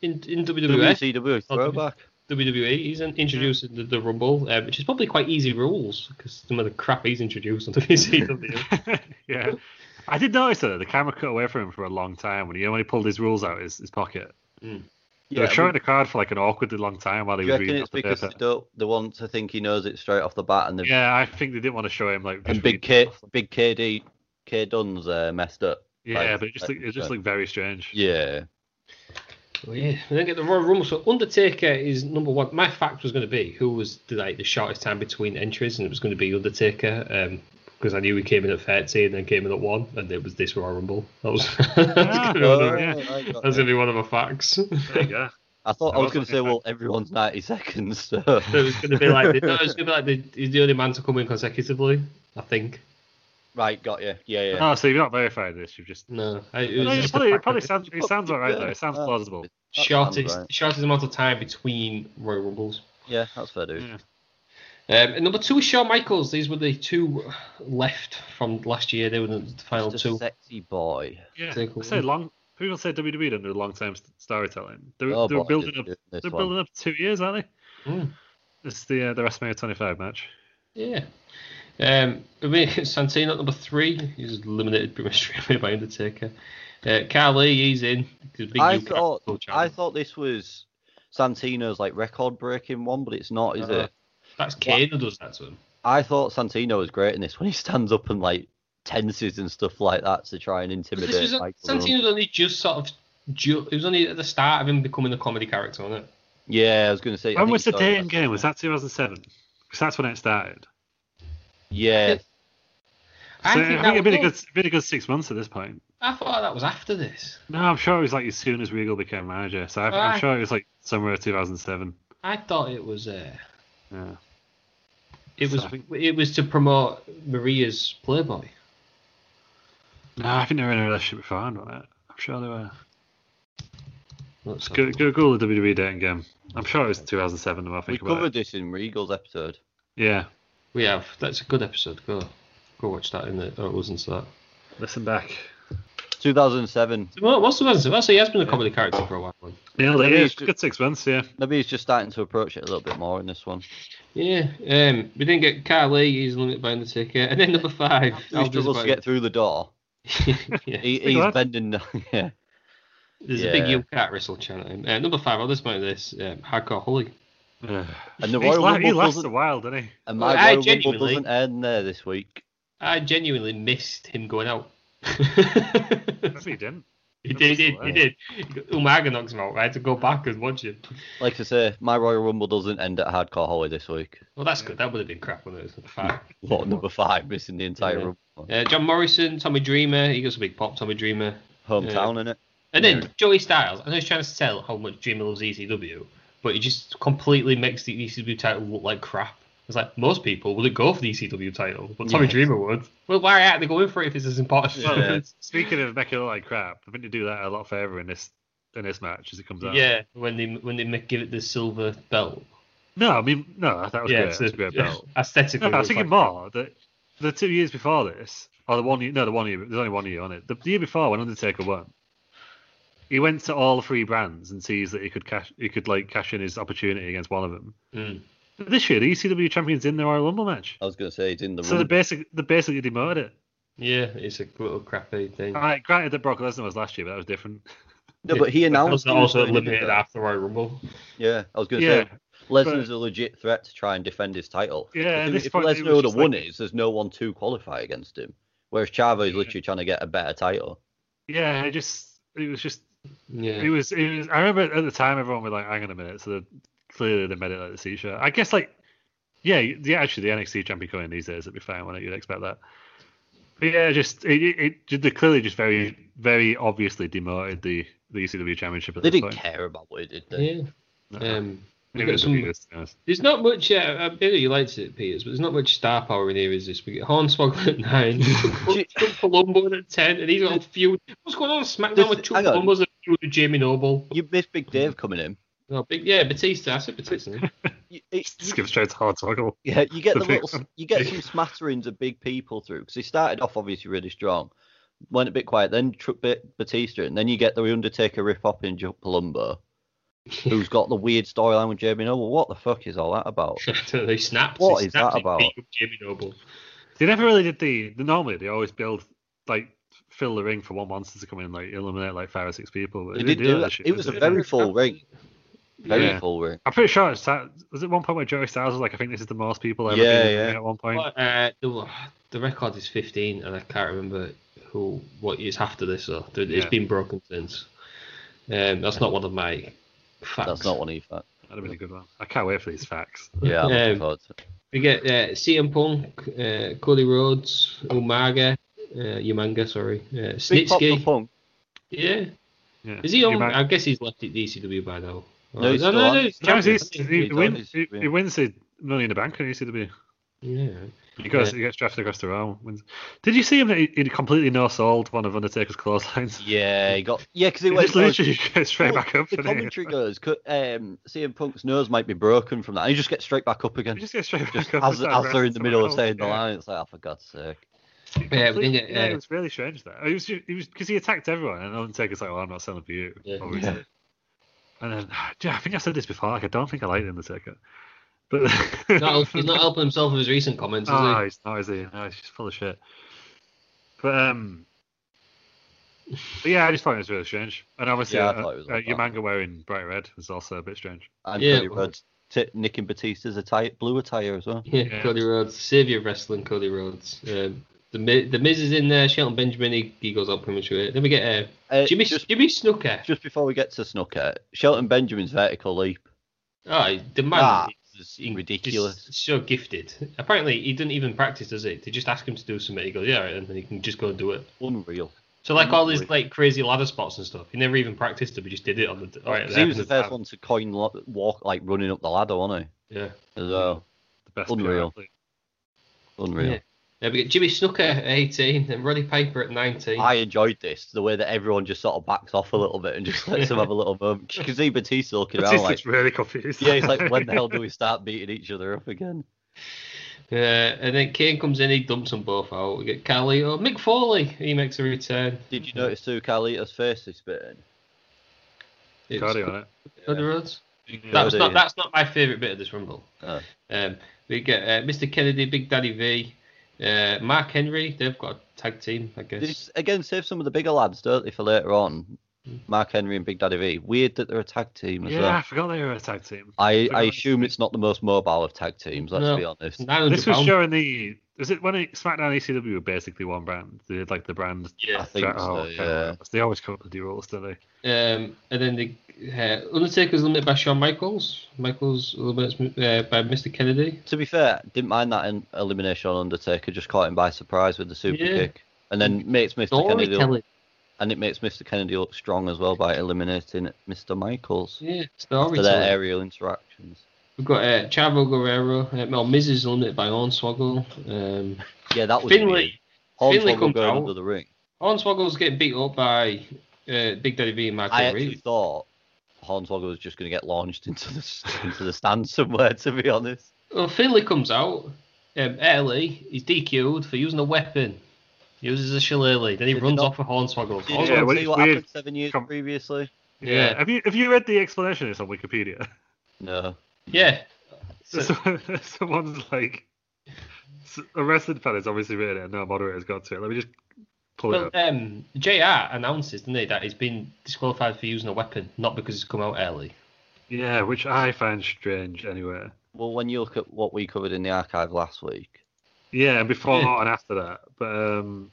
C: in in E. WWE.
D: WCW throwback.
C: WWE. E, He's in- introduced the, the Rumble, uh, which is probably quite easy rules because some of the crap he's introduced on WCW.
E: yeah. I did notice that the camera cut away from him for a long time when he, you know, when he pulled his rules out his, his pocket. They were showing the card for like an awkwardly long time while he
D: Do you
E: was
D: reckon
E: reading
D: it's
E: off the
D: because
E: paper.
D: they don't they want to think he knows it straight off the bat, and they've
E: Yeah, I think they didn't want to show him like
D: and
E: just
D: big K,
E: reading off.
D: big KD, K Dunn's uh, messed up.
E: Yeah,
D: Like,
E: but it just
D: like,
E: looked, it just
D: uh,
E: looked very strange.
D: yeah.
C: Oh, yeah, we then get the Royal Rumble. So Undertaker is number one. My fact was going to be who was the, like the shortest time between entries, and it was going to be Undertaker. Um, because I knew he came in at thirty and then came in at one, and it was this Royal Rumble. That was that's
E: Ah,
C: gonna be one of-
E: yeah.
D: I, got
C: that's
D: it.
C: gonna be one of my facts.
E: There you go.
D: I thought I
E: I
D: was going to
E: wasn't
D: say, well, everyone's ninety seconds. So.
C: So it was gonna be like the, no, it was gonna be like the, he's the only man to come in consecutively. I think.
D: right, got you. Yeah, yeah.
E: Oh, so you've not verified this. You've just.
C: No, I, it was
E: No, it
C: just the
E: probably, it
C: fact
E: probably
C: that
E: sounds it sounds alright though. It sounds
D: Yeah. Ah.
E: plausible.
D: That sounds
C: shortest
D: right.
C: shortest amount of time between Royal Rumbles.
D: Yeah, that's fair, dude.
E: Yeah.
C: Um, and number two is Shawn Michaels. These were the two left from last year. They were the final
D: Just
C: two.
D: sexy boy.
E: Yeah,
C: Take
E: I say
C: one.
E: long. People say WWE don't do long time st- storytelling. They're,
D: Oh,
E: they're
D: boy,
E: building
D: they're
E: up.
D: doing this
E: They're
D: one.
E: building up two years, aren't they?
C: Mm.
E: It's the uh, the WrestleMania 25 match.
C: Yeah. Um, I mean, Santino at number three. He's eliminated pretty much straight away by Undertaker. Uh, Carly, he's in. He's a big
D: I
C: UK
D: thought I
C: champion.
D: thought this was Santino's like record breaking one, but it's not, is
C: No.
D: it?
C: That's Kane who does that to him.
D: I thought Santino was great in this when he stands up and like tenses and stuff like that to try and
C: But
D: intimidate.
C: This was
D: Michael Rowe.
C: Santino's only just sort of. Ju- it was only at the start of him becoming a comedy character, wasn't it?
D: Yeah, I was going to say. I
E: When
D: think
E: was
D: he
E: the
D: started
E: dating
D: that-
E: game? Was that 2007? Because that's when it started.
D: Yeah,
C: I
E: So
C: think that
E: I think it'd been a
C: was-
E: good, it'd been a good six months at this point.
C: I thought that was after this.
E: No, I'm sure it was like as soon as Regal became manager. So I,
C: Ah.
E: I'm sure it was like somewhere 2007.
C: I thought it was. Uh,
E: Yeah.
C: it was.
E: So I think-
C: It was to promote Maria's Playboy.
E: No, I think they were in a relationship before, weren't they? I'm sure they were.
C: That's
E: Go, go Google the WWE dating game. I'm sure it was 2007. When I
D: we
E: think about
D: covered
E: it.
D: this in Regal's episode.
E: Yeah,
C: We have. That's a good episode. Go, go watch that. In the or listen to that.
E: listen back.
D: 2007.
C: Well, what's the answer? Well, so he has been a comedy character for a while.
E: Yeah,
D: Maybe
E: yeah,
D: it's
E: it's good six months. Yeah,
D: Maybe he's just starting to approach it a little bit more in this one.
C: Yeah. Um, we didn't get Carly. He's limited by Undertaker, and then number five.
D: He struggles to get through the door.
C: yeah.
D: He,
E: Look at
D: he's
E: that.
D: bending. down- yeah.
C: There's a big
D: Yeah.
C: you can't wrestle chant. at him. Uh, number five. I'll just make this um, hardcore Holly.
D: And the
E: He's
D: Royal
E: la- he
D: Rumble
E: lasts a
D: doesn't.
E: while, doesn't he?
D: And
C: Well,
D: my
C: I
D: Royal Rumble
C: genuinely-
D: doesn't end there this week.
C: I genuinely missed him going out.
E: Maybe he didn't.
C: he did. He did. He did. Umaga knocks him out. I had to go back and watch him.
D: Like I say, my Royal Rumble doesn't end at Hardcore Holly this week.
C: Well, that's good. That would have been crap, wouldn't it? It's a fact.
D: What number five missing the entire
C: Yeah.
D: Rumble?
C: Uh, John Morrison, Tommy Dreamer. He gets a big pop. Tommy Dreamer.
D: Hometown in it.
C: And then Joey Styles, I know he's trying to sell how much Dreamer loves ECW, E but he just completely makes the ECW title look like crap. It's like most people wouldn't go for the ECW title, but Tommy
D: Yeah.
C: Dreamer would. Well, why aren't they going for it if it's as important?
D: Yeah.
C: Yeah,
E: Speaking of making it look like crap, I think they do that a lot favour in this in this match as it comes out.
C: when they when they make, give it the silver belt.
E: No, I mean no, that was
C: yeah,
E: great.
C: it's
E: That was a great belt.
C: aesthetically.
E: No, I was
C: it was
E: thinking
C: like-
E: more that the two years before this, or the one year, no, the one year, there's only one year on it. The, the year before, when Undertaker won, he went to all three brands and sees that he could cash, he could like cash in his opportunity against one of them.
C: Mm.
E: But this year, the ECW E champion's in the Royal Rumble match,
D: I was going to say he's in the
E: so they
D: Rumble.
E: basically they basically demoted it.
C: Yeah, it's a little crappy thing.
E: All right, granted that Brock Lesnar was last year, but that was different.
D: No, but he announced.
C: also,
D: he was
C: also
D: doing it,
C: eliminated
D: though.
C: after Royal Rumble.
D: Yeah, I was going to
E: Yeah,
D: say Lesnar's a legit threat to try and defend his title.
E: Yeah, at
D: if,
E: this
D: if
E: point, it
D: Lesnar
E: was
D: would have
E: just
D: won
E: like-
D: it, there's no one to qualify against him. Whereas Chavo is literally trying to get a better title.
E: yeah. I just it was just
C: Yeah.
E: it was it was. I remember at the time everyone was like, "Hang on a minute," so they clearly they made it like the C shirt. I guess like yeah, the actually the NXT champion coming these days would be fine. Wouldn't it? you'd expect that. But yeah, just it, it, it they're clearly just very very obviously demoted the the ECW championship at
D: They
E: this
D: didn't
E: point.
D: care about it, did they?
C: yeah. Um,
E: Maybe it's
C: Some-
E: obvious, to be honest.
C: There's not much. Uh, I really you liked it, Peters, but there's not much star power in here. Is this? We get Hornswoggle at nine, Col- Columbo at ten, and he's on feud. What's going on?
D: This-
C: SmackDown with two
D: hang on.
C: Columbos and feud with Jamie Noble.
D: You missed Big Dave coming in.
C: Oh, big, yeah, Batista. I said Batista.
D: You, it,
E: Just give straight to hard toggle.
D: yeah, you get
E: The
D: the
E: big
D: little,
E: one.
D: you get some smatterings of big people through because he started off obviously really strong, went a bit quiet, then took bit Batista, and then you get the Undertaker rip up in Joe Palumbo, who's got the weird storyline with Jamie Noble. What the fuck is all that about?
C: they snapped.
D: What
C: he
D: is that
C: snapped, he
D: about?
C: beat up Jamie Noble.
E: They never really did the, the normally they always build like fill the ring for one monster to come in and like eliminate like five or six people. but
D: They did
E: didn't
D: do
E: that
D: that.
E: shit,
D: It
E: did
D: was a
E: they?
D: very full ring, very
E: Yeah.
D: full ring.
E: I'm pretty sure it's that, was it one point where Joey Styles was like, I think this is the most people I've ever
D: Yeah,
E: been in the
D: yeah.
E: ring at one point.
C: But, uh, the, the record is 15, and I can't remember who what is after this. So it's
E: Yeah.
C: been broken since. Um, that's not one of my facts.
D: That's not one of that.
E: That'd have been a good one. I can't wait for these facts.
D: Yeah, I'm looking
C: Um,
D: forward to it.
C: We get uh, CM Punk, uh, Cody Rhodes, Umaga, uh, Umaga, sorry, uh,
D: Big Pop the
C: Snitsky.
D: Punk.
C: Yeah,
E: Yeah.
C: is he on?
E: You might-
C: I guess he's left at DCW by now.
D: No, he's
C: Oh,
D: still on.
C: he's
E: Yeah,
C: not.
E: he's- he,
D: He's on
E: win,
D: his-
E: he, he wins the Money in the Bank on ECW.
C: Yeah.
E: He goes,
C: Yeah.
E: he gets drafted across the realm. Wins. Did you see him? that He, he completely no sold one of Undertaker's clotheslines.
D: Yeah, he got. Yeah, because he
E: He
D: went.
E: just literally goes straight
D: Well,
E: back up.
D: The
E: didn't he?
D: commentary goes, "Cut- um, CM Punk's nose might be broken from that. And he just gets straight back up again.
E: He just goes straight back
D: Just
E: up. and
D: as,
E: starts
D: as they're in the
E: wrestling
D: middle of
E: someone
D: saying
E: else.
D: the line, it's like, oh, for God's sake.
C: Yeah, we didn't
E: yeah,
C: get,
E: yeah, it
C: uh,
E: was really strange that he was he was because he attacked everyone and Undertaker's like, well, I'm not selling for you,
C: Yeah.
E: obviously. And then, yeah, I think I said this before. Like, I don't think I like the Undertaker, but
C: Not, he's not helping himself with his recent comments, is
E: oh,
D: Ah,
C: he?
E: he's not, is he? No, he's just full of shit. But um, but yeah, I just thought it was really strange. And obviously,
D: Yeah, I
E: uh,
D: thought it was
E: uh,
D: like that.
E: your manga wearing bright red was also a bit strange.
D: And
C: Yeah,
D: Cody
C: well-
D: Rhodes t- Nick and Batista's a tight blue attire as well.
C: Yeah,
E: Yeah.
C: Cody Rhodes, savior of wrestling, Cody Rhodes. Um, the Mi- the Miz is in there. Shelton Benjamin, he, he goes up pretty much with it. Then we get uh,
D: Uh,
C: Jimmy
D: just,
C: Jimmy Snooker.
D: just before we get to Snooker, Shelton Benjamin's vertical leap.
C: Oh, the man
D: Ah,
C: is
D: it's ridiculous.
C: just so gifted. Apparently, he didn't even practice, does he? They just ask him to do something. He goes, yeah, all right, and then he can just go and do it.
D: Unreal.
C: So like all these
D: Unreal.
C: like crazy ladder spots and stuff. He never even practiced it. He just did it on the. All right,
D: 'Cause
C: there.
D: he was the first one to coin lo- walk, like running up the ladder, wasn't
C: Yeah.
D: he? As well.
E: The best
D: Unreal.
E: PR athlete.
D: Unreal.
C: Yeah, we get Jimmy Snooker at 18 and Roddy Piper at 19.
D: I enjoyed this, the way that everyone just sort of backs off a little bit and just lets them have a little moment. You can see Batista looking around like,
E: Batista's really confused.
D: yeah, he's like, when the hell do we start beating each other up again?
C: Uh, and then Kane comes in, he dumps them both out. We get Carlito, Mick Foley, he makes a return.
D: Did you notice too Carlito's face is spitting?
C: It's-
E: Cardi on it.
C: Cody Rhodes.
E: Yeah.
C: That's
D: Cody.
C: not that's not my favourite bit of this rumble.
D: Oh.
C: Um, we get uh, Mr Kennedy, Big Daddy V, uh, Mark Henry. They've got a tag team, I guess.
D: This, again, save some of the bigger lads, don't they, for later on? Mark Henry and Big Daddy V. Weird that they're a tag team as
E: Yeah, I
D: well.
E: forgot they were a tag team.
D: I, I
E: forgot.
D: assume it's not the most mobile of tag teams, let's
C: No.
D: be honest.
C: £900.
E: This was during the. Is it when it, SmackDown and ECW were basically one brand? They did like the brand.
C: Yeah.
D: I think so,
E: okay.
D: yeah.
E: They always come up with the rules, don't they?
C: Um, and then the uh, Undertaker's limited by Shawn Michaels. Michaels eliminates uh, by Mr. Kennedy.
D: To be fair, didn't mind that in elimination on Undertaker, just caught him by surprise with the super
C: Yeah.
D: kick. And then makes Mr. Kennedy look,
C: Storytelling.
D: and it makes Mr. Kennedy look strong as well by eliminating Mr. Michaels
C: Yeah,
D: for their
C: storytelling.
D: aerial interactions.
C: We've got uh, Chavo Guerrero. Uh, well, Miz is limited by Hornswoggle. Um,
D: Yeah, that was
C: Finley.
D: weird.
C: Finley
D: Hornswoggle
C: comes
D: going
C: out.
D: under the ring.
C: Hornswoggle's getting beat up by uh, Big Daddy V and Mark
D: I
C: Henry.
D: actually thought Hornswoggle was just going to get launched into the into the stand somewhere. To be honest,
C: Well, Finley comes out um, early. He's DQ'd for using a weapon. He uses a shillelagh. Then he
D: Did they
C: runs
D: not-
C: off with Hornswoggle.
D: did
E: Yeah,
D: you not
E: well,
D: see
E: it's
D: what
E: weird.
D: happened seven years
E: Com-
D: previously?
C: Yeah.
E: Have you have you read the explanation? It's on Wikipedia.
D: No.
C: yeah.
E: So, someone's like, s- a wrestling fan has obviously written it, and no moderator's got to it. Let me just pull
C: Well,
D: uh,
E: it up.
C: um, JR announces, didn't he, that he's been disqualified for using a weapon, not because he's come out early.
E: Yeah, which I find strange anyway.
D: Well, when you look at what we covered in the archive last week,
E: Yeah, and before
C: Yeah.
E: and after that. But um,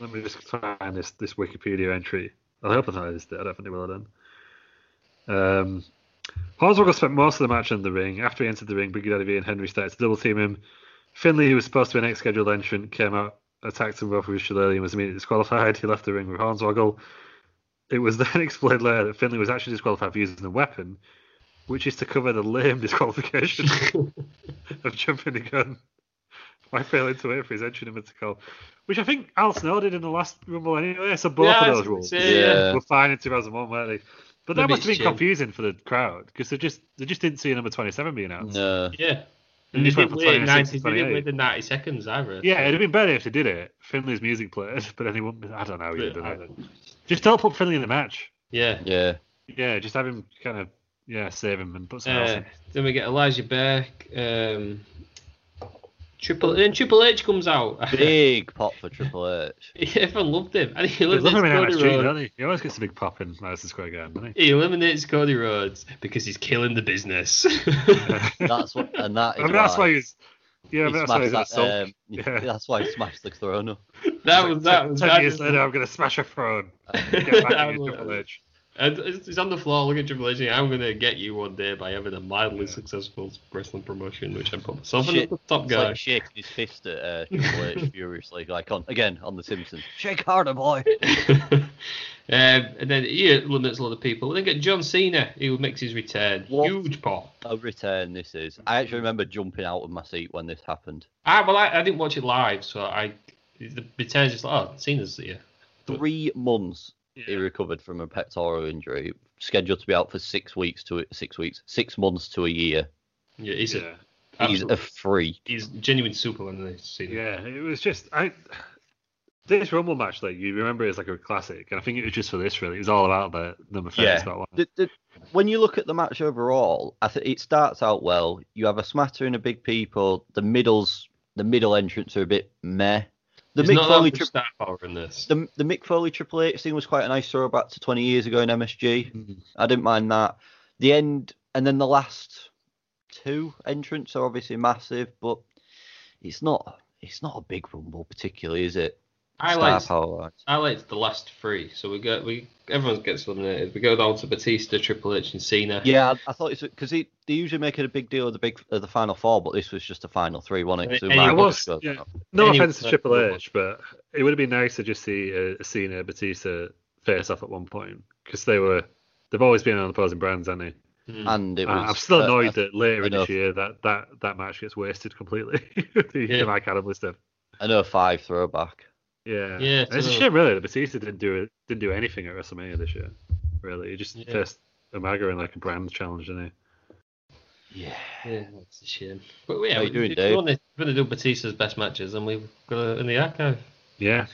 E: let me just find this this Wikipedia entry. I hope I know this. I don't think it will then. Um, Hornswoggle spent most of the match in the ring. After he entered the ring, Big Daddy and Henry started to double team him. Finley, who was supposed to be an next scheduled entrant, came out, attacked him both with his shillelagh, and was immediately disqualified. He left the ring with Hornswoggle. It was then explained later that Finley was actually disqualified for using the weapon, which is to cover the lame disqualification of jumping the gun by failing to wait for his entry number to call, which I think Al Snow did in the last Rumble anyway. So both
C: Yeah, I
E: of
C: was
E: those
C: gonna
E: rules
C: say,
D: yeah. Yeah.
E: were fine in 2001, weren't they? But that
C: Maybe
E: must have
C: it's
E: been
C: Jim.
E: confusing for the crowd because they just they just didn't see number 27 being announced.
D: no,
C: Yeah.
E: And
C: And they
E: he's went
C: didn't
E: for
C: wait
E: 26,
C: 90, they didn't
E: 28.
C: wait the 90 seconds either.
E: Yeah, it'd have been better if they did it. Finley's music played, but then he wouldn't. I don't know. how he'd have
C: Yeah,
E: done
C: I
E: it.
C: don't-
E: Just don't put Finley in the match.
C: yeah.
D: yeah,
E: Yeah, just have him kind of yeah save him and put something else
C: Uh,
E: in.
C: then we get Elijah Burke. Um, Triple then Triple H comes out.
D: big pot for Triple H.
C: Everyone loved him, and he
E: They love
C: eliminates
E: him in
C: Cody
E: NXT,
C: Rhodes.
E: don't they? He always gets a big pop in Madison Square Garden, doesn't he?
C: He eliminates Cody Rhodes because he's killing the business.
D: That's what, and that
E: I
D: is
E: mean, that's why
D: why
E: he's. Yeah,
D: he
E: that's why he's an
D: smashed
E: assault.
D: that. Um,
E: Yeah.
D: That's why he smashed the throne up.
C: that was that was
E: Ten
C: that
E: years
C: was,
E: later, I'm gonna smash a throne. Get back at
C: that
E: you,
C: was-
E: Triple H.
C: and he's on the floor looking at Triple H. saying, I'm gonna get you one day by having a mildly successful wrestling promotion, which I put myself in
D: Shit.
C: as the top
D: It's
C: guy.
D: like shaking his fist at uh, Triple H furiously, like on again on The Simpsons. Shake harder, boy.
C: um, and then he eliminates a lot of people. Then get John Cena, who makes his return.
D: What?
C: Huge pop.
D: A return this is. I actually remember jumping out of my seat when this happened.
C: I Ah, well, I, I didn't watch it live, so I the return's just like, oh, Cena's here.
D: Three months he recovered from a pectoral injury, scheduled to be out for six weeks to six weeks, six months to a year.
C: Yeah, he's
E: Yeah.
C: a
D: He's
C: he's,
D: a freak.
C: he's genuine superman. isn't he, Cena.
E: Yeah, it was just I. This Rumble match, like you remember, is like a classic, and I think it was just for this. Really, it was all about the number five.
D: Yeah.
E: it's not like-
D: The- the- when you look at the match overall, I think it starts out well. You have a smattering of big people. The middles, the middle entrants are a bit meh. The
C: There's
D: Mick
C: not that
D: Foley
C: much
D: tri-
C: star power in this.
D: the, the Mick Foley Triple H thing was quite a nice throwback to 20 years ago in MSG. I didn't mind that. The end, and then the last two entrants are obviously massive, but it's not it's not a big rumble particularly, is it?
C: I
D: Star
C: liked
D: power-wise.
C: I liked the last three, so we go we everyone gets eliminated. We go down to Batista, Triple H, and Cena.
D: Yeah, I, I thought it's because they usually make it a big deal of the big of the final four, but this was just a final three, wasn't it? So we
C: And it
D: might as well
E: was,
D: just go-
E: yeah. No
C: Anyway,
E: offense to Triple H, but it would have been nice to just see a, a Cena Batista face off at one point because they were they've always been on opposing brands, haven't they?
D: And it
E: Uh,
D: was.
E: I'm still
D: uh,
E: annoyed that later in
D: enough.
E: this year that that that match gets wasted completely. the,
C: Yeah.
E: the Mike Adams stuff.
D: I know five throwback.
E: Yeah,
C: Yeah,
E: And it's a
C: so-
E: shame, really. That Batista didn't do it, didn't do anything at WrestleMania this year. Really, he just
C: Yeah.
E: faced Omega in like a brand challenge, didn't he?
D: Yeah.
C: Yeah, that's a shame. But yeah,
D: How you
C: we-
D: doing,
C: if
D: Dave?
C: we want to- if we're going to do Batista's best matches, and we've got it in the archive.
E: Yeah,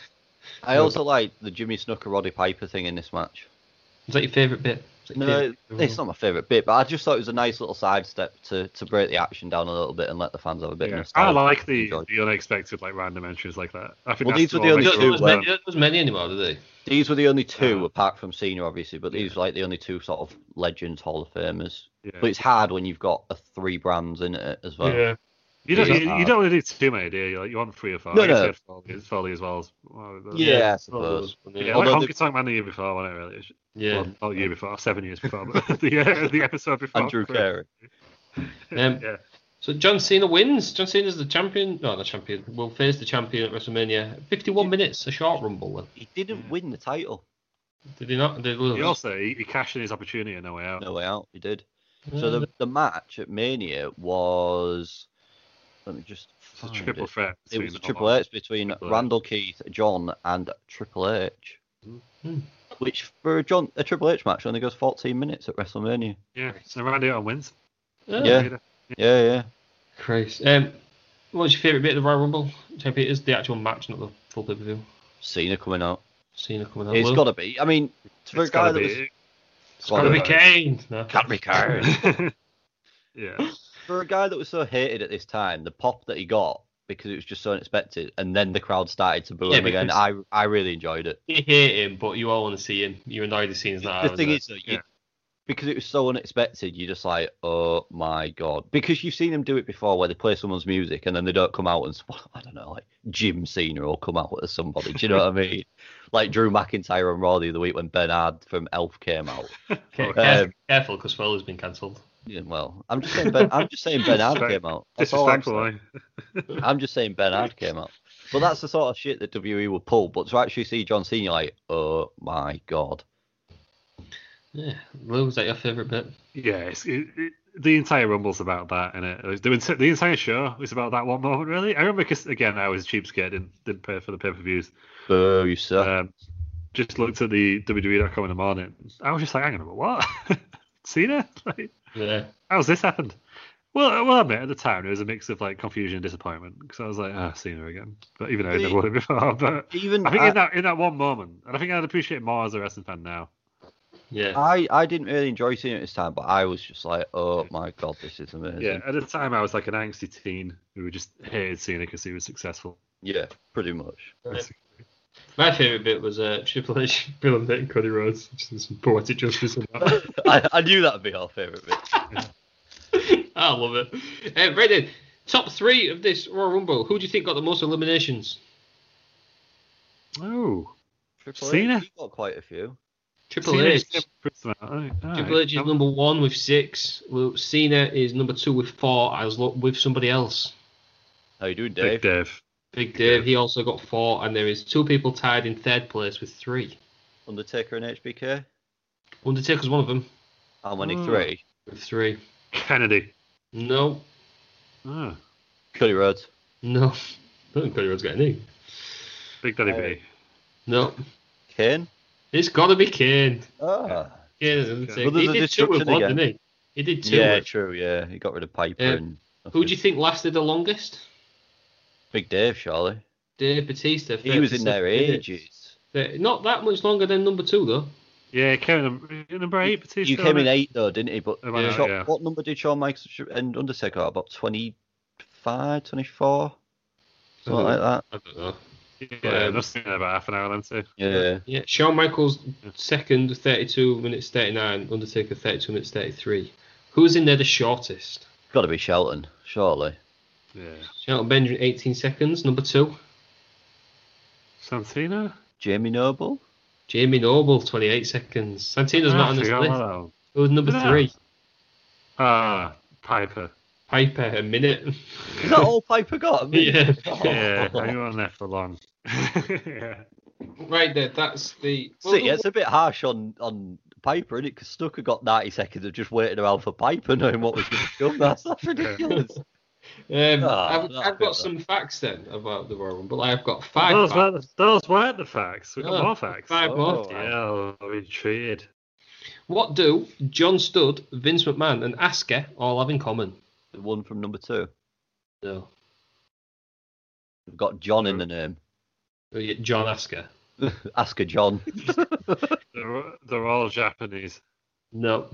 D: I also like the Jimmy Snooker Roddy Piper thing in this match.
C: Is that your favourite bit? Is that your
D: No,
C: favourite bit of
D: it's not my favourite bit, but I just thought it was a nice little sidestep to, to break the action down a little bit and let the fans have a bit
E: Yeah.
D: of
E: I
D: nostalgia.
E: like the,
D: Enjoy.
E: the unexpected, like random entries like that. I
D: Well,
E: think that's
D: these were the only
E: what
C: all?
E: makes
C: There
D: two,
E: it
C: was
E: work.
C: many, there was many anymore, did they?
D: These were the only two,
E: Uh,
D: apart from Cena, obviously, but these were like the only two sort of legends, Hall of Famers.
E: Yeah.
D: But it's hard when you've got a three brands in it as well.
E: You don't,
D: Yeah.
E: you, you don't really do too many, do you? Like, you want three or four.
D: No,
E: I guess
D: no.
E: you had Foley, it's Foley as well. as- well,
D: Yeah, I
C: Well,
D: suppose.
C: there was-
E: uh, Yeah,
C: yeah.
E: like
D: Although
E: Honky Tonk Man the year before, wasn't it, really? It's-
C: Yeah.
E: Well, not the year before, seven years before, but the, year, the episode before.
D: Andrew Carey.
C: Um,
E: Yeah.
C: So John Cena wins. John Cena's the champion. No, the champion. Will face the champion at WrestleMania. 51 minutes, a short rumble. Then.
D: He didn't win the title.
C: Did he not? Did he
E: He
C: lose?
E: also he, he cashed in his opportunity in No Way Out.
D: Um, No way out. He did. So the, the match at Mania was. Let me just.
E: It's a
D: Find
E: triple
D: it.
E: threat.
D: It was
E: between
D: a Triple H between
E: Triple H.
D: Randall Keith, John, and Triple H.
C: Hmm.
D: Which for a John a Triple H match only goes 14 minutes at WrestleMania.
E: Yeah, so Randy Orton wins.
C: Oh,
D: Yeah, yeah, yeah.
C: Christ. Um, what's your favourite bit of the Royal Rumble? Champion is the actual match, not the full pay per view.
D: Cena coming out.
C: Cena coming out.
D: It's
C: Will.
D: got to be. I mean, for
E: It's
D: a guy
E: gotta
D: that
E: be.
D: was
C: It's gotta be Kane. No.
D: Can't be Kane.
E: yeah.
D: for a guy that was so hated at this time, the pop that he got because it was just so unexpected, and then the crowd started to boo
C: Yeah,
D: him again. I
C: because-
D: I really enjoyed it.
C: You hate him, but you all want to see him. You're annoyed the scene's not.
D: the
C: happening.
D: thing is, that you,
C: yeah.
D: because it was so unexpected, you're just like, oh my god. Because you've seen them do it before, where they play someone's music and then they don't come out and well, I don't know, like Jim Cena will come out as somebody. Do you know what I mean? Like Drew McIntyre on Raw the other week when Bernard from Elf came out.
C: Ca-
D: um,
C: caref- careful, because Foley's been cancelled.
D: Yeah, well, I'm just saying, ben, I'm just saying Bernard
E: Sorry.
D: came out. That's all I'm
E: Disrespectful, eh?
D: saying.
E: aren't you?
D: I'm just saying Bernard came up. But that's the sort of shit that WWE would pull. But to actually see John Cena, you're like, oh my god.
C: Yeah, Lou, was that your favourite bit?
E: Yeah, it's, it, it, the entire rumble's about that, and it the, ent- the entire show is about that one moment, really. I remember because again, I was a cheapskate, didn't didn't pay for the pay per views.
D: Boo, you suck.
E: Um, just looked at the WWE.com in the morning. I was just like, hang on a minute, what? Cena? Like,
C: Yeah.
E: how's this happened? Well, I will admit at the time it was a mix of like confusion and disappointment because I was like, ah, Cena again. But even though I'd never won it before, but
D: Even
E: I think
D: I,
E: in that in that one moment, and I think I'd appreciate more as a wrestling fan now.
C: Yeah.
D: I, I didn't really enjoy seeing it this time, but I was just like, oh my god, this is amazing.
E: Yeah, at the time I was like an angsty teen who just hated Cena because he was successful.
D: Yeah, pretty much.
C: My favourite bit was uh, Triple H, Bill and Nick, Cody Rhodes. Just some poetic justice in that.
D: I, I knew that'd be our favorite bit.
C: I love it. Uh, right then, top three of this Royal Rumble. Who do you think got the most eliminations?
E: Oh,
D: Triple
E: Cena?
D: H, you got quite a few.
C: Triple
E: Cena
C: H.
E: is number- alright, alright.
C: Triple H is
E: Um,
C: number one with six. Well, Cena is number two with four. I was lo- with somebody else.
D: How you doing,
E: Big
D: Dave?
E: Dave.
C: Big Dave. He also got four, and there is two people tied in third place with three.
D: Undertaker and HBK.
C: Undertaker's one of them
D: How many?
E: Oh.
D: Three.
C: with three.
E: Kennedy.
C: No,
E: Oh,
D: Cody Rhodes.
C: no. I don't think Cody Rhodes got any.
E: Big Daddy
D: Oh.
E: B.
C: No,
D: Kane.
C: it's gotta be Kane.
D: Ah.
C: Kane is Undertaker.
D: Well, there's
C: He
D: a
C: did two with
D: destruction
C: one,
D: again.
C: didn't he? He did two.
D: Yeah,
C: with-
D: true. Yeah, he got rid of Piper.
C: Uh,
D: and
C: Who do you think lasted the longest?
D: Big Dave, surely.
C: Dave Batista.
D: He was in there
C: 37 minutes.
D: ages.
C: They're Not that much longer than number two, though.
E: Yeah, came in num- number eight. Batista,
D: You came in
E: wasn't it? Oh,
D: eight though, didn't he? But
E: I went
C: Yeah.
E: out,
D: Shawn-
E: yeah.
D: what number did Shawn Michaels and Undertaker? About 25, 24? Something like that.
C: I don't know.
E: Yeah,
C: Um,
E: must have been about half an hour then too.
D: Yeah.
C: Yeah, Shawn Michaels
E: Mm.
C: second, 32 minutes 39. Undertaker 32 minutes 33. Who's in there the shortest?
D: Got to be Shelton, surely.
E: Yeah.
C: Shelton Benjamin 18 seconds. Number two,
E: Santino?
D: Jamie Noble?
C: Jamie Noble 28 seconds. Santino's
E: Ah,
C: not on this
E: forgot
C: list.
E: about that one.
C: Who's number
E: No.
C: three?
E: Ah, Piper.
C: Piper a minute.
D: Is that all Piper got? I mean,
C: yeah.
E: Yeah, he wasn't there for long. yeah.
C: Right there. That's the.
D: See, it's a bit harsh on on Piper, isn't it? Because Snooker got 90 seconds of just waiting around for Piper, knowing what was going to come. That's, that's ridiculous.
C: Um,
D: Ah,
C: I've,
D: that'll
C: I've got
D: do that.
C: some facts then about the Royal Rumble. I've got five.
E: Those,
C: facts.
E: were, those weren't the facts. We got
C: No,
E: more facts.
C: Five
D: Oh.
C: more.
E: Yeah, I'm intrigued.
C: What do John Studd, Vince McMahon, and Asuka all have in common?
D: the one from number two.
C: No.
D: We've got John in the name.
C: Oh, John Asuka.
D: Asker John.
E: They're, they're all Japanese.
C: No.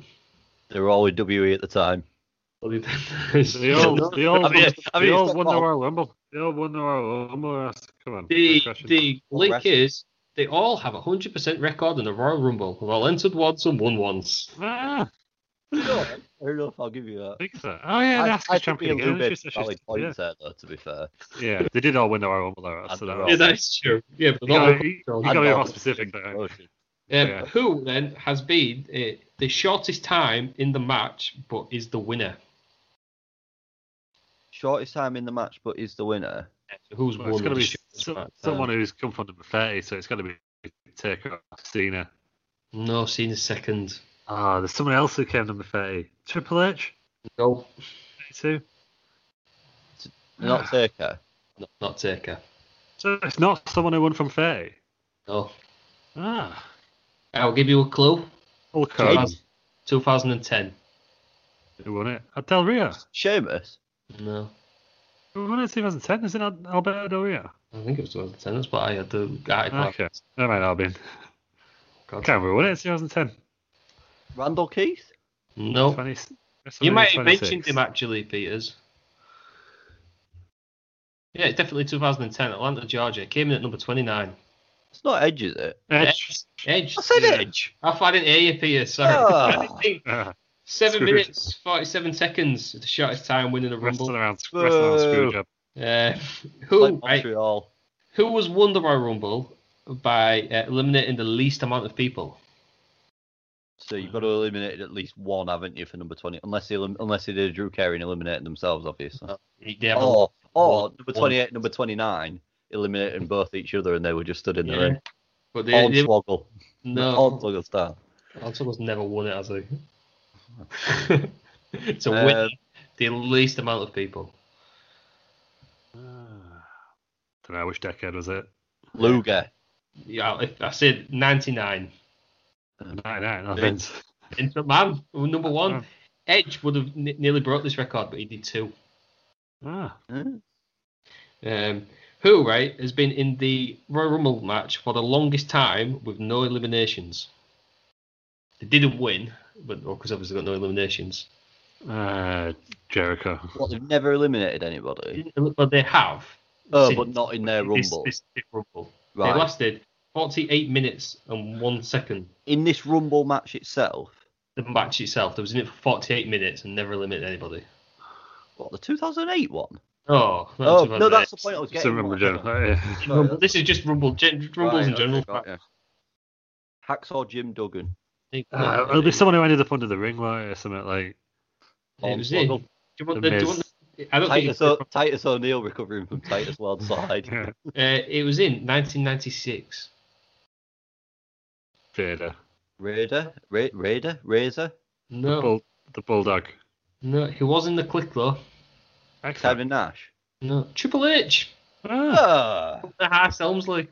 D: they were all in WE at the time.
E: They all, they all,
D: I mean,
E: won-
D: I mean,
E: they all
D: it's not
E: won the
D: wrong.
E: Royal Rumble. They all won the Royal Rumble. Come on.
C: the
E: good question.
C: the
D: Or
C: link
D: wrestling.
C: is they all have a hundred percent record in the Royal Rumble. Have all entered once and won once.
E: Ah, I
D: Fair enough, I'll give you that.
E: think so. Oh yeah,
D: I-
E: that's
D: I
E: the
D: should be a
E: champion
D: little
E: again.
D: bit
E: It's just-
D: valid
E: it's
D: point
E: just-
D: there, though, to be fair.
E: yeah. yeah, they did all win the Royal Rumble though.
D: And the
E: So that
D: Royal
C: Yeah,
E: was,
C: that's true. Yeah, but
E: Oh.
C: not
E: you gotta,
C: all
E: you,
C: records.
E: you gotta be
D: I'd
E: more
D: rather-
E: specific there.
C: Um,
E: yeah.
C: Who then has been uh, the shortest time in the match, but is the winner?
D: Shortest time in the match, but is the winner.
C: So who's
E: Well,
C: won?
E: it's gotta
C: the
E: be
C: shortest
E: so-
C: amount of time?
E: someone who's come from number thirty, so it's gotta be Taker or Cena.
C: No, Cena's second.
E: Ah, there's someone else who came number thirty. Triple H,
C: No,
E: two.
D: Not Taker.
C: not, not Taker.
E: So it's not someone who won from thirty.
C: No.
E: Ah,
C: I'll give you a clue.
E: Hulk Hogan
C: 2000 2010.
E: who won it? Uh, Del Rio.
D: Sheamus.
C: No.
E: Who won it? 2010. Is it not Alberto Del Rio?
C: I think it was 2010. That's what I had the article.
E: Okay, never mind. Albin.
C: God.
E: Can't remember. Won it? 2010.
D: Randall Keith.
C: No.
E: 20,
C: Oh. You
E: WrestleMania
C: might have
E: 26.
C: mentioned him actually, Peters. Yeah, it's definitely 2010. Atlanta, Georgia. Came in at number 29.
D: It's not Edge, is it?
E: Edge.
C: Edge.
D: I said
C: yeah.
D: Edge.
C: I thought I didn't hear you, Pierce. Sorry.
D: Ah.
C: I didn't think-
E: Uh,
C: Seven
E: Screwed.
C: minutes, 47 seconds. The shortest time winning a
E: wrestling
C: Rumble.
E: around, wrestling around
D: Boo.
E: screw job.
C: Uh,
D: Like
C: who, right,
D: Montreal.
C: who was won the Royal Rumble by uh, eliminating the least amount of people?
D: So you've got to eliminate at least one, haven't you, for number twenty? Unless they, elim- unless they did Drew Carey and eliminating themselves, obviously.
C: They haven't-
D: Or, or
C: one-
D: number twenty-eight, number twenty-nine, eliminating both each other, and they were just stood in the
C: Yeah.
D: ring.
C: But they, they,
D: Hornswoggle,
C: no,
D: Hornswoggle style.
C: Anton's never won it, has he? it's a
D: Uh,
C: win. The least amount of people.
E: Ah. don't know which decade was it.
D: Luger.
C: Yeah, if I said 99.
E: 99, Uh, I think.
C: And so, man, number
D: Oh.
C: one, Edge would have n- nearly broke this record, but he did two.
E: Ah,
D: Hmm?
C: Um, who, right, has been in the Royal Rumble match for the longest time with no eliminations? They didn't win, but because obviously got no eliminations.
E: uh, Jericho.
D: What? They've never eliminated anybody.
C: But they have.
D: Oh,
C: since
D: but not in their
C: this-
D: rumble.
C: This, this rumble.
D: Right.
C: They lasted 48 minutes and one second.
D: In this rumble match itself,
C: The match itself, they was in it for 48 minutes and never eliminated anybody.
D: what the 2008 one?
C: Oh, that was
D: Oh no,
C: 2008.
D: that's the point I was
E: It's a
D: getting.
E: Rumble
D: at.
E: General. yeah.
D: Sorry,
C: Rumble- This is just rumble, gen, rumbles
D: Right,
C: in general.
D: okay, got ya. Hacksaw Jim Duggan.
E: Uh, it'll be someone who ended up under the ring, won't it? Or something like.
C: It was in. Do you want the, do you want the, I don't think
D: Titus,
C: it's
D: o- Titus O'Neill recovering from Titus World Side.
E: Yeah.
C: Uh, it was in 1996.
E: Vader.
D: Raider, Ra- Raider, Razor,
C: No,
E: Bull, the Bulldog.
C: no, he was in the click though.
E: Excellent.
D: Kevin Nash.
C: No, Triple H,
D: Ah,
E: Ah,
C: the House Elmsley.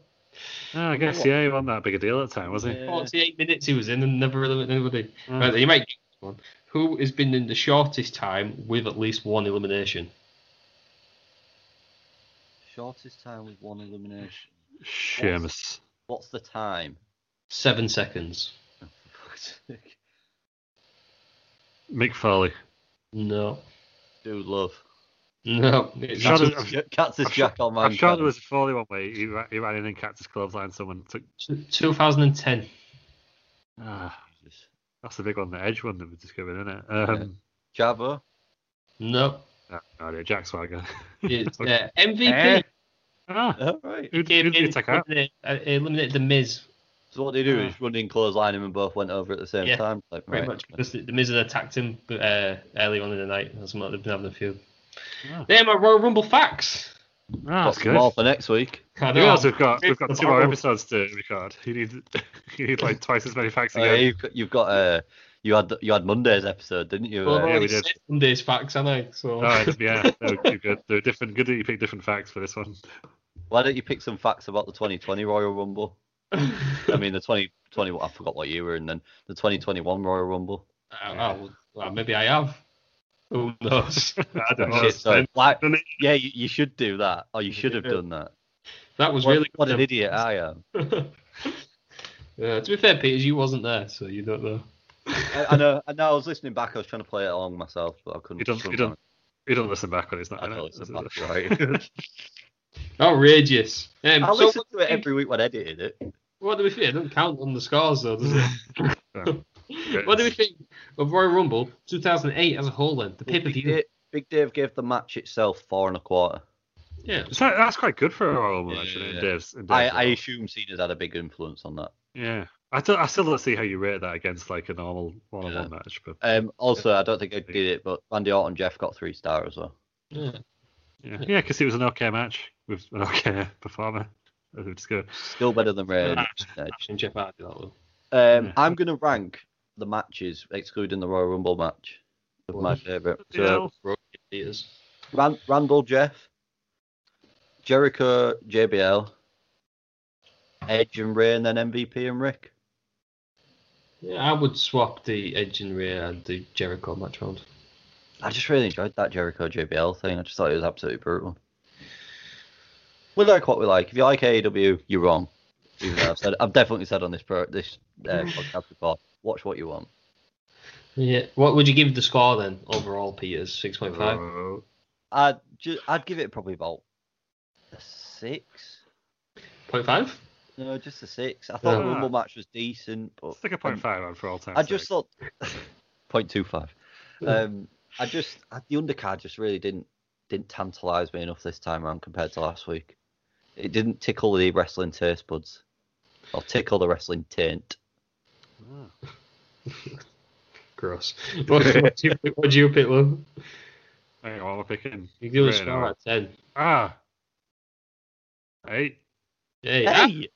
E: ah, I guess yeah, he wasn't that big a deal at the time, was he?
D: Yeah. Mm.
C: 48 minutes he was in and never eliminated anybody. Right, you might get this one. Who has been in the shortest time with at least one elimination?
D: Shortest time with one elimination.
E: Sheamus.
D: What's the time?
C: Seven seconds.
E: Mick Foley.
C: No,
D: Do love.
C: no. It's
E: Shot
C: actually-
E: of-
D: Cactus Jack on my.
E: I'm sure there was a Foley one where he, ra- he ran in and cactus clothesline someone. Took,
C: t- 2010.
E: ah, that's the big one, the Edge one that we discovered, isn't it? Um,
D: Jabba.
C: No,
E: no, no idea. Jack Swagger.
C: it's
E: Okay.
C: uh, MVP.
E: Eh? ah,
D: All right.
E: who
C: Came
E: did
C: in,
E: he take out?
C: eliminated, uh, eliminated the Miz.
D: So what they do is run in, clothesline him, and both went over at the same
C: Yeah,
D: time. Like,
C: Pretty
D: right.
C: much because the, the Miz had attacked him uh, early on in the night. That's what they've been having a few.
E: Ah.
C: They're my Royal Rumble facts.
E: Ah,
D: What's
E: that's
D: the
E: good.
D: ball for next week?
C: I
E: You
C: know.
E: realise we've got we've got
C: It's
E: two more
C: horrible.
E: episodes to record. You need you need like twice as many facts
D: Oh, yeah,
E: again.
D: you've got, you've got uh, you had you had Monday's episide, didn't you?
C: Well, I've
D: uh,
C: already
E: we did.
C: said Monday's facts, haven't I? So
E: All right, yeah, they were too good. They're different. Good that you picked different facts for this one.
D: Why don't you pick some facts about the 2020 Royal Rumble? I mean, the 2020. I forgot what you were in then. The 2021 Royal Rumble.
C: I- I- Oh, well, well, maybe I have. Who knows?
E: I don't know.
D: Shit, sorry. Like,
E: Then-
D: yeah, you, you should do that, or you should have done that.
C: That was
D: What,
C: really
D: what an
C: good.
D: idiot I am.
C: Uh, to be fair, Peters, you wasn't there, so you don't know.
D: I, I know. I know. I was listening back. I was trying to play it along myself, but I couldn't.
E: You don't. You don't. You don't listen back when it's not.
D: I
E: in
D: don't
E: it.
D: listen back, right?
C: Outrageous. Um,
D: I
C: so
D: listen
C: what,
D: to it every week when I edited it.
C: what do we think? It doesn't count on the scores, though, does
E: No.
C: it? what do we think of Royal Rumble 2008 as a whole, then? The pay per
D: Big
C: view.
D: Dave, Big Dave gave the match itself four and a quarter.
C: Yeah.
E: It's like- that's quite good for a Royal Rumble,
D: Yeah,
E: actually. in
D: yeah.
E: Dave's, in
D: I,
E: Dave's
D: I
E: world.
D: assume Cena's had a big influence on that.
E: yeah. I, don't, I still don't see how you rate that against like a normal one-on-one
D: Yeah.
E: match, but
D: Um, also, I don't think I did it, but Randy Orton Jeff got three star as well.
C: yeah.
E: yeah, yeah, because it was an okay match with an okay performer. As we discovered.
D: Still better than Ray.
C: Actually, Jeff Hardy, that one.
D: Um, I'm going to rank the matches, excluding the Royal Rumble match, of my favourite. So,
C: Peters.
D: Ran- Randall Jeff, Jericho JBL, Edge and Ray, and then MVP and Rick.
C: Yeah, I would swap the Edge and Ray and the Jericho match round.
D: I just really enjoyed that Jericho JBL thing. I just thought it was absolutely brutal. We like what we like. If you like AEW, you're wrong. Even though I've said, I've definitely said on this pro, this uh, podcast before, watch what you want.
C: Yeah. What would you give the score then overall, Peters? Six point five.
E: Oh,
D: I'd ju- I'd give it probably about a six.
C: Point five.
D: No, just a six. I thought the
E: Yeah.
D: Rumble match was decent, but
E: Stick a point five on for all time.
D: I just thought point two five. Um, I just I, the undercard just really didn't didn't tantalise me enough this time around compared to last week. It didn't tickle the wrestling taste buds, or tickle the wrestling taint.
C: Gross. What, what, do you, pick- what do you pick, Lou?
E: Hang on, I'm picking.
C: You give us
E: Right,
C: four
E: all
C: out
E: right.
C: of ten.
E: Ah, hey,
C: Hey,
D: Hey,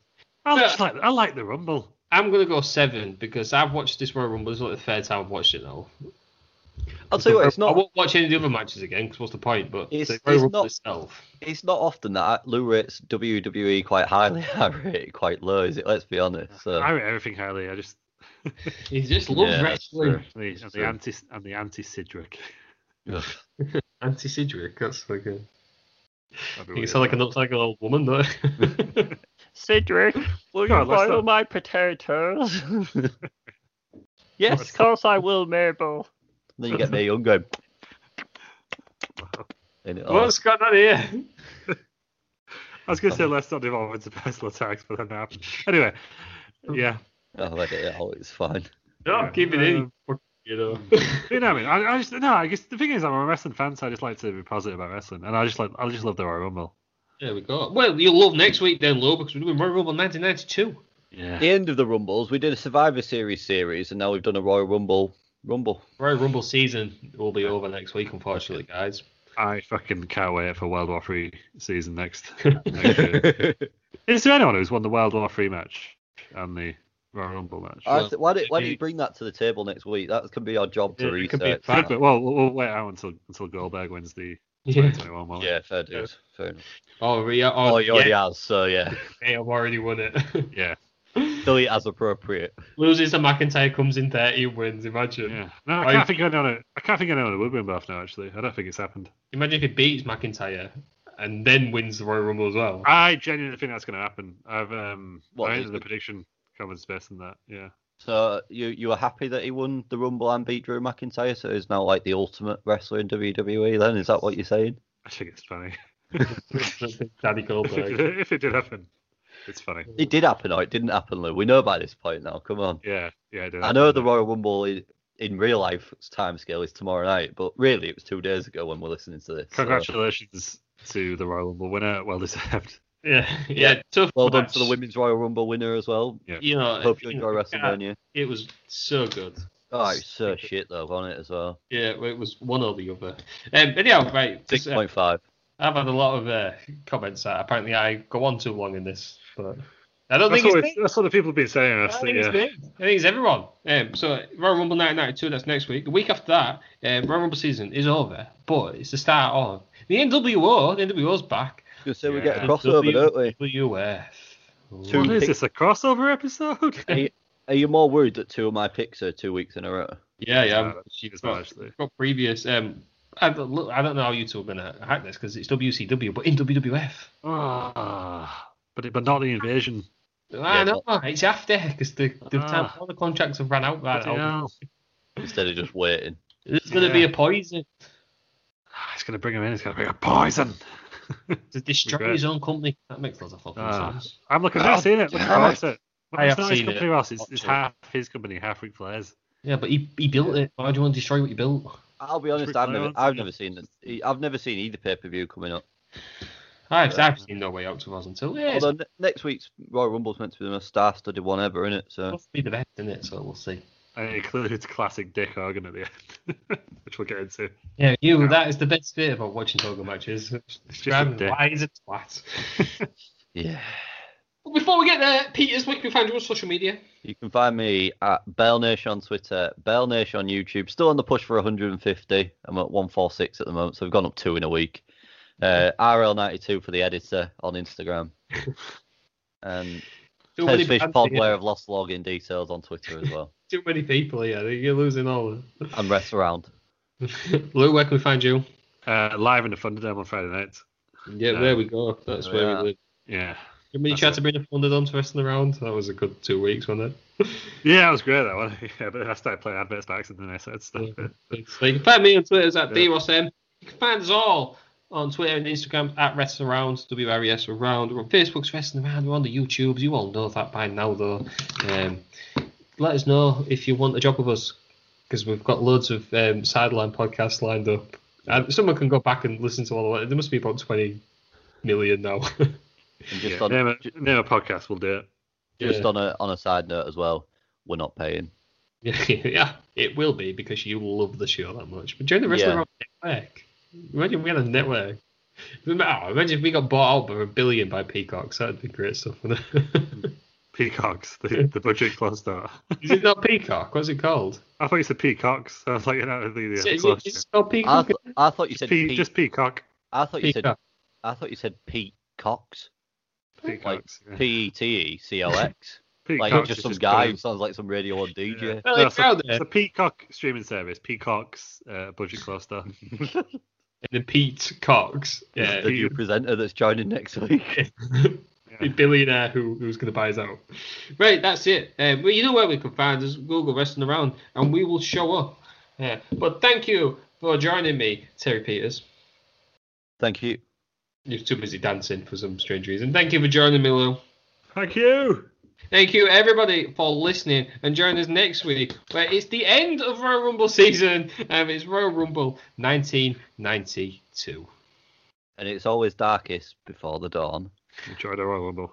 E: I just like I like the Rumble.
C: I, am gonna go seven because I've watched this Royal Rumble. This is not the third time I've watched it now.
D: I'll tell you what, it's
C: I
D: not
C: won't watch any of the other matches again because what's the point? But
D: It's-
C: the Royal
D: it's
C: Rumble
D: not-
C: itself.
D: it's not often that I- Lou rates WWE quite highly. I rate it quite low. Is it? Let's be honest. So
E: I rate everything highly. I just
C: He just loves
D: Yeah, that's
C: wrestling.
D: true.
E: the,
D: It's
E: the anti and the anti Sidric.
D: Ugh.
C: Anti Cedric. That's like a.
E: That'd be
C: You
E: weird.
C: sound like an upside down old woman, though.
F: Cedric, will you
E: God, let's
F: boil
E: not-
F: my potatoes? yes,
E: Let's
F: of course I will, Mabel.
D: then you get me young going. And it all-
C: What's going on here?
E: I was going to say let's not devolve into personal attacks, but then happened. Anyway, yeah,
D: oh, let it all, It's fine.
C: No,
E: Yeah.
C: keep it in.
E: Um,
C: Fuck, You know.
E: you know what I mean. I, I just no. I guess the thing is, I'm a wrestling fan, so I just like to be positive about wrestling, and I just like I just love the Royal Rumble.
C: there we go. Well, you'll love next week then, Lou, because we're doing Royal Rumble 1992.
E: Yeah.
D: the end of the Rumbles, we did a Survivor Series series, and now we've done a Royal Rumble Rumble.
C: Royal Rumble season will be over next week, unfortunately, guys.
E: I fucking can't wait for World War Three season next. next year.
D: I
E: Is there anyone who's won the World War Three match and the Royal Rumble match?
D: th- why, do, why don't you bring that to the table next week? That could be our job to
C: Yeah, it could be a
D: research.
C: fact.
D: that.
E: But, well, we'll we'll wait out until until Goldberg wins the
C: Yeah.
E: 2021 one.
D: Yeah, fair dude. Fair enough.
C: Oh, yeah.
D: Oh,
C: Oh,
D: he already has, so yeah.
C: Hey, I've already won it.
E: yeah,
D: Delete as appropriate.
C: Loses to McIntyre, comes in 30, wins. Imagine.
E: yeah. No, I
C: I-
E: can't think of anyone. I can't think of anyone who would win both now. Actually, I don't think it's happened.
C: Imagine if he beats McIntyre and then wins the Royal Rumble as well.
E: I genuinely think that's going to happen. I've um,
D: What,
E: I
D: he's
E: entered the
D: been-
E: prediction comments based on that. Yeah.
D: So you you were happy that he won the Rumble and beat Drew McIntyre, so he's now like the ultimate wrestler in WWE. Then is that what you're saying?
E: I think it's funny.
C: Daddy
E: if, it
C: Goldberg.
E: did, if it did happen, it's funny.
D: It did happen, or it didn't happen, Lou. We know by this point now. Come on.
E: Yeah, yeah, it did.
D: I
E: happen.
D: know the Royal Rumble in, in real life time scale is tomorrow night, but really it was two days ago when we're listening to this. so-
E: Congratulations to the Royal Rumble winner. Well deserved.
C: Yeah, yeah, tough.
D: Well done
C: match.
D: to the Women's Royal Rumble winner as well.
E: Yeah.
C: You know,
D: Hope you enjoy
C: yeah,
D: WrestleMania.
C: It was so good.
D: Oh, it's so shit though, on it as well.
C: Yeah, well, it was one or the other. Um, anyhow, right.
D: Six
C: this, uh,
D: point five.
C: I've had a lot of uh, comments. That apparently, I go on too long in this, but I don't
E: That's
C: think
E: what,
C: it's.
E: we-
C: me.
E: that's what the people have been saying.
C: I
E: Actually,
C: think it's
E: yeah.
C: me. I think it's everyone. Um, so Royal Rumble 1992, that's next week. The week after that, um, Royal Rumble season is over, but it's the start of the NWO. The NWO's back.
D: Just so we get a
E: Yeah.
D: crossover, don't we?
C: WWF.
D: Two
E: What is
D: picks.
E: this? A crossover episode?
D: Are you, are you more worried that two of my picks are two weeks in a row?
C: Yeah, yeah.
D: um,
E: Uh,
C: I'm-
E: she was
C: got,
E: actually.
C: got previous. Um, I don't, look, I don't know how you two are gonna hack this because it's WCW, but in WWF.
E: Ah, but it, but not the invasion.
C: I know it's after because the, the time
E: Ah.
C: all the contracts have run out. Right
E: Bloody
C: now.
E: hell.
D: Instead of just waiting.
C: There's gonna be
E: Yeah.
C: a poison
E: Ah, It's gonna bring him in. It's gonna bring a poison.
C: to destroy
E: Regret.
C: his own company. That makes lots of fucking
E: Ah,
C: sense.
E: I'm looking. I've seen it. Looking forward to it. Well,
C: Oh, I
E: it's
C: have
E: not his
C: seen
E: company,
C: it.
E: Ross. It's,
C: Watch
E: it's
C: it.
E: half his company, half Ric Flair's.
C: Yeah, but he, he built it. Why do you want to destroy what he built?
D: I'll be honest,
E: Trick
D: I've never,
E: Lions,
D: I've
E: yeah.
D: never seen, the- I've never seen either pay per view coming up.
C: I've, I've seen No Way Out 2002. Yeah, it's
D: Although ne- next week's Royal Rumble's meant to be the most star-studded one ever, isn't it? So
C: supposed to be the best in it, so we'll see.
E: And it includes classic Dick Hogan at the end, which we'll get into.
C: Yeah, you. That is the best bit about watching togo matches. Describing
E: dick.
C: why is it twat.
D: yeah.
C: Well, Before we get there, Peter's where can we find you on social media?
D: You can find me at Bell Nation on Twitter, Bell Nation on YouTube. Still on the push for 150. I'm at 146 at the moment, so I've gone up two in a week. Uh, RL92 for the editor on Instagram. And
C: Too many
D: Fish
C: bands
D: Pod,
C: here.
D: where I've lost login details on Twitter as well.
C: Too many people here. You're losing all of them.
D: and Rest Around.
C: Lou, where can we find you?
E: Uh, live in the Thunderdome on Friday night.
C: Yeah,
E: Yeah.
C: there we go. That's
D: There we
C: where
D: are.
C: we live.
E: Yeah.
C: Remember when you
E: That's
C: tried
E: it.
C: to bring the funded on to wrestling around? That was a good two weeks, wasn't
E: Yeah, that was great that one. Yeah, but I started playing adverts by accident and I said stuff.
C: it? so you can find me on Twitter, it's at DRossM. You can find us all on Twitter and Instagram at Wrestling Around, WRES Around. We're on Facebook's Wrestling Around. We're on the YouTubes. You all know that by now, though. Um, let us know if you want a job with us because we've got loads of um, sideline podcasts lined up. And someone can go back and listen to all of it. There must be about 20 million now.
D: And just
E: Yeah,
D: on
E: name, a, name a podcast, we'll do it.
D: just
C: Yeah.
D: on a on a side note as well, we're not paying.
C: yeah, it will be because you love the show that much. But during the rest
D: Yeah.
C: of our network, imagine we had a network. Remember- oh, imagine if we got bought out by a billion by peacocks. That'd be great stuff. wouldn't it?
E: Peacocks, the, the budget closed that.
C: Is it not peacock? What's it called?
E: I thought you said peacocks. I was like, you know, the,
C: Is
E: the
C: it- is
E: closed.
C: it just called
D: I,
C: peacock?
D: th- I thought you
E: Just,
D: said
E: pea,
D: Pete.
E: just peacock.
D: I thought you said
C: Peacock.
D: I thought you said Pete Cox,
E: Peacocks. yeah.
D: P E T E C O X, like
E: Peacocks
D: just
E: is
D: some guy who
E: brilliant.
D: sounds like some radio or DJ.
C: Well,
E: No,
C: it's
E: it's, a,
C: out there.
E: it's a Peacock streaming service. Peacock's uh, budget cluster.
C: The Pete Cox. Yeah,
D: The new presenter that's joining next week.
C: the billionaire who, who's going to buy us out. Right, that's it. Um, well, you know where we can find us. Google Wrestling Around, and we will show up. Yeah. But thank you for joining me, Terry Peters.
D: Thank you.
C: You're too busy dancing for some strange reason. Thank you for joining me, Lou.
E: Thank you.
C: Thank you, everybody, for listening. And join us next week, where it's the end of Royal Rumble season. Um, it's Royal Rumble 1992.
D: And it's always darkest before the dawn.
E: Enjoy the Royal Rumble.